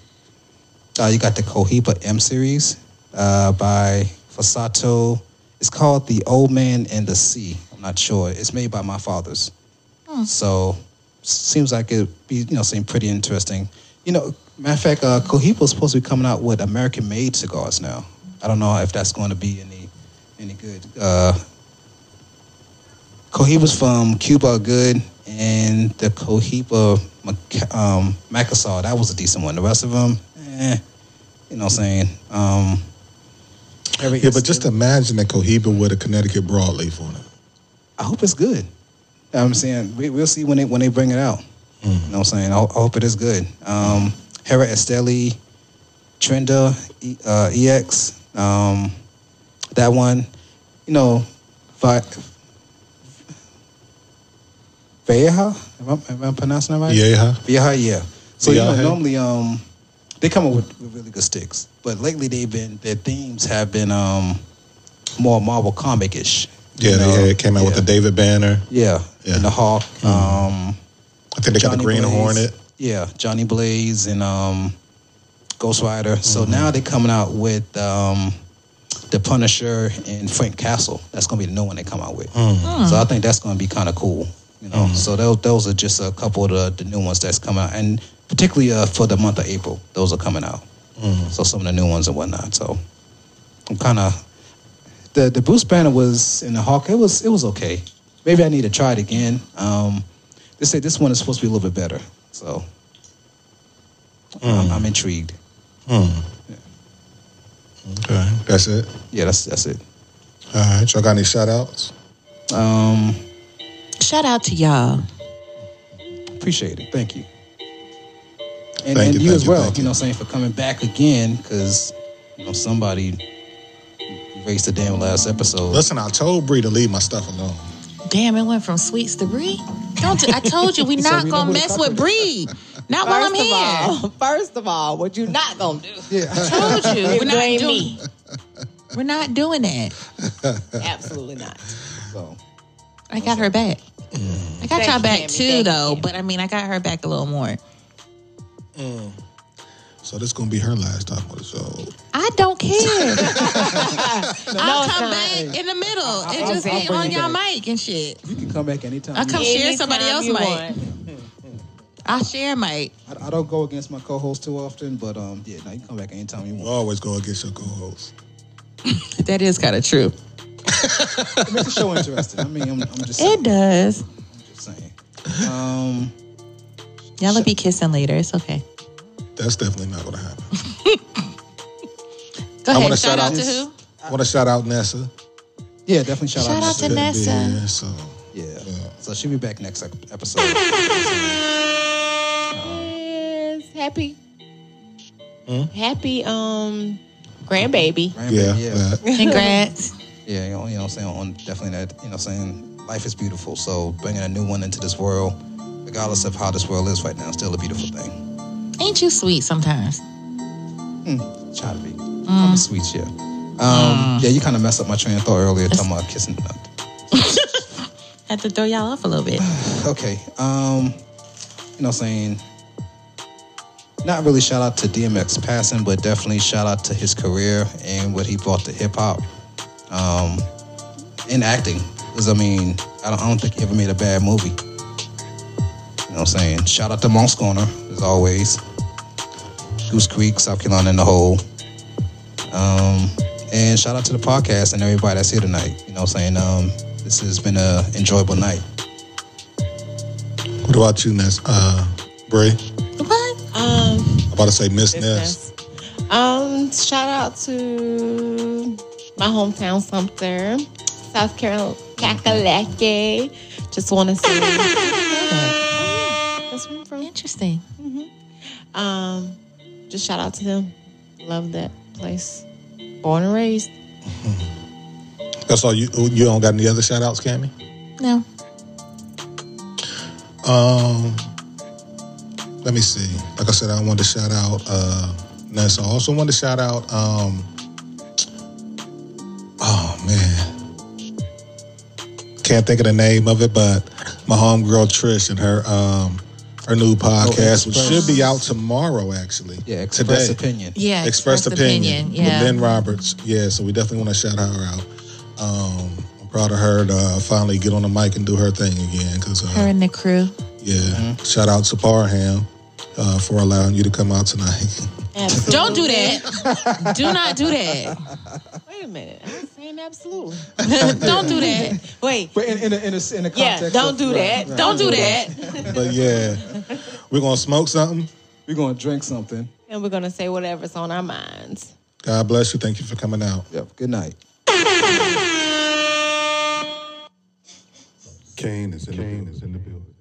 S7: uh, you got the Cohiba M series uh, by Fasato. It's called the Old Man and the Sea. I'm not sure. It's made by my father's. So seems like it'd be you know seem pretty interesting. You know, matter of fact, uh, Cohiba's supposed to be coming out with American made cigars now. I don't know if that's going to be any any good. Uh, Cohiba's from Cuba are good, and the Cohiba Mac- um, Macassar, that was a decent one. The rest of them, eh, you know what I'm saying? Um, every-
S2: Yeah, but just imagine that Cohiba with a Connecticut broadleaf on it.
S7: I hope it's good. I'm saying we, we'll see when they when they bring it out.
S2: Mm.
S7: You know what I'm saying? I, I hope it is good. Um, Hera Esteli, Trenda, E- uh, EX, um, that one. You know, Vi- Vieja. Am I, am I pronouncing that right?
S2: Yeah, huh?
S7: Yeah, yeah. So you
S2: Yeah.
S7: know, normally um, they come up with, with really good sticks, but lately they've been their themes have been um, more Marvel comic ish.
S2: Yeah, they had, came out with the David Banner.
S7: Yeah,
S2: Yeah.
S7: and the Hawk. Um,
S2: I think they got the Green
S7: Blaze.
S2: Hornet.
S7: Yeah, Johnny Blaze and um, Ghost Rider.
S2: Mm-hmm.
S7: So now they're coming out with um, the Punisher and Frank Castle. That's gonna be the new one they come out with.
S2: Mm.
S7: So I think that's gonna be kind of cool. You know,
S2: Mm-hmm.
S7: so those those are just a couple of the, the new ones that's coming out, and particularly uh, for the month of April, those are coming out.
S2: Mm-hmm.
S7: So some of the new ones and whatnot. So I'm kind of the the Bruce Banner was in the Hawk. It was it was okay. Maybe I need to try it again. Um, they say this one is supposed to be a little bit better, so I'm,
S2: Hmm.
S7: I'm intrigued.
S2: Hmm. Okay, that's it.
S7: Yeah, that's that's it.
S2: All right, y'all got any shout outs?
S7: Um,
S5: shout out to y'all
S7: appreciate it. Thank you. And,
S2: Thank
S7: and
S2: you,
S7: you,
S2: thank
S7: as
S2: you,
S7: well.
S2: thank
S7: You know,
S2: you.
S7: what I'm saying for coming back again because you know somebody erased the damn last episode.
S2: Listen, I told Bree to leave my stuff alone.
S5: damn it went from sweets to brie don't do- i told you we
S7: So
S5: not
S7: we know
S5: gonna
S7: who the
S5: mess with brie not while i'm
S6: First of
S5: here
S6: all, first of all, what you not gonna do?
S5: I told you we're not
S6: blame
S5: doing
S6: me.
S5: we're not doing that
S6: Absolutely not.
S7: so.
S5: i got her back i got
S6: Thank
S5: y'all
S6: you,
S5: back
S6: Tammy.
S5: too
S6: Thank you,
S5: though
S6: Tammy.
S5: but i mean i got her back a little more
S2: So this is gonna be her last time on the show.
S5: I don't care. I'll
S6: No, it's
S5: come
S6: not.
S5: back in the middle and just
S6: I'll
S5: be
S7: bring
S5: on
S7: it
S5: y'all
S7: back.
S5: mic and shit.
S7: You can come back anytime.
S5: I'll
S7: you
S5: come
S7: want.
S5: share somebody
S6: Anytime
S5: else
S6: you
S5: mic.
S6: want.
S5: I'll share mic.
S7: I, I don't go against my co-host too often, but um, yeah, now you can come back anytime you
S2: You
S7: want.
S2: always go against your co-host.
S5: That is kind of true.
S7: It makes the show interesting. I mean, I'm, I'm just
S5: It
S7: saying.
S5: does.
S7: Just saying. Um,
S5: Y'all will be kissing later. It's okay.
S2: That's definitely not gonna happen.
S5: Go
S2: I
S5: ahead.
S2: wanna shout
S5: Shout, out
S2: out-
S5: to who?
S2: Want to shout out Nessa?
S7: yeah, definitely shout,
S5: Shout
S7: out.
S5: out to
S7: Nessa.
S5: Nessa.
S2: Yeah, so
S7: Yeah. So she'll be back next ep- episode.
S6: Yes, happy, happy um, grandbaby.
S7: Right?
S2: yeah,
S7: yeah.
S2: that.
S5: Congrats.
S7: Yeah, you know, you know what I'm saying? On definitely that, you know what I'm saying? Life is beautiful. So bringing a new one into this world, regardless of how this world is right now, it's still a beautiful thing.
S5: Ain't you sweet sometimes?
S7: Try to be. I'm a sweet yeah. Um, Yeah, you kind of messed up my train of thought earlier talking about kissing.
S5: Had to throw y'all off a little bit.
S7: Okay. Um, you know what I'm saying? Not really shout out to DMX passing, but definitely shout out to his career and what he brought to hip hop. Um, and acting. Because, I mean, I don't, I don't think he ever made a bad movie. You
S1: You know what I'm saying? Shout out to Monk's Corner, as always. Goose Creek, South Carolina in the hole. Um, and shout out to the podcast and everybody that's here tonight. You know what I'm saying? Um, this has been a enjoyable night.
S2: What about you, Ness? Uh, Bray?
S5: What?
S6: Um,
S2: I'm about to say Miss Ness.
S6: business. Um, shout out to my hometown Sumter, South Carolina, Kakalake. Just want to say. That's where I'm from.
S5: Interesting.
S6: Um, just shout out to them. Love that place. Born and raised.
S2: That's all you you don't got any other shout outs, Cammy?
S5: No.
S2: Um, let me see. Like I said, I wanted to shout out uh, Ness. I also wanted to shout out. Um, oh man, can't think of the name of it, but my homegirl Trish and her um, her new podcast, which
S1: Express.
S2: should be out tomorrow. Actually,
S7: Oh, Yeah, express
S2: today.
S7: opinion.
S5: Yeah.
S2: Expressed opinion,
S5: Yeah.
S2: with Lynn Roberts. Yeah, so we definitely want to shout her out. Um, I'm proud of her to uh, finally get on the mic and do her thing again because uh,
S5: Her and the crew.
S2: yeah. Shout out to Parham uh, for allowing you to come out tonight.
S6: Absolutely.
S5: Don't do that. do not do that.
S6: Wait a minute. I'm saying absolutely.
S5: don't do that.
S6: Wait.
S1: But in, in, a, in, a, in a
S6: Yeah, don't do that.
S5: Don't do that.
S2: but yeah, we're going to smoke something.
S7: We're gonna drink something.
S6: And we're going to say whatever's on our minds.
S2: God bless you. Thank you for coming out.
S7: Yep. Good night.
S4: Kane is in the building.